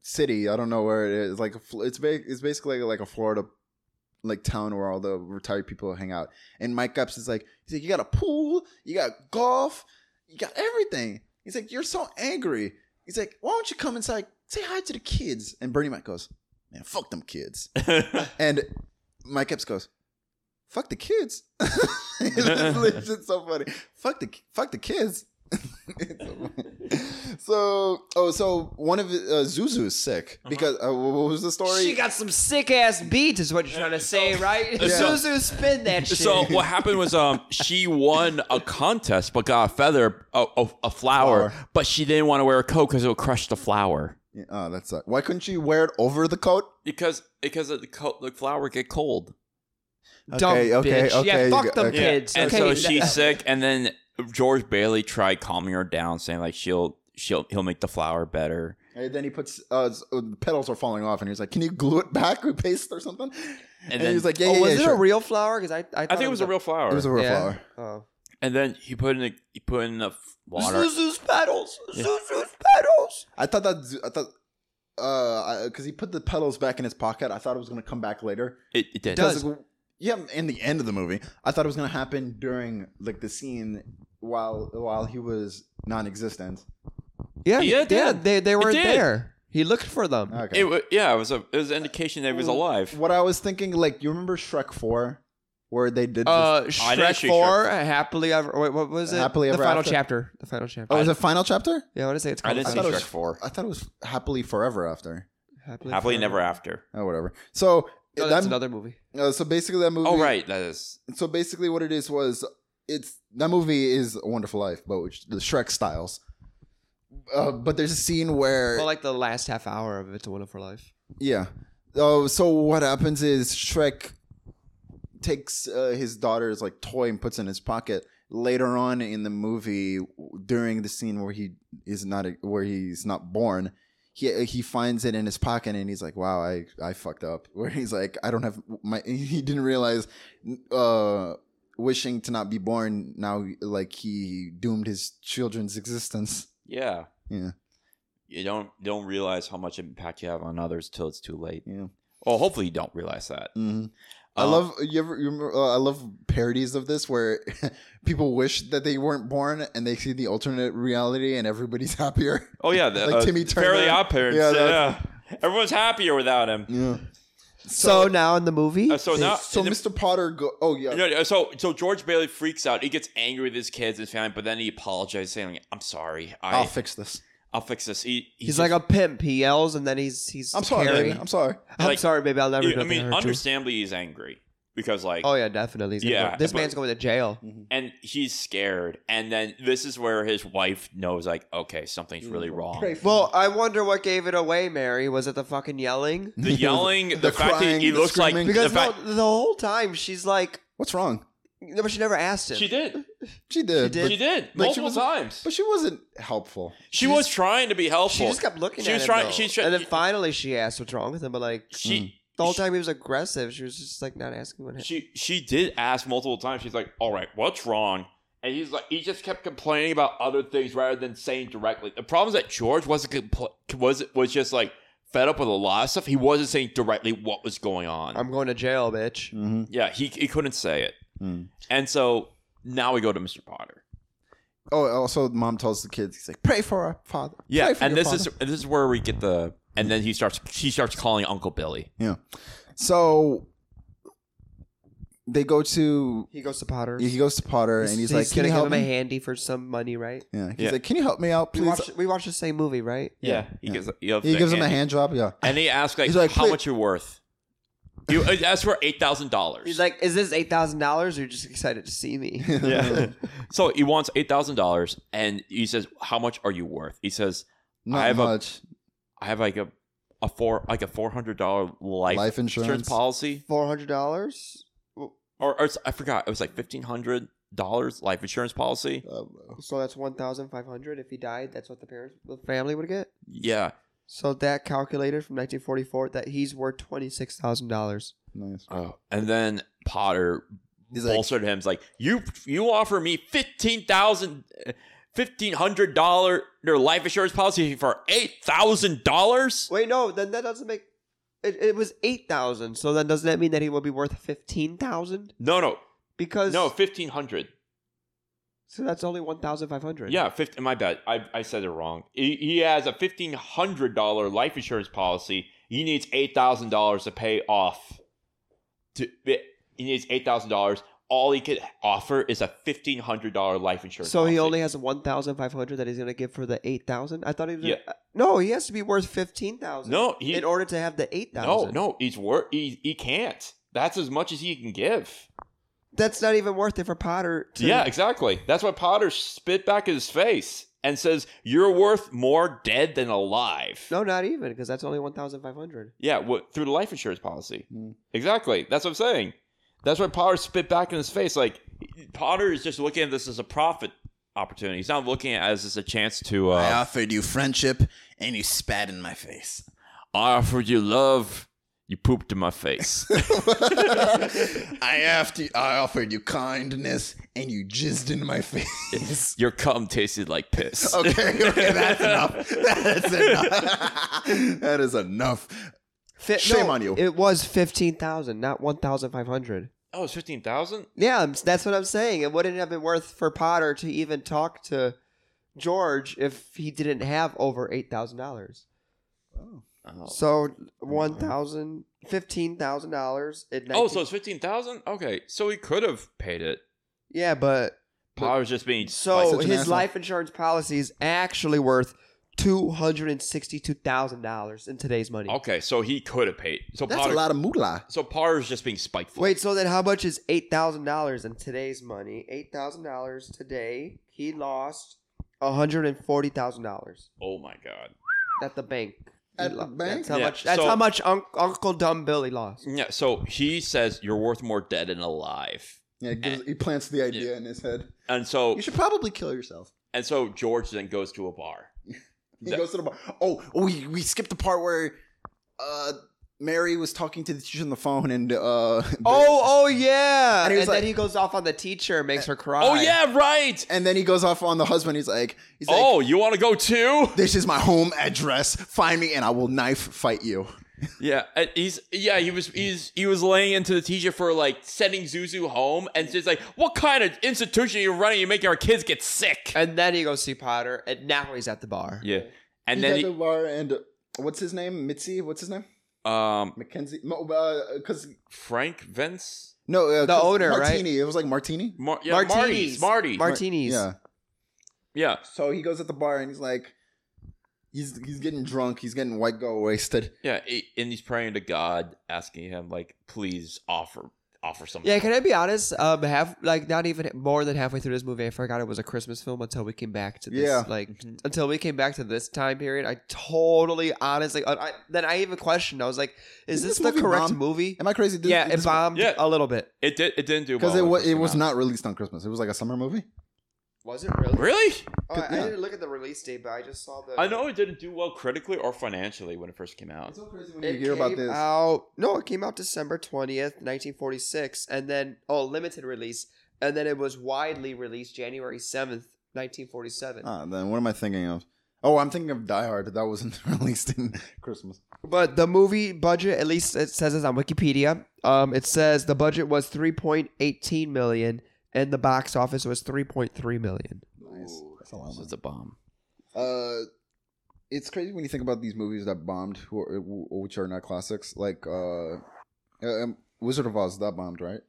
city. I don't know where it is. Like a Fl- it's ba- it's basically like a Florida like town where all the retired people hang out. And Mike Epps is like, he's like, you got a pool, you got golf, you got everything. He's like, you're so angry. He's like, why don't you come inside, say hi to the kids? And Bernie Mac goes, man, fuck them kids. and Mike Epps goes, fuck the kids. it's just so funny. Fuck the fuck the kids. It's so funny. so oh so one of uh, Zuzu is sick because uh, what was the story? She got some sick ass beats, is what you're trying to say, right? Suzu, spin that shit. So what happened was um she won a contest but got a feather a, a, a flower, Flower. but she didn't want to wear a coat because it would crush the flower Yeah, Oh, that's uh, why couldn't you wear it over the coat? because because of the coat the flower would get cold. Dumb Okay, okay, bitch. okay, Yeah, you fuck got- them okay. kids. And okay, so that- she's sick, and then George Bailey tried calming her down, saying like she'll she'll he'll make the flower better. And then he puts uh, s- uh, the petals are falling off, and he's like, "Can you glue it back with paste or something?" And, then- he was like, "Yeah, Oh, yeah, was yeah, it sure." a real flower? Because I, I, thought I think it was a real flower. It was a real yeah. flower. Oh. and then he put in a, he put in the f- water. Zuzu's petals. Zuzu's petals. I thought that Z- I thought uh because he put the petals back in his pocket. I thought it was gonna come back later. It, it did. Does. Because, yeah, in the end of the movie, I thought it was gonna happen during like the scene while while he was non-existent. Yeah, Yeah, yeah, it did. They they weren't did. Ah, there. He looked for them. Okay. It wa- yeah, it was a it was an indication that he was alive. what I was thinking, like, you remember Shrek Four, where they did. Uh, I didn't Shrek see Four, happily ever. Wait, what was it? Happily the Ever final After? chapter. The final chapter. this- oh, is it final chapter? yeah, I want to say it's I called. didn't I see thought it Shrek was- four. I thought it was happily forever after. Happily, Happily Forever. never after. Oh, whatever. So No, Oh, that's that, another movie. uh, so basically that movie. Oh right, that is. So basically, what it is was it's that movie is A Wonderful Life, but which, the Shrek styles. Uh, but there's a scene where Well, like the last half hour of It's a Wonderful Life. yeah. Oh, so what happens is Shrek takes uh, his daughter's like toy and puts it in his pocket, later on in the movie during the scene where he is not where he's not born he he finds it in his pocket and he's like wow i i fucked up where he's like i don't have my he didn't realize uh wishing to not be born now like he doomed his children's existence Yeah. Yeah. You don't don't realize how much impact you have on others till it's too late. yeah Well, hopefully you don't realize that. hmm I Um, love you ever. You remember, uh, I love parodies of this where people wish that they weren't born and they see the alternate reality and everybody's happier. Oh yeah, the, Like uh, Timmy Fairly Turner. Odd Parents. Yeah, Yeah, that- everyone's happier without him. Yeah. So, now in the movie, Uh, so now, so in the- Mr. Potter go. Oh yeah. No, no, so so George Bailey freaks out. He gets angry with his kids, his family, but then he apologizes, saying, like, "I'm sorry. I, I'll I'll, fix this. fix this." He, he's, like a pimp. He yells and then he's he's. I'm sorry. Carrie. Baby. I'm sorry. I'm Like, sorry, baby. I'll never. do I nothing to mean, hurt you. understandably, he's angry because like, Oh yeah, definitely. He's gonna Yeah, go- this but- Mm-hmm. man's going to jail. and he's scared. And then this is where his wife knows, like, okay, something's really wrong. Well, I wonder what gave it away. Mary was it the fucking yelling? The yelling, the, The fact that crying, he the looks like screaming. Because the fact, no, the whole time she's like, What's wrong? no, but she never asked him. she did, She did. She did. but- she did Like, she multiple was- times. But she wasn't helpful. She was trying to be helpful. She just kept looking She at was him. trying- though. she's try- and then finally she asked what's wrong with him, but like She the whole time he was aggressive, she was just like not asking what. happened. she she did ask multiple times. She's like, "All right, what's wrong?" And he's like, he just kept complaining about other things rather than saying directly. The problem is that George wasn't compl- was was just like fed up with a lot of stuff. He wasn't saying directly what was going on. I'm going to jail, bitch. Mm-hmm. yeah, he he couldn't say it, Mm. and so now we go to Mr. Potter. Oh, also, mom tells the kids, he's like, "Pray for our father." Yeah, Pray for and your this is father." and this is where we get the and then he starts she starts calling Uncle Billy. yeah. So they go to He goes to Potter's. he goes to Potter and he's, like, "Can gonna you give help him a me?" handy for some money, right? Yeah, he's Yeah. like, "Can you help me out, We please?" watched, we watched the same movie, right? Yeah, he gives he gives him a hand job. Yeah, and he asks like, He's like, how "Please-" much you're worth. You asked for eight thousand dollars. He's like, "Is this eight thousand dollars? Or you're just excited to see me?" Yeah. so he wants eight thousand dollars, and he says, "How much are you worth?" He says, not I have a much. "I have like a a four like a four hundred dollar life, Life insurance. policy, Four hundred dollars. or, or it's- I forgot. It was like fifteen hundred dollars life insurance policy. Um, So that's one thousand five hundred. If he died, that's what the parents, the family would get. Yeah, So that calculated from 1944 that he's worth twenty six thousand dollars. nice. oh. and then Potter He's like, bolstered him. He's like, "You you offer me fifteen thousand, fifteen hundred dollar your life insurance policy for eight thousand dollars." Wait, no, then that doesn't make. It, it was eight thousand. So then doesn't that mean that he will be worth fifteen thousand? No, no, Because no, fifteen hundred. so that's only one thousand five hundred. Yeah, 50, my bad. I, I said it wrong. He, he has a fifteen hundred dollar life insurance policy. He needs eight thousand dollars to pay off. To eh, he needs eight thousand dollars. All he could offer is a fifteen hundred dollar life insurance. So he policy. only has one thousand five hundred that he's going to give for the eight thousand. I thought he was. Yeah. uh, no, he has to be worth fifteen thousand. No, he- in order to have the eight no thousand. no. He's worth. He, he can't. That's as much as he can give. that's not even worth it for Potter. To, Yeah, exactly. That's why Potter spit back in his face and says, "You're worth more dead than alive." no, not even because that's only one thousand five hundred. Yeah, wha- through the life insurance policy. Mm. Exactly. That's what I'm saying. That's why Potter spit back in his face. Like Potter is just looking at this as a profit opportunity. He's not looking at it as just a chance to. I Uh, offered you friendship, and you spat in my face. I offered you love. You pooped in my face. I after I offered you kindness, and you jizzed in my face. Your cum tasted like piss. okay, okay, that's enough. That's enough. that is enough. Fi- Shame no, on you. It was fifteen thousand, not one thousand five hundred. Oh, it's fifteen thousand. Yeah, I'm- that's what I'm saying. It wouldn't have been worth for Potter to even talk to George if he didn't have over eight thousand dollars. Oh. So one thousand, fifteen thousand dollars. oh, so it's fifteen thousand. Okay, so he could have paid it. yeah, but Potter's just being so such an his asshole. life insurance policy is actually worth two hundred and sixty-two thousand dollars in today's money. Okay, so he could have paid. So That's Potter, a lot of moolah. So Potter's just being spiteful. Wait, so then how much is eight thousand dollars in today's money? Eight thousand dollars today. He lost hundred and forty thousand dollars Oh my god. at the bank. He At the lo- bank? That's how Yeah, much. That's so- how much Unc Uncle Dumb Billy lost. Yeah, so he says you're worth more dead than alive. Yeah, it gives, he plants the idea in his head. And so You should probably kill yourself. and so George then goes to a bar. He No. goes to the bar. Oh, we we skipped the part where uh Mary was talking to the teacher on the phone and uh Oh, oh And yeah. And, he was like- then he goes off on the teacher and makes her cry. Oh yeah, right. and then he goes off on the husband. He's like, he's like, oh, you want to go too? this is my home address. Find me and I will knife fight you. Yeah, and he's yeah he was he's he was laying into the teacher for like sending Zuzu home, and just like what kind of institution are you running? You're making our kids get sick. And then he goes see Potter, and now he's at the bar. Yeah, and He's then at he, the bar and uh, what's his name? Mitzi? What's his name? um Mackenzie? Mo- uh, cause Frank Vince no, uh, The 'cause owner, right? Martini. It was like Martini. Mar- yeah, Marty's Marty Martinis. Yeah. yeah So he goes at the bar and he's like, he's he's getting drunk. He's getting white girl wasted. yeah he- and he's praying to God, asking him like please offer offer something. Yeah, can I be honest? Um, half like not even more than halfway through this movie, I forgot it was a Christmas film until we came back to this. Yeah. like until we came back to this time period, I totally honestly. I, I- then I even questioned. I was like, "Is Did this this, the movie correct bomb? movie?" Am I crazy? This- yeah, it this- bombed Yeah. a little bit. It did it didn't do because well it when wa- first it came was out. not released on Christmas. It was like a summer movie. Was it really? really. Oh, I, Yeah. I didn't look at the release date, but I just saw the. I know it didn't do well critically or financially when it first came out. so crazy when It you hear about came this. out. No, it came out December twentieth, nineteen forty six, and then oh, limited release, and then it was widely released January seventh, nineteen forty seven. Ah, then what am I thinking of? Oh, I'm thinking of Die Hard. That wasn't released in Christmas. But the movie budget, at least it says this on Wikipedia. Um, it says the budget was three point eighteen million, and the box office was three point three million. Nice. That's a lot of This is a bomb. Uh, it's crazy when you think about these movies that bombed, who are, which are not classics. Like uh, um, Wizard of Oz, that bombed, right?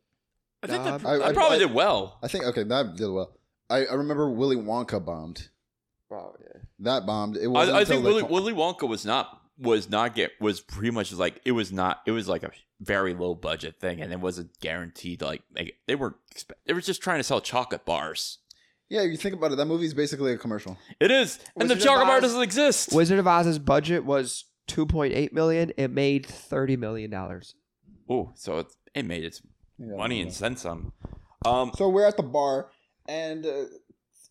I think that, Um, I, I- probably I- did well. I think okay, that did well. I, I remember Willy Wonka bombed. Wow, yeah. That bombed. It wasn't I, I until think the Willy, co- Willy Wonka was not was not get was pretty much like it was not it was like a very low budget thing and it wasn't guaranteed to like make it. they were expe- they were just trying to sell chocolate bars. Yeah, you think about it. That movie's basically a commercial. It is, and the Wizard of chocolate bar Oz- doesn't exist. Wizard of Oz's budget was two point eight million. It made thirty million dollars. oh, so it, it made its Yeah. money and sent some. Um, So we're at the bar, and uh,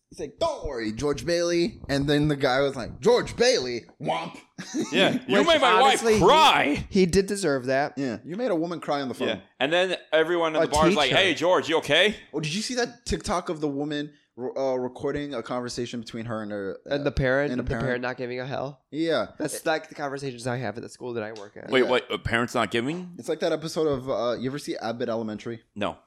he's like, "Don't worry, George Bailey." And then the guy was like, "George Bailey, womp." yeah, you Which, made my honestly, wife he- cry. He did deserve that. yeah, you made a woman cry on the phone. Yeah, and then everyone in A the bar is like, teacher. "Hey, George, you okay?" Oh, did you see that TikTok of the woman uh, recording a conversation between her and her And the parent, And the and the parent. parent. not giving a hell. yeah? That's like the conversations I have at the school that I work at. Wait, Yeah. what? A parents not giving? It's like that episode of uh, you ever see Abbott Elementary? No.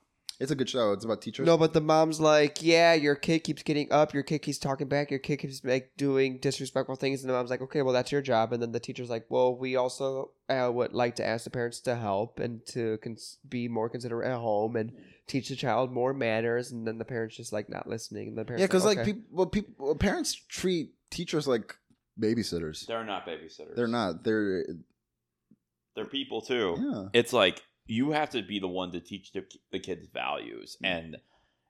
It's a good show. It's about teachers. No, but the mom's like, yeah, your kid keeps getting up, your kid keeps talking back, your kid keeps like doing disrespectful things, and the mom's like, okay, well that's your job, and then the teacher's like, well, we also uh, would like to ask the parents to help and to cons- be more considerate at home and teach the child more manners, and then the parents just like not listening. And the parents yeah, because like okay. people, well, people, well, parents treat teachers like babysitters. They're not babysitters. They're not. They're They're people too. yeah. It's like you have to be the one to teach the, the kids values Mm. and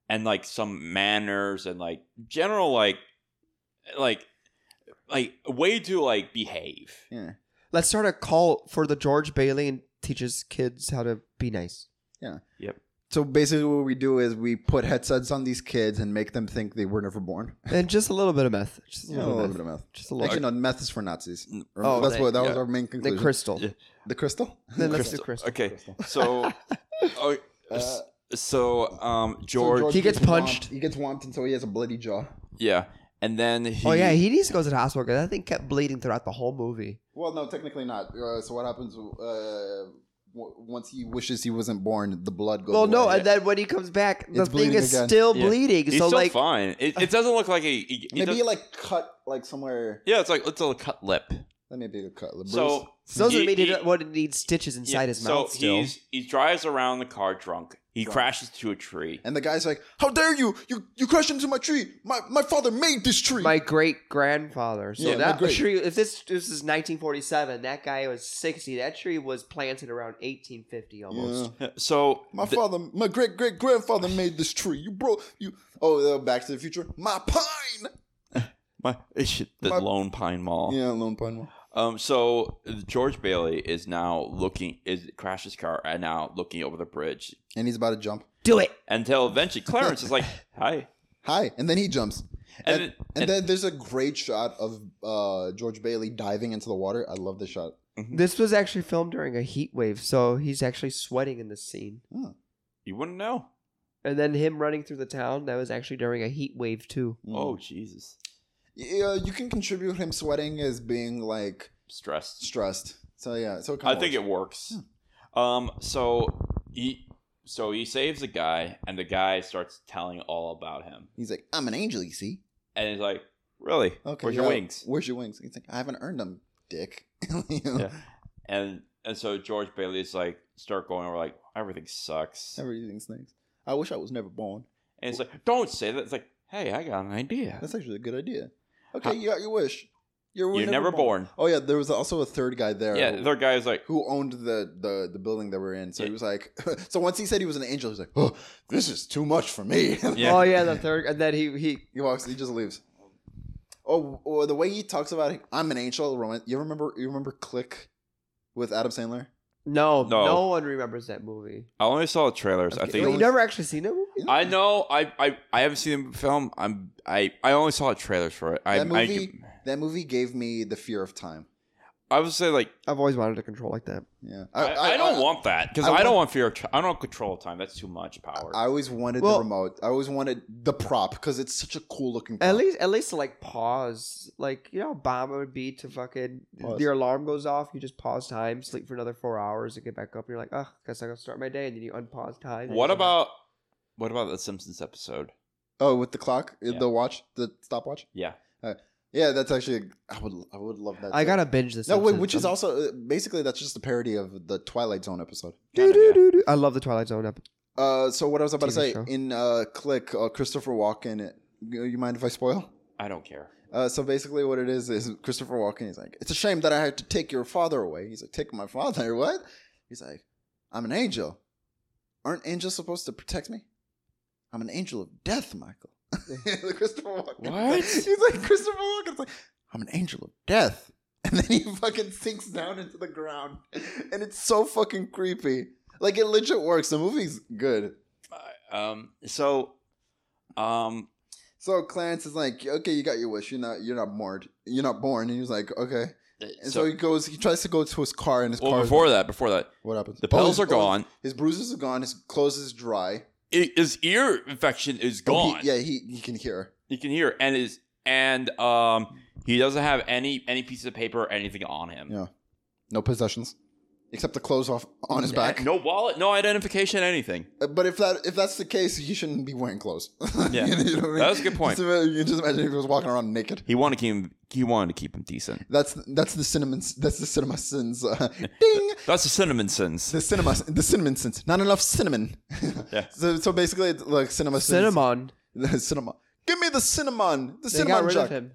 and like some manners and like general like like like way to like behave. Yeah. let's start a cult for the George Bailey and teaches kids how to be nice. So basically, what we do is we put headsets on these kids and make them think they were never born. And just a little bit of meth. Just a Yeah, a little, little meth. bit of meth. Just a little Actually, bit. no, meth is for Nazis. Oh, that's they- what that was yeah. our main The conclusion. crystal. Yeah. The crystal. Then let's do Crystal. crystal. Okay. So oh, Uh, so um George, So He gets womped- punched. He gets whomped until he has a bloody jaw. yeah. And then he, Oh yeah, he needs to go to the hospital because that thing kept bleeding throughout the whole movie. Well, no, technically not. Uh, so what happens uh, w- once he wishes he wasn't born? The blood goes. Well, no, away. and then when he comes back, the It's thing bleeding is again. still Yeah. bleeding. he's so still like, uh, fine. It, it doesn't look like he, he, he maybe does- he, like cut like somewhere. yeah, it's like it's a cut lip. That may be a cut. The So so doesn't he- mean he, he- doesn't want to need stitches inside yeah, his so mouth. Still, he's he drives around the car drunk. He crashes to a tree. and the guy's like, "How dare you? You you crashed into my tree. My my father made this tree." my great grandfather. So Yeah, my that great- tree, if this this is 1947, that guy was 60. That tree was planted around 1850 almost. Yeah. So My th- father, my great great grandfather made this tree. You bro, you. Oh, uh, Back to the Future. My pine. my it should- the My- Lone Pine Mall. Yeah, Lone Pine. Mall. Um, so George Bailey is now looking is crashed his car and now looking over the bridge and he's about to jump. Do it. until eventually Clarence is like, "Hi," Hi, and then he jumps. and And, it- and and- then there's a great shot of uh, George Bailey diving into the water. I love this shot. This was actually filmed during a heat wave, so he's actually sweating in this scene. you wouldn't know. And then him running through the town, that was actually during a heat wave too. Mm. Oh Jesus, yeah, you can contribute him sweating as being like stressed. stressed. So yeah, so it I kinda think it works. works. Hmm. Um, so he so he saves the guy, and the guy starts telling all about him, He's like, I'm an angel, you see. and he's like, "Really? Okay, Where's your yeah, wings?" Where's your wings? He's like, I haven't earned them, dick. Yeah. And and so George Bailey is like, start going over like everything sucks, Everything's nice. I wish I was never born. and it's like, "Don't say that." It's like, "Hey, I got an idea. That's actually a good idea. Okay, you got your wish. You were You're never born." Oh yeah, there was also a third guy there. Yeah, who- the other guy is like, who owned the the the building that we're in. So he Yeah. was like, so once he said he was an angel, he's like, oh, this is too much for me. Yeah. Oh yeah, the third, and then he he he walks, he just leaves. Oh, or the way he talks about it, I'm an angel. Roman, you remember? You remember Click with Adam Sandler? no No. no, one remembers that movie. I only saw the trailers. I Okay. think Wait, Wait, you never actually seen it? I know. I, I I haven't seen the film. I'm I I only saw the trailers for it. I That movie- I, That movie gave me the fear of time. I would say like I've always wanted to control like that. Yeah, I, I don't want that because I, I don't want- want fear. Of, tr- I don't want control of time. That's too much power. I always wanted Well- the remote. I always wanted the prop because it's such a cool looking. Prop. At least, at least to like pause, like you know, how Obama would be to fucking Pause. your alarm goes off, you just pause time, sleep for another four hours, and get back up. And you're like, oh, guess I gotta start my day, and then you unpause time. and what you come about what about the Simpsons episode? oh, with the clock, Yeah. the watch, the stopwatch. Yeah, Yeah, that's actually. I would. I would love that. back. I too. gotta binge this. No, wait, episode. which is I'm- also uh, basically that's just a parody of the Twilight Zone episode. Do, Kind of, do, yeah. do, do. I love the Twilight Zone episode. Uh, so what I was about to TV say show. in uh, Click, uh, Christopher Walken. You you mind if I spoil? I don't care. Uh, so basically, what it is is Christopher Walken. He's like, "It's a shame that I had to take your father away." He's like, "Take my father? What?" He's like, "I'm an angel. Aren't angels supposed to protect me? I'm an angel of death, Michael." Christopher Walken. What? He's like Christopher Walken's like, "I'm an angel of death," and then he fucking sinks down into the ground, and it's so fucking creepy. Like it legit works. The movie's good. Uh, um. So, um. So Clarence is like, "Okay, you got your wish. You're not. You're not born. You're not born." And he was like, "Okay." And so, So, he goes. He tries to go to his car, and his well, car. before that, before that, what happens? the Oh, pills his- are oh, gone. His bruises are gone. His clothes is dry. I his ear infection is Oh, gone. he- yeah, he he can hear. you can hear, and is and um. He doesn't have any any piece of paper or anything on him. Yeah. No possessions, except the clothes off on his back. No wallet, no identification, anything. Uh, But if that if that's the case, he shouldn't be wearing clothes. Yeah. You know what I mean? That's a good point. Just imagine- you just imagine if he was walking around naked. He wanted to keep him, he wanted to keep him decent. That's that's the cinnamon. That's the cinema sins. Uh, ding. That's the cinnamon sins. The cinema. The cinnamon sins. Not enough cinnamon. Yeah. So so basically, it's like cinema. sins. Cinnamon. The cinema. Give me the cinnamon. The They got cinnamon rid jug. of him.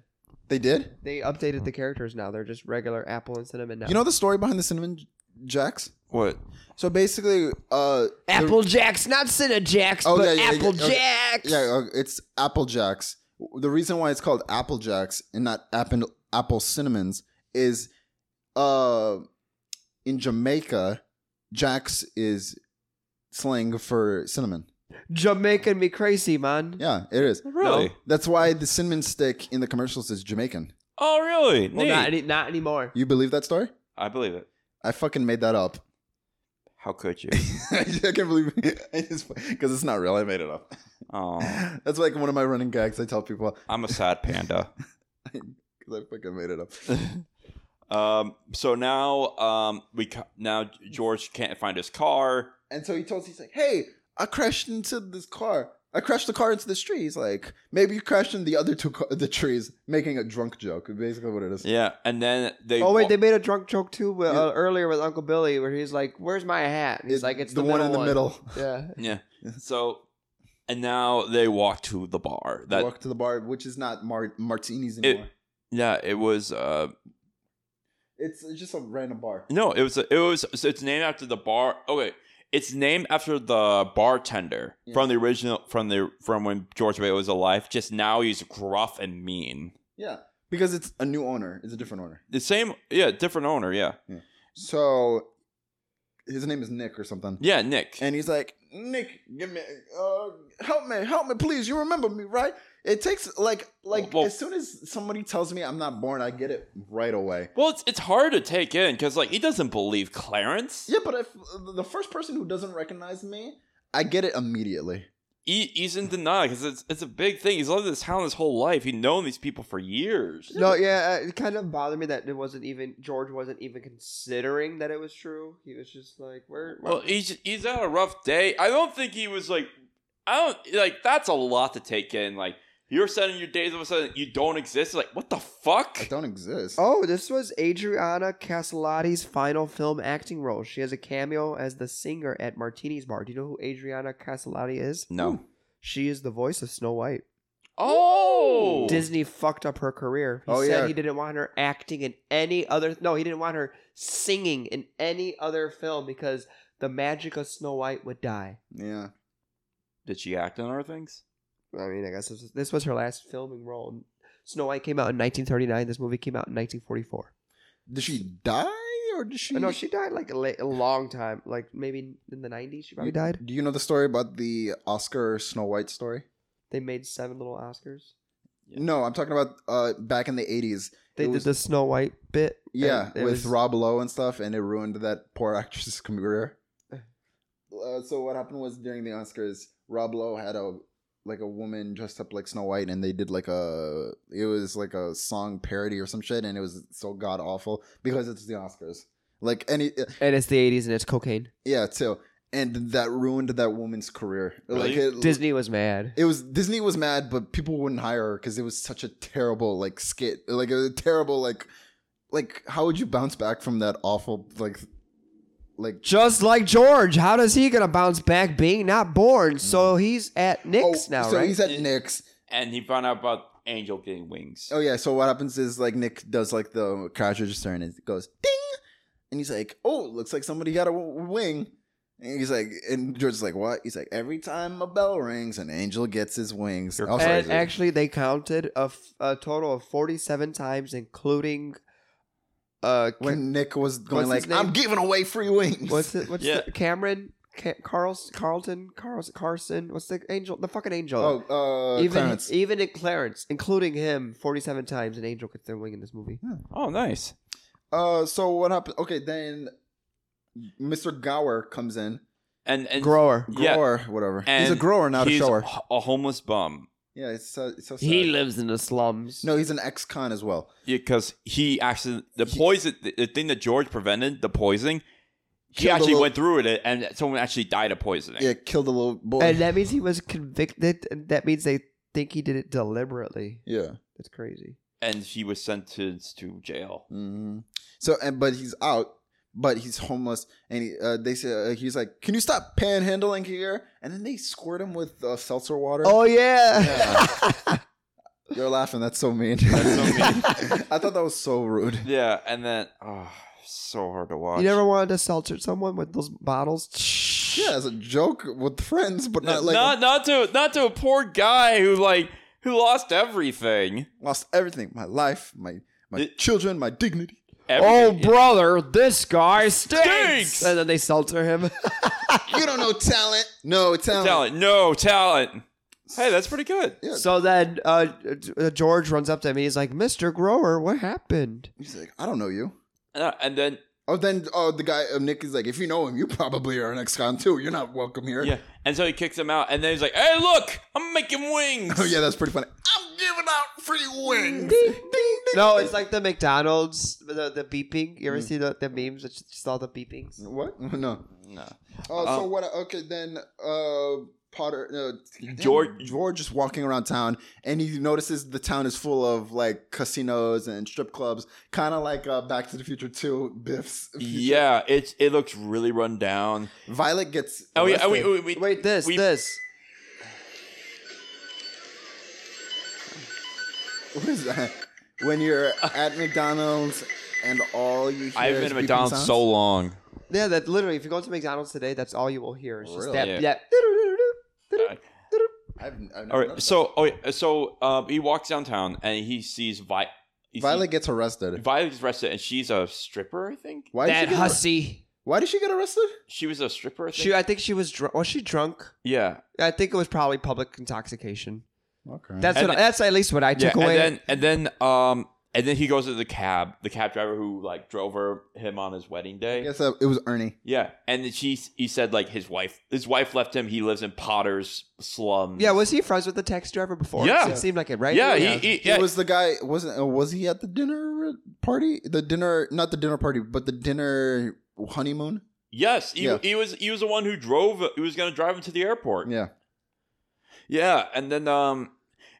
They did. They updated the characters now. They're just regular Apple and Cinnamon now. You know the story behind the cinnamon j- jacks? What? So basically, uh, Apple Jacks, not Cinnajacks, Jacks, Oh, but yeah, yeah, yeah, Apple okay. Jacks. yeah, uh, it's apple jacks. The reason why it's called apple jacks and not apple apple cinnamons is, uh, in Jamaica, jacks is slang for cinnamon. Jamaican me crazy, man. Yeah, it is. Really? That's why the cinnamon stick in the commercials is Jamaican. Oh, really? Well, Neat. not, any, not anymore. You believe that story? I believe it. I fucking made that up. How could you? I can't believe it. Because it's not real. I made it up. Oh, That's like one of my running gags. I tell people I'm a sad panda. because I fucking made it up. Um, so now, um, we ca- now George can't find his car. And so he tells, he's like, "Hey, I crashed into this car. I crashed the car into this tree." He's like, "Maybe you crashed into the other two car- the trees," making a drunk joke. Basically, what it is. Yeah, and then they. Oh wait, wa- they made a drunk joke too uh, Yeah. earlier with Uncle Billy, where he's like, "Where's my hat?" And he's It- like, "It's the, one in the middle. Yeah, Yeah. So, and now they walk to the bar. That Walk to the bar, which is not mar- martinis It- anymore. yeah, it was. Uh, it's just a random bar. no, it was. It was. So it's named after the bar. Okay, it's named after the bartender Yeah. from the original from the from when George Bailey was alive. Just now he's gruff and mean. Yeah, because it's a new owner. It's a different owner. The same, yeah, different owner, yeah, So his name is Nick or something. yeah, Nick. And he's like, Nick, give me, uh, help me, help me, please. You remember me, right? It takes like, like Well- as soon as somebody tells me I'm not born, I get it right away. well, it's it's hard to take in because like he doesn't believe Clarence. Yeah, but if the first person who doesn't recognize me, I get it immediately. He, he's in denial because it's it's a big thing. He's lived in this town his whole life. He's known these people for years. No, yeah, uh, it kind of bothered me that it wasn't even George wasn't even considering that it was true. He was just like, "Where?" Well, he's he's had a rough day. I don't think he was like, I don't like. That's a lot to take in. Like you're setting your days all of a sudden you don't exist. Like what the I fuck? don't exist. Oh, this was Adriana Castellotti's final film acting role. She has a cameo as the singer at Martini's Bar. Do you know who Adriana Castellotti is? No. She is the voice of Snow White. Oh, Disney fucked up her career. He Oh, said yeah. he didn't want her acting in any other no, he didn't want her singing in any other film because the magic of Snow White would die. Yeah. did she act in other things? I mean, I guess this was, this was her last filming role. Snow White came out in 1939. This movie came out in 1944. Did she die or did she? Uh, No, she died like a, la- a long time, like maybe in the 90s. She probably died. Do you know the story about the Oscar Snow White story? They made seven little Oscars. No, I'm talking about uh, back in the 80s. It They did was- the Snow White bit. and Yeah, it with was- Rob Lowe and stuff, and it ruined that poor actress's career. Uh, so what happened was during the Oscars, Rob Lowe had a like a woman dressed up like Snow White, and they did like a it was like a song parody or some shit, and it was so god awful because it's the Oscars. Like any uh, And it's the 80s and it's cocaine. yeah, too, and that ruined that woman's career. Like Really? it, Disney was mad. it was Disney was mad, but people wouldn't hire her because it was such a terrible like skit, like a terrible like like how would you bounce back from that awful like like Just like George, how does he gonna bounce back being not born? So he's at Mm. Nick's oh, now, so right? he's at Nick's. And he found out about Angel getting wings. Oh yeah, so what happens is like Nick does like the cash register and it goes ding, and he's like, oh, looks like somebody got a w- wing. And he's like, and George is like, what? He's like, every time a bell rings, an angel gets his wings. You're I was like, and actually, they counted a, f- a total of forty-seven times, including uh, Ca- when Nick was going What's his like, I'm name? giving away free wings. what's it? What's Yeah. the, Cameron? Ca- Carls- Carlton? Carls- Carson? What's the angel? The fucking angel. Oh, uh, even Clarence. even in Clarence, including him, forty-seven times an angel gets their wing in this movie. Hmm. Oh, nice. Uh, so what happened? Okay, then Mr. Gower comes in, And and Grower. Yeah. grower, whatever. he's a and grower, not a he's shower. h- A homeless bum Yeah, it's so, it's so sad. He lives in the slums. no, he's an ex-con as well. because he actually the poison the, the thing that George prevented the poisoning. He Killed a actually little- went through with it, and someone actually died of poisoning. Yeah, killed a little boy. and that means he was convicted. And that means they think he did it deliberately. yeah. That's crazy. And he was sentenced to jail. hmm So and but he's out, but he's homeless, and he, uh, they say uh, he's like, "Can you stop panhandling here?" And then they squirt him with uh, seltzer water. Oh yeah. You're laughing. That's so mean. so mean. I thought that was so rude. Yeah, and then oh, so hard to watch. you never wanted to seltzer someone with those bottles. Yeah, as a joke with friends, but not not, like not to not to a poor guy who like who lost everything. lost everything my life my my It- children my dignity Oh Everything. brother, this guy Stinks! stinks. And then they seltzer him. you don't know talent no talent, talent, no talent. Hey, that's pretty good. Yeah. so then uh, uh, George runs up to him. And he's like, "Mr. Grower, what happened?" he's like i don't know you Uh, and then oh then oh the guy uh, nick is like if you know him you probably are an ex-con too you're not welcome here yeah, and so he kicks him out, and then he's like, "Hey, look, I'm making wings." oh yeah that's pretty funny i'm giving out free wings No, it's like the McDonald's the, the beeping. You ever see the, the memes? It's just all the beepings. what no No. oh so Um, what okay then uh Potter, uh, George- George is walking around town, and he notices the town is full of like casinos and strip clubs, kind of like uh, Back to the Future Two Biff's. Yeah, it it looks really run down. Violet gets. Oh yeah, arrested. oh, wait, wait, wait, Wait, this, we- this. What is that? oh. When you're at McDonald's and all you hear I've is been at beeping McDonald's sounds? so long. Yeah, that literally. If you go to McDonald's today, that's all you will hear. It's just Really? that. Yeah. that- I've, I've never All right, noticed um, so oh yeah, so uh, he walks downtown and he sees Vi- you see- Violet gets arrested. Violet gets arrested, and she's a stripper. I think Why did, she that get, arre- hussy. why did she get arrested? she was a stripper. I think. She, I think she was drunk. Was she drunk? yeah, I think it was probably public intoxication. Okay. That's And what. then- that's at least what I took yeah, away. and then and then um and then he goes to the cab, the cab driver who like drove her him on his wedding I day. guess uh, it was Ernie. Yeah, and then she he said like his wife his wife left him. He lives in Potter's slums. yeah, was he friends with the taxi driver before? Yeah. it seemed like it, right? yeah, he, he- yeah. It was the guy. Wasn't uh, was he at the dinner party? The dinner, not the dinner party, but the dinner honeymoon. yes. He, yeah. he was he was the one who drove. He was gonna drive him to the airport. Yeah. Yeah, and then um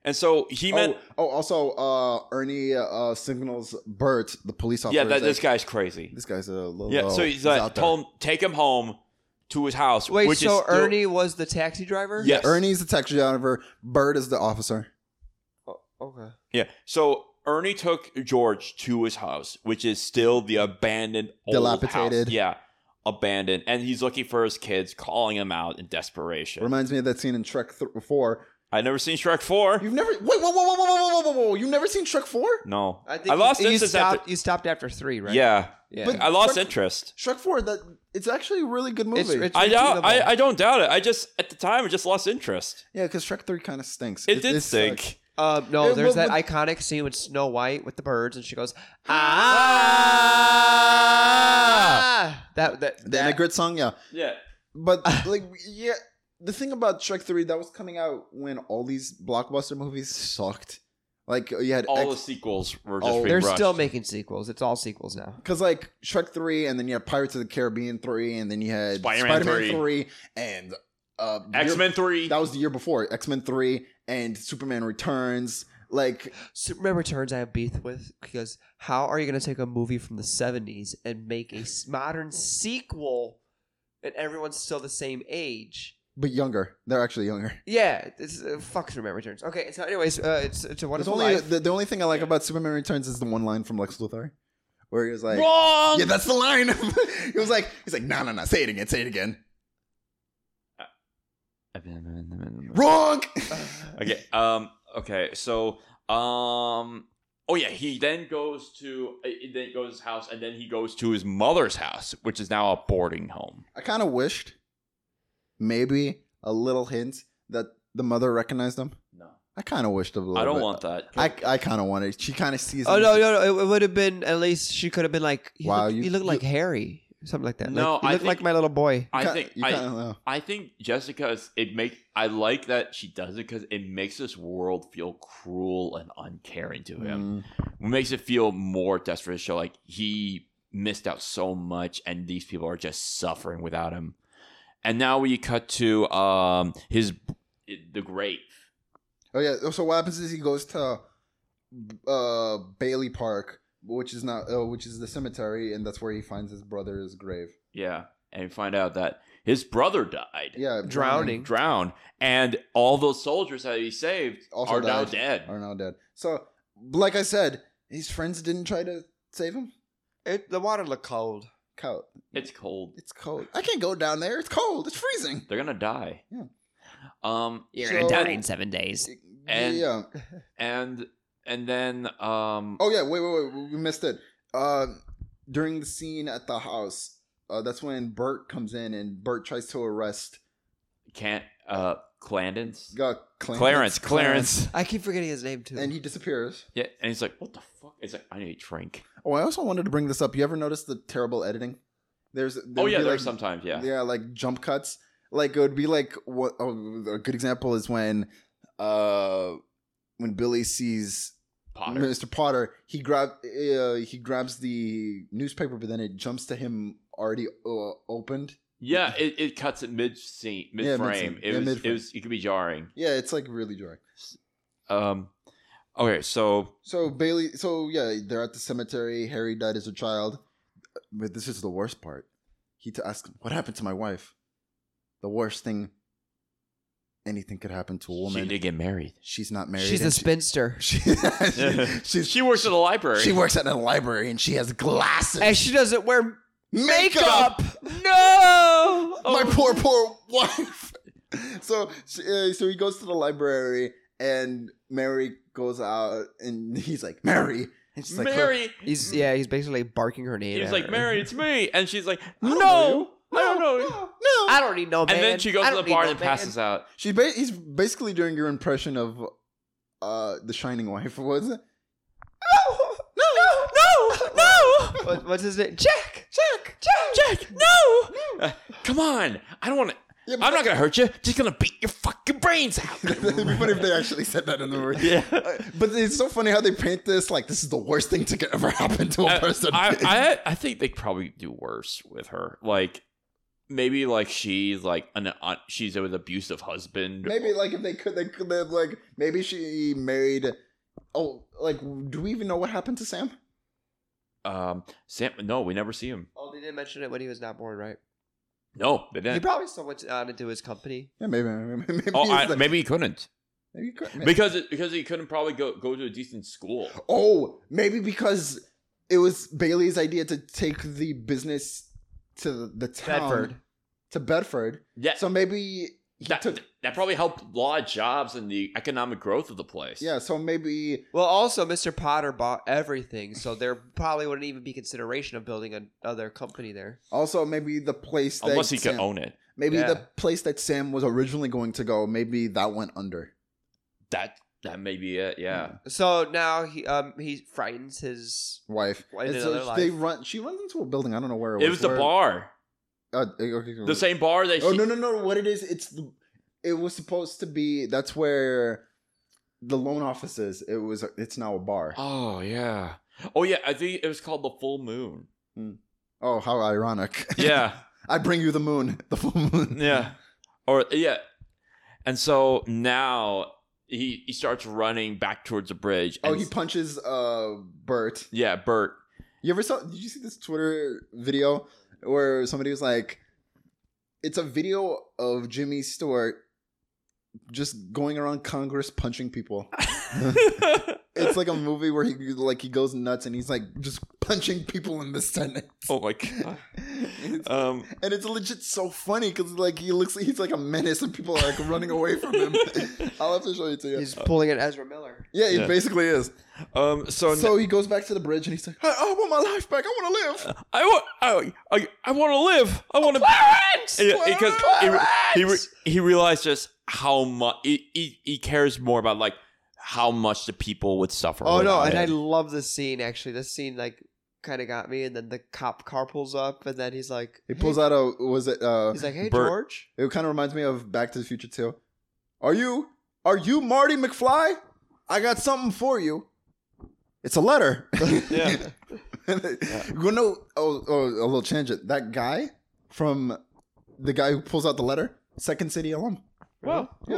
and so he meant oh, oh, also, uh, Ernie uh, signals Bert, the police officer. yeah that is this like, guy's crazy. This guy's a little. Yeah, so he's like out there. told him take him home to his house. Wait, which so is still- Ernie was the taxi driver? Yes. Ernie's the taxi driver. Bert is the officer. Oh, okay. Yeah. So Ernie took George to his house, which is still the abandoned, old Dilapidated. house. Yeah, abandoned, and he's looking for his kids, calling him out in desperation. Reminds me of that scene in Trek th- Four. I never seen Shrek four. You've never wait, whoa, whoa, whoa, whoa, whoa, whoa, whoa, whoa! You've never seen Shrek Four? No, I think I lost you, you interest. stopped. after, You stopped after three, right? Yeah, yeah. But- I lost Shrek- interest. Shrek Four. That it's actually a really good movie. It's- it's- I doubt. redeemable. I, I don't doubt it. I just at the time I just lost interest. yeah, because Shrek Three kind of stinks. It, did sucked. stink. Uh, no, Yeah, there's well, that but- iconic scene with Snow White with the birds, and she goes, ah. That that The that- Grit song, yeah. Yeah. But like, yeah, the thing about Shrek Three that was coming out when all these blockbuster movies sucked. Like you had All X- the sequels were just. Oh, being They're rushed. still making sequels. It's all sequels now. Because like Shrek three, and then you had Pirates of the Caribbean three, and then you had Spider-Man Spider-Man, 3. 3. and uh, the year- X Men Three. That was the year before X Men three and Superman Returns. Like Superman Returns, I have beef with because how are you going to take a movie from the 70s and make a s- modern sequel and everyone's still the same age? but younger, they're actually younger. Yeah, it's, uh, fuck Superman Returns. Okay, so, anyways, uh, it's, it's a There's wonderful only life. the, the only thing I like about Superman Returns is the one line from Lex Luthor, where he was like, Wrong. "Yeah, that's the line." he was like, "He's like, no, no, no, say it again, say it again." Wrong. Okay. Um. Okay. So. Um. Oh yeah. He then goes to uh, then he goes to his house, and then he goes to his mother's house, which is now a boarding home. I kind of wished, maybe a little hint that the mother recognized him. No, I kind of wished a little. I don't bit. want that. I, I kind of wanted. She kind of sees. Oh him. no, no, no! It, would have been at least she could have been like, "You Wow, look, you- you, look you- like Harry, something like that." No, like, you I look like think- my little boy. I Ki- think you I, kinda know. I think Jessica is it make I like that she does it because it makes this world feel cruel and uncaring to him. Mm. It makes it feel more desperate. to Show like he missed out so much, and these people are just suffering without him. And now we cut to um his the great Oh yeah. So what happens is he goes to uh, Bailey Park, which is not, uh, which is the cemetery, and that's where he finds his brother's grave. Yeah, and we find out that his brother died, Yeah, Drowning. drowned, and all those soldiers that he saved Also are now died. dead. Are now dead. So, like I said, his friends didn't try to save him. It, the water looked cold. Cow- It's cold. It's cold. I can't go down there. It's cold. It's freezing. They're gonna die. Yeah. Um. You're gonna die in seven days. And- yeah. And and then um. Oh yeah, wait, wait, wait. We missed it. Uh, during the scene at the house, uh, that's when Bert comes in and Bert tries to arrest Can't uh. Clandon's. uh, Clarence. Clarence. I keep forgetting his name too. and he disappears. Yeah. And he's like, "What the fuck?" It's like, "I need a drink." Oh, I also wanted to bring this up. You ever notice the terrible editing? There's there Oh would yeah, be, there's like, sometimes yeah. yeah, like jump cuts. Like it would be like what oh, a good example is when uh when Billy sees Potter. Mr. Potter, he grab uh, he grabs the newspaper, but then it jumps to him already uh, opened. Yeah, it, it cuts at mid scene, Yeah, mid mid-scene. frame. Yeah, It was it mid-frame. was it could be jarring. Yeah, it's like really jarring. Um. Okay, so So Bailey, so yeah, they're at the cemetery. Harry died as a child, but this is the worst part. He to ask what happened to my wife. The worst thing. Anything could happen to a she woman. did get married. She's not married. She's a and she- spinster, She, she, she's, she, works at a library. works at a library and she has glasses. and she doesn't wear makeup. Oh. no. My poor, poor wife. So, she- uh, so he goes to the library and Mary goes out and he's like, Mary. It's just like her- Mary. He's yeah, he's basically barking her name. He's at like, her. Mary, it's me. And she's like, I No, don't know you. I don't know. No. I don't need no man. And then she goes I to the don't need bar no and man." passes out. She's ba- he's basically doing your impression of uh the shining wife was it? No, no, no, no. What, what's his name? Jack. Jack. Jack. Jack, no! Uh, come on. I don't want to. Yeah, I'm not going to hurt you. Just going to beat your fucking brains out. It'd be funny if they actually said that in the movie. Yeah. Uh, But it's so funny how they paint this like this is the worst thing to ever happen to a Uh, I, person. I, I think they probably do worse with her. Like, maybe like she's like an uh, she's with abusive husband. maybe like if they could, they could have like maybe she married. Oh, like do we even know what happened to Sam? Um, Sam. No, we never see him. Oh, they didn't mention it when he was not born, right? No, they He didn't. probably still went on into his company. Yeah, maybe. Maybe, maybe, oh, it's I, like- maybe he couldn't maybe, could- maybe- because it, because he couldn't probably go go to a decent school. Oh, maybe because it was Bailey's idea to take the business to the, the town Bedford. to Bedford. Yeah, So maybe he that, took. that probably helped a lot of jobs and the economic growth of the place. Yeah. So maybe Well, also Mr. Potter bought everything, so there probably wouldn't even be consideration of building another company there. also maybe the place that unless he could Sam- own it. Maybe Yeah. the place that Sam was originally going to go, maybe that went under. Mm-hmm. That that may be it. Yeah. So now he um he frightens his Wife. Why in And another so they life? run. She runs into a building. I don't know where it was. It was the where- bar, Uh, okay, the same bar that. Oh she, no no no! What it is? It's the- it was supposed to be. That's where the loan office is. It was. It's now a bar. Oh yeah. Oh yeah. I think it was called the full moon. Oh, how ironic. Yeah. I bring you the moon, the full moon. yeah. Or yeah. And so now he he starts running back towards the bridge. Oh, and- he punches uh Bert. yeah, Bert. You ever saw? Did you see this Twitter video where somebody was like, "It's a video of Jimmy Stewart just going around Congress punching people." It's like a movie where he like he goes nuts and he's like just punching people in the Senate. oh my god. It's- Um. and it's legit so funny because like he looks he's like a menace and people are like running away from him. I'll have to show it to you. he's Uh, pulling an Ezra Miller. yeah, he Yeah. basically is. Um. So, So he goes back to the bridge and he's like, I, I want my life back. I want to live. I want. oh, I I, I want to live. I want to. Clarence! Yeah, because he re- he, re- Clarence! he realized just how much he, he, he cares more about like how much the people would suffer. Oh no, without and I it. love this scene actually. This scene like kind of got me, and then the cop car pulls up, and then he's like, He pulls out a was it uh he's like, "Hey Bert- George, it kind of reminds me of Back to the Future too. Are you are you Marty McFly? I got something for you. It's a letter. Yeah. You know, oh, oh, a little tangent. That guy from the guy who pulls out the letter, Second City alum. Well, Yeah.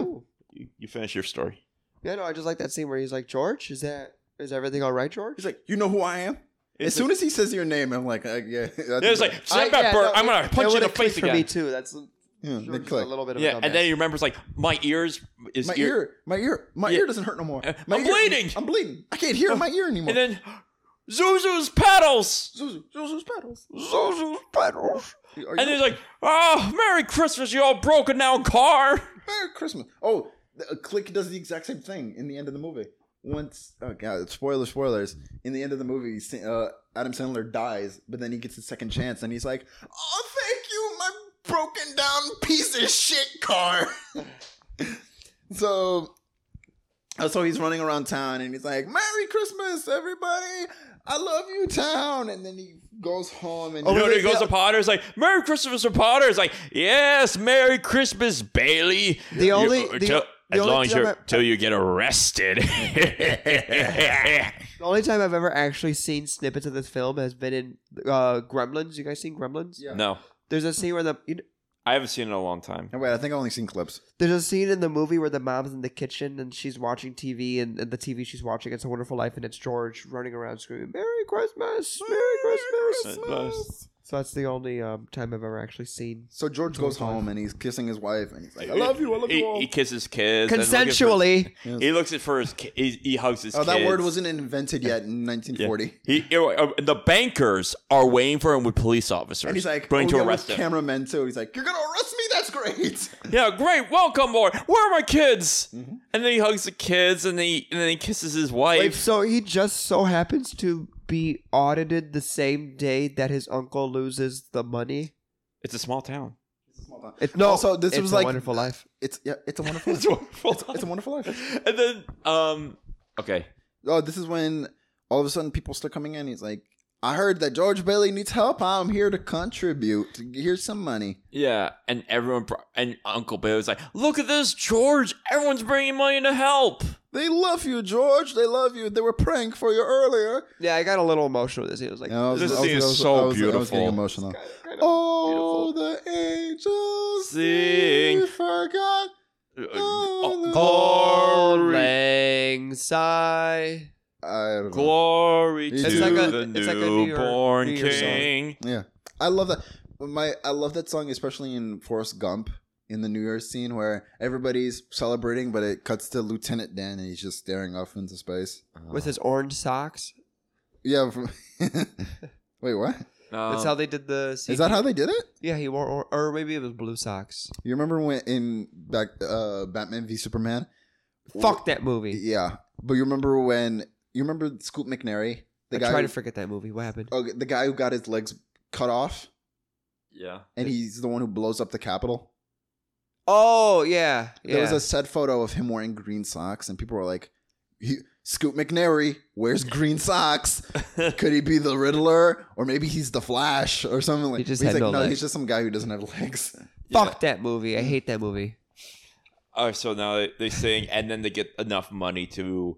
you, you finish your story. yeah, no, I just like that scene where he's like, George, is that is everything all right, George?" He's like, you know who I am. as soon as he says your name, I'm like, uh, yeah. Yeah, it's like snap back, yeah, Bert. no, I'm gonna it- it punch you in the would've clicked face For me again. too. That's yeah, they George is a click. little bit of Yeah, a and dumbass. then he remembers like my ears is my ear, my ear, my Yeah. ear doesn't hurt no more. Uh, My I'm ear- bleeding. I'm bleeding. I can't hear my ear anymore. and then Zuzu's pedals, Zuzu, Zuzu's pedals. Zuzu's pedals, Are you- and he's like, "Oh, Merry Christmas, you all broken down car." Merry Christmas. Oh, the, uh, Click does the exact same thing in the end of the movie. Once, oh god, spoiler, spoilers. In the end of the movie, Sa- uh, Adam Sandler dies, but then he gets a second chance, and he's like, "Oh, thank you, my broken down piece of shit car." so, uh, so he's running around town, and he's like, "Merry Christmas, everybody! I love you, town!" And then he goes home, and Oh, you know, he and Oh, he goes to Potter's like, "Merry Christmas to Potter's." Like, yes, Merry Christmas, Bailey. The You- only- uh, the- till- the as only long as you're time I- till you get arrested. the only time I've ever actually seen snippets of this film has been in uh, Gremlins. You guys seen Gremlins? Yeah. no, There's a scene where the you know, I haven't seen it in a long time. Oh, wait, I think I only seen clips. There's a scene in the movie where the mom's in the kitchen and she's watching TV, and, and the TV she's watching It's a Wonderful Life, and it's George running around screaming "Merry Christmas, Merry Christmas!" So that's the only um, time I've ever actually seen So George goes home and he's kissing his wife and he's like, "I love you, I love he, you all." He kisses kids and looking for- consensually. He looks at for his. Ki- he, he hugs his. Oh, that kids. word wasn't invented yet in 1940. He, he- uh, the bankers are waiting for him with police officers. And he's like, going oh, to yeah, arrest with him. cameramen too. He's like, "You're gonna arrest me? that's great. Yeah, great. Welcome boy. Where are my kids? And then he hugs the kids, and then he, and then he kisses his Wait, wife. so he just so happens to be audited the same day that his uncle loses the money. It's a small town. It's no. Also, this it's was a like- Wonderful Life. It's yeah, it's a wonderful. It's life. a wonderful time. It's a wonderful life. And then, um, okay, Oh, this is when all of a sudden people start coming in. He's like, I heard that George Bailey needs help. I'm here to contribute. Here's some money. yeah, and everyone pro- and Uncle Bill was like, "Look at this, George! Everyone's bringing money to help." They love you, George. They love you. They were praying for you earlier. Yeah, I got a little emotional with this. It was like, And I was- This I was- scene is I was- so I was- I was beautiful. getting emotional. Oh, the angels Sing. sing. Forgot. Uh, "Auld glory, Lang Syne." I don't know. glory to It's like a- the it's like a New Year- newborn New Year song. King. Yeah, I love that. My I love that song, especially in Forrest Gump in the New Year's scene where everybody's celebrating, but it cuts to Lieutenant Dan and he's just staring off into space. with his orange socks. Yeah. From, wait, what? Um, That's how they did the. CD. Is that how they did it? Yeah, he wore, or, or maybe it was blue socks. You remember when in back uh, Batman v Superman? Fuck that movie. Yeah, but you remember when you remember Scoop McNairy, the I guy, who, try Oh, to forget that movie. What happened? okay, the guy who got his legs cut off, yeah. and he's the one who blows up the Capitol. Oh yeah, yeah. There was a set photo of him wearing green socks, and people were like, he, Scoot McNairy wears green socks. Could he be the Riddler? Or maybe he's the Flash or something like He just he's had like, no legs. he's just some guy who doesn't have legs. Fuck that movie. I hate that movie. Oh, so now they, they sing, and then they get enough money to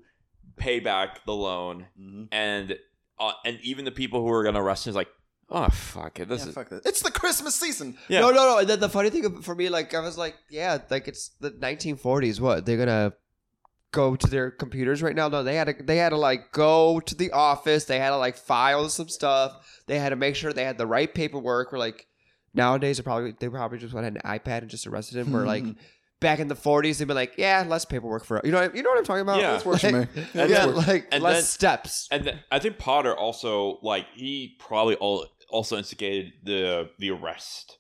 pay back the loan, Mm-hmm. and uh, and even the people who are gonna rush is like, oh fuck it, this is It's the Christmas season. yeah. No, no, no. And then the funny thing for me, like, I was like, yeah, like it's the 1940s. What they're gonna go to their computers right now? No, they had to, they had to like go to the office. They had to like file some stuff. They had to make sure they had the right paperwork. We're like, nowadays, they probably they probably just went an iPad and just arrested him. We're like. Back in the 40s, they'd be like, "Yeah, less paperwork for you know, what- you know what I'm talking about? Yeah. That's worse like, for me. yeah, That's worse. like And less then- steps. And th- I think Potter also like he probably all, also instigated the the arrest.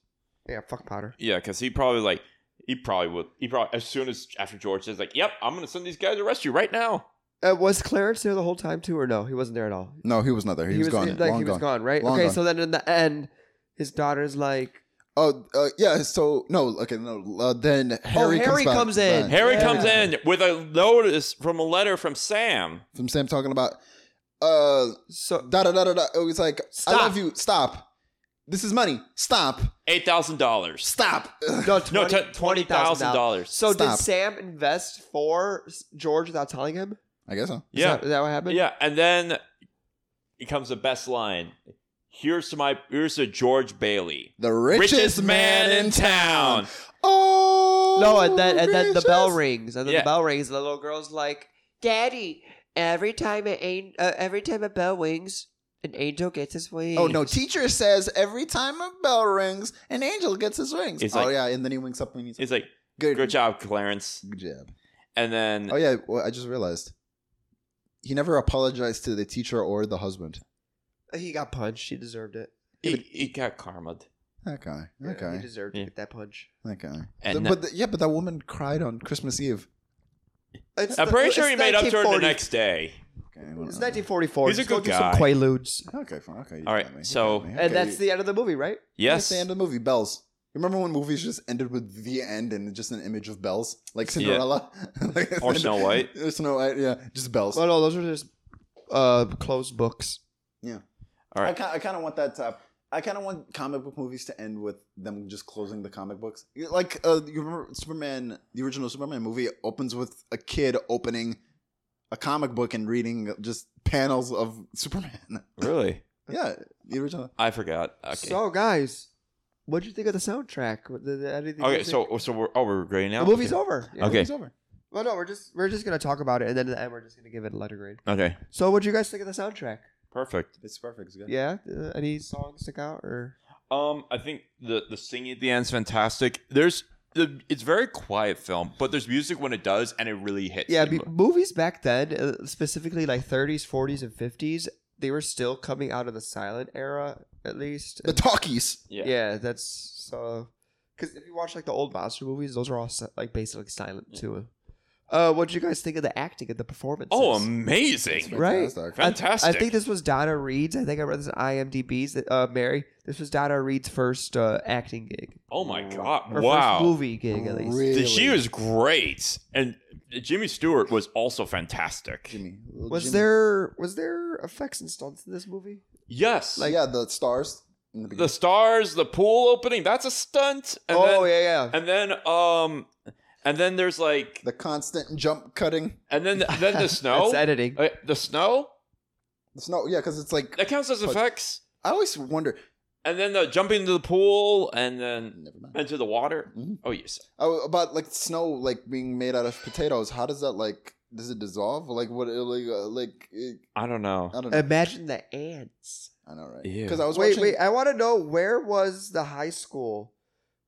Yeah, fuck Potter. Yeah, because he probably like he probably would. He probably as soon as after George says like, "Yep, I'm gonna send these guys to arrest you right now." Uh, was Clarence there the whole time too, or no? He wasn't there at all. No, he was not there. He, was, gone. Like Long he was gone. gone, right? Long okay, gone. so then in the end, his daughter's like, Oh, uh, yeah. So, no, okay, no. Uh, then Harry, Oh, comes, Harry back- comes in. back. Harry Yeah. comes in with a notice from a letter from Sam. From Sam talking about, uh, so da da da da da. It was like, Stop. I love you. Stop. This is money. Stop. Eight thousand dollars. Stop. Ugh. no, No, twenty t- twenty thousand dollars. So did Stop. Sam invest for S- George without telling him? I guess so. Is Yeah. that, is that what happened? Yeah, and then it comes the best line. Here's to my here's to George Bailey. The richest, man, in town. Oh, No, and then and then the bell gracious. rings, and then Yeah. the bell rings, and the little girl's like, "Daddy, every time an angel, uh, every time a bell rings, an angel gets his wings." Oh no! Teacher says every time a bell rings, an angel gets his rings. It's oh like- yeah, and then he winks up and he's like, It's like, "Good, good job, Clarence. good job." And then Oh yeah, well, I just realized he never apologized to the teacher or the husband. He got punched. He deserved it. he, he got karmaed. Okay, Yeah, He okay, deserved Yeah. to get that punch. okay. And- but the- yeah, but that woman cried on Christmas Eve. It's I'm the- pretty it's sure he made up to her the 1940. next day. Okay, well, uh, It's 1944. He's a Just go good do guy. Some quaaludes, okay, fine. Okay, you All right, got me, you so- got me, okay. and that's the end of the movie, right? That's Yes. the end of the movie. Bells. Remember when movies just ended with the end and just an image of bells, like Cinderella, Like- Or Snow White. Or Snow White, yeah, just bells. Oh no, those are just uh closed books. All I right. kind I kind of want that to. hap- I kind of want comic book movies to end with them just closing the comic books. Like uh, you remember Superman, the original Superman movie opens with a kid opening a comic book and reading just panels of Superman. Really? yeah, the original. I forgot. Okay. So guys, what'd you think of the soundtrack? What- the- the- anything okay. music? So so we're oh we're agreeing now. the movie's okay. over. Yeah. Okay. It's over. Well, no, we're just we're just gonna talk about it, and then at the end we're just gonna give it a letter grade. Okay. So, what'd you guys think of the soundtrack? Perfect. It's perfect. It's good. Yeah, uh, any songs stick out or? Um, I think the the singing at the end's fantastic. There's the it's a very quiet film, but there's music when it does, and it really hits. Yeah, you. be- movies back then, uh, specifically like 30s, 40s, and 50s, they were still coming out of the silent era, at least. The talkies. yeah. yeah. that's so Because if you watch like the old monster movies, those are all si- like basically silent too. Uh, what do you guys think of the acting and the performances? Oh, amazing. Right. Fantastic. I- Fantastic. I, think this was Donna Reed's. I think I read this on IMDb's. Uh, Mary, this was Donna Reed's first uh, acting gig. Oh my god. Her Wow. First movie gig, at least. Really? She was great. And Jimmy Stewart was also fantastic. Jimmy. Little Was Jimmy. there was there effects and stunts in this movie? Yes. Like, yeah, the stars. In the the beginning. stars, the pool opening, that's a stunt. And oh then, yeah, yeah. And then um and then there's like The, constant jump cutting. and then then the snow. That's editing. Uh, the snow? The snow. Yeah, because it's like That counts as But- effects. I always wonder. And then the jumping into the pool and then Never mind. into the water. Mm-hmm. Mhm. Oh yes. Oh, about like snow, like being made out of potatoes. How does that like? Does it dissolve? Like what? Like, uh, like it, I don't know. I don't know. Imagine the ants. I know, right? Ew. Because I was Wait, watching- wait. I want to know where was the high school?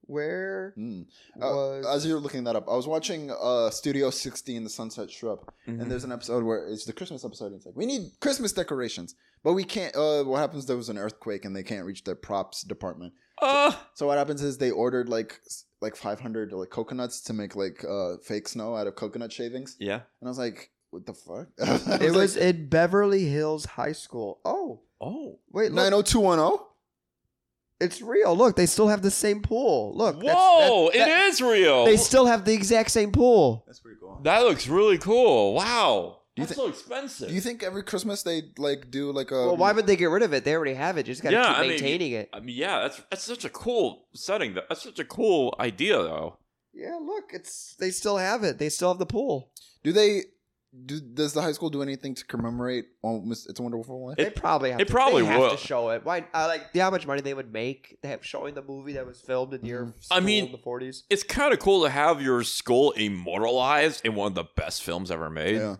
Where Hmm. Uh, was? as you were looking that up, I was watching uh, Studio 16, The Sunset Strip, Mhm. and Mm-hmm. there's an episode where it's the Christmas episode. And it's like we need Christmas decorations, but we can't. Uh, what happens? There was an earthquake, and they can't reach their props department. Uh, So what happens is they ordered like s- like 500 like coconuts to make like uh, fake snow out of coconut shavings, yeah. and I was like, what the fuck? it was in Beverly Hills High School. Oh, Oh. wait, look, 90210. it's real. Look, they still have the same pool. Look, that's- Whoa! that- that- it is real. They still have the exact same pool. That's pretty cool. that looks really cool. Wow. Do you That's thi- so expensive. Do you think every Christmas they like do like a? well, why would they get rid of it? They already have it. Just gotta Yeah, keep I mean, maintaining it. I mean, yeah, that's that's such a cool setting. Though. That's such a cool idea, though. Yeah, look, it's they still have it. They still have the pool. do they? Do, does the high school do anything to commemorate? Oh, Miss- it's a wonderful life. they probably have it to, probably they have will. to show it. Why? I like the how much money they would make. They have showing the movie that was filmed in your. I mean- school in the forties. It's kind of cool to have your school immortalized in one of the best films ever made. yeah.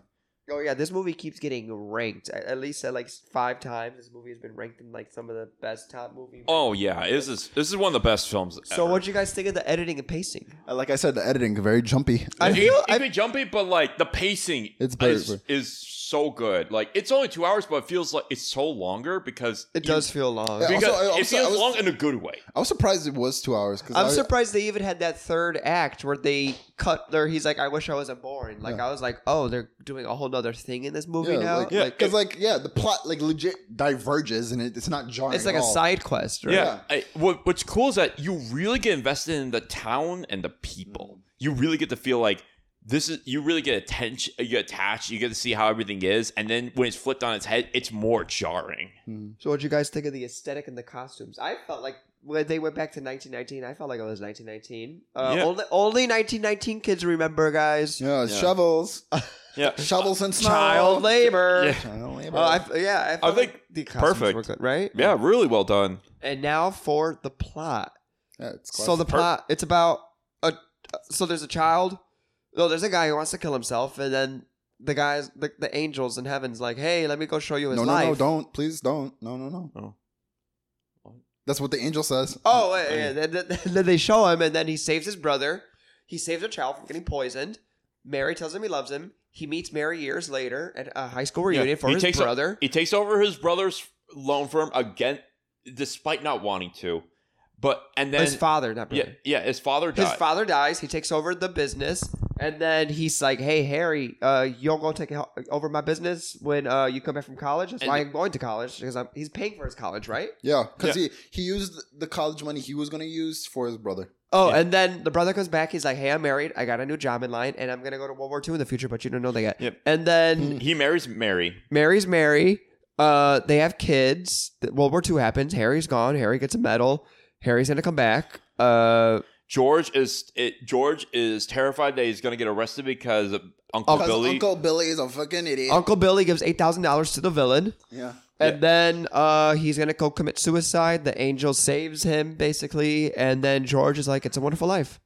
Oh yeah, this movie keeps getting ranked at, at least at like five times. This movie has been ranked in like some of the best top movie. Oh yeah, this is this is one of the best films. so ever. what do you guys think of the editing and pacing? Uh, Like I said, the editing very jumpy. I It- feel- it, it'd be jumpy, but like the pacing It's better, is, but- is so good. Like it's only two hours, but it feels like it's so longer because It does feel uh, long. Yeah, because Also, I- it also, I feels was- long in a good way. I was surprised it was two hours because I'm surprised they even had that third act where they cut there. He's like, I wish I wasn't born. Like Yeah. I was like, oh, they're doing a whole other thing in this movie Yeah, now. like, Yeah, yeah, because like yeah, the plot like legit diverges and it, it's not jarring. it's like at a all. side quest, right? Yeah. I, what, what's cool is that you really get invested in the town and the people. You really get to feel like this is. You really get attention. You get attached. You get to see how everything is, and then when it's flipped on its head, it's more jarring. Mm. So what do you guys think of the aesthetic and the costumes? I felt like when they went back to 1919, I felt like it was 1919. Uh, Yeah. Only only 1919 kids remember, guys. Yeah, shovels, Yeah. shovels and snow. Child labor. Yeah. Child labor. Uh, I f- yeah, I, felt think like the costumes perfect. were good, right? Yeah. Really well done. And now for the plot. Yeah, it's So the classic. plot it's about a so there's a child. No, there's a guy who wants to kill himself, and then the guys, the, the angels in heaven's like, "Hey, let me go show you his no, no, life." no, don't please don't. No, no, no. Oh. That's what the angel says. Oh, wait, yeah, then, then- then they show him, and then he saves his brother. He saves a child from getting poisoned. Mary tells him he loves him. He meets Mary years later at a high school reunion for he his takes o- brother. He takes over his brother's loan firm again, despite not wanting to. But and then his father, not yeah, brother. yeah, his father died. His father dies. He takes over the business, and then he's like, "Hey, Harry, uh, you'll go take o- over my business when uh, you come back from college. That's And- why I'm going to college because I'm, he's paying for his college, right? Yeah, because he he used the college money he was gonna use for his brother. Oh, and then the brother comes back. He's like, "Hey, I'm married. I got a new job in line, and I'm gonna go to World War II in the future, but you don't know that yet." Yep. Mm. And then he marries Mary. Mary's Mary. Uh, they have kids. The- World War II happens. Harry's gone. Harry gets a medal. Harry's gonna come back. Uh, George is it, George is terrified that he's going to get arrested because of Uncle Because Billy. Uncle Billy is a fucking idiot. Uncle Billy gives eight thousand dollars to the villain, yeah, and then uh, he's gonna go commit suicide. The angel saves him basically, and then George is like, "It's a wonderful life."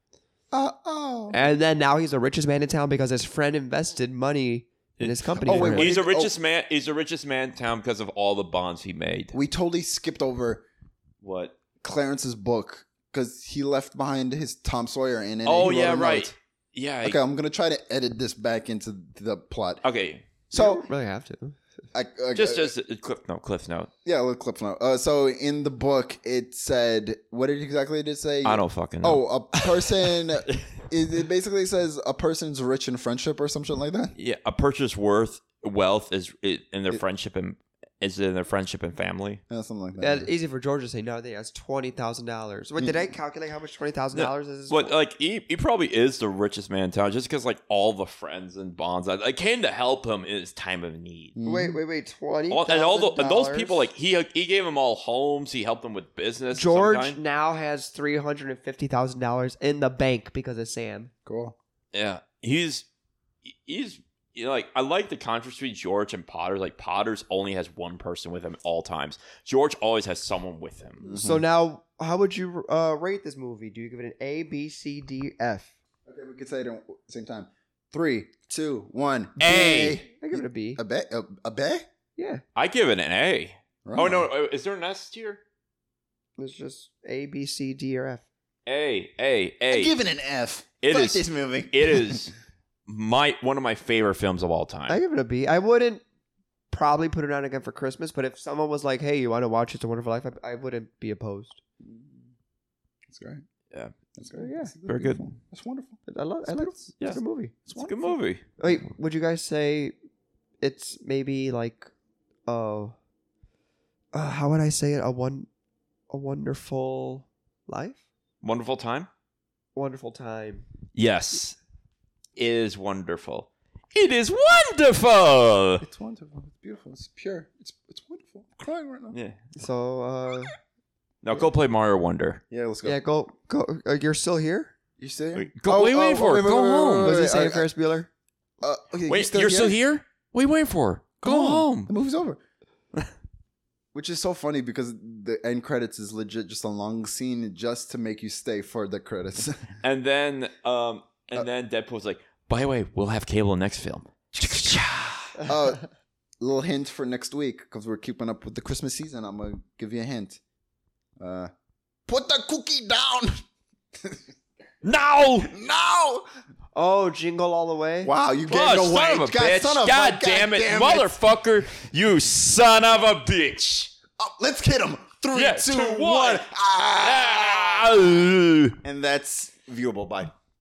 Uh, oh. And then now he's the richest man in town because his friend invested money in his company. Oh, for wait, him. what he's the did- oh. richest man. He's the richest man in town because of all the bonds he made. We totally skipped over What? Clarence's book because he left behind his Tom Sawyer in it. Oh He wrote yeah, a note. right. Yeah. Okay, uh, I'm gonna try to edit this back into the plot. Okay. So really have to. I, I, Just as a cliff note, cliff note. yeah, a little clip note. Uh, so in the book, it said what did exactly did it say? I don't fucking know. Oh, a person. it, it basically says a person's rich in friendship or something like that. yeah, a purchase worth wealth is i- in their friendship and is in their friendship and family. Yeah, something like that. That's easy for George to say. No, I think that's twenty thousand dollars. Wait, did Hmm. I calculate how much twenty thousand dollars is? But like he, he probably is the richest man in town just because like all the friends and bonds that that came to help him in his time of need. Mm-hmm. wait, wait, wait, twenty. All, and all the, and those people like he he gave them all homes. He helped them with business. of some George kind. now has three hundred and fifty thousand dollars in the bank because of Sam. Cool. Yeah, he's he's you know, like I like the contrast between George and Potter. Like Potter's only has one person with him at all times. George always has someone with him. So now, how would you uh, rate this movie? Do you give it an A, B, C, D, F? Mm-hmm. Okay, we could say it at the same time. Three, two, one. A. Bay. I give it a B. A bay. A, a bay. Yeah, I give it an A. Right Oh on. no, uh, is there an S tier? it's just A, B, C, D, or F. A A I A. give it an F. It Fuck is- this movie. It is my one of my favorite films of all time. I give it a B. I wouldn't probably put it on again for Christmas, but if someone was like, "Hey, you want to watch It's a Wonderful Life," I, I wouldn't be opposed. That's great. Yeah. That's great. Yeah. That's Very good. beautiful. That's wonderful. I love. I like. It's Yeah. a good movie. it's a good movie. Wait, would you guys say it's maybe like, oh, uh, how would I say it? A one, a wonderful life, Wonderful time. wonderful time. Yes, it is wonderful. It is wonderful. It's wonderful. It's beautiful. It's pure. It's it's wonderful. I'm crying right now. Yeah. So, uh, Now go play Mario Wonder. Yeah, let's go. yeah, go, go. Uh, you're still here? You still here? Go- what are you waiting for? Go home. Was Oh, wait, he wait, saying I- Ferris Bueller? Uh, okay, Wait, you're still here? What are you waiting for? Go home. The movie's over. Which is so funny because the end credits is legit just a long scene just to make you stay for the credits. And then, um, and then Deadpool's like, "By the way, we'll have cable next film." uh, little hint for next week because we're keeping up with the Christmas season. I'm gonna give you a hint. Uh, put the cookie down. No! No! Oh, Jingle All the Way. Wow, you Oh, gave son away. of a bitch! son of a- God damn it, motherfucker! You son of a bitch! Oh, let's hit him. Three, Yeah, two, one. two, one. Ah! Ah! And that's viewable. Bye.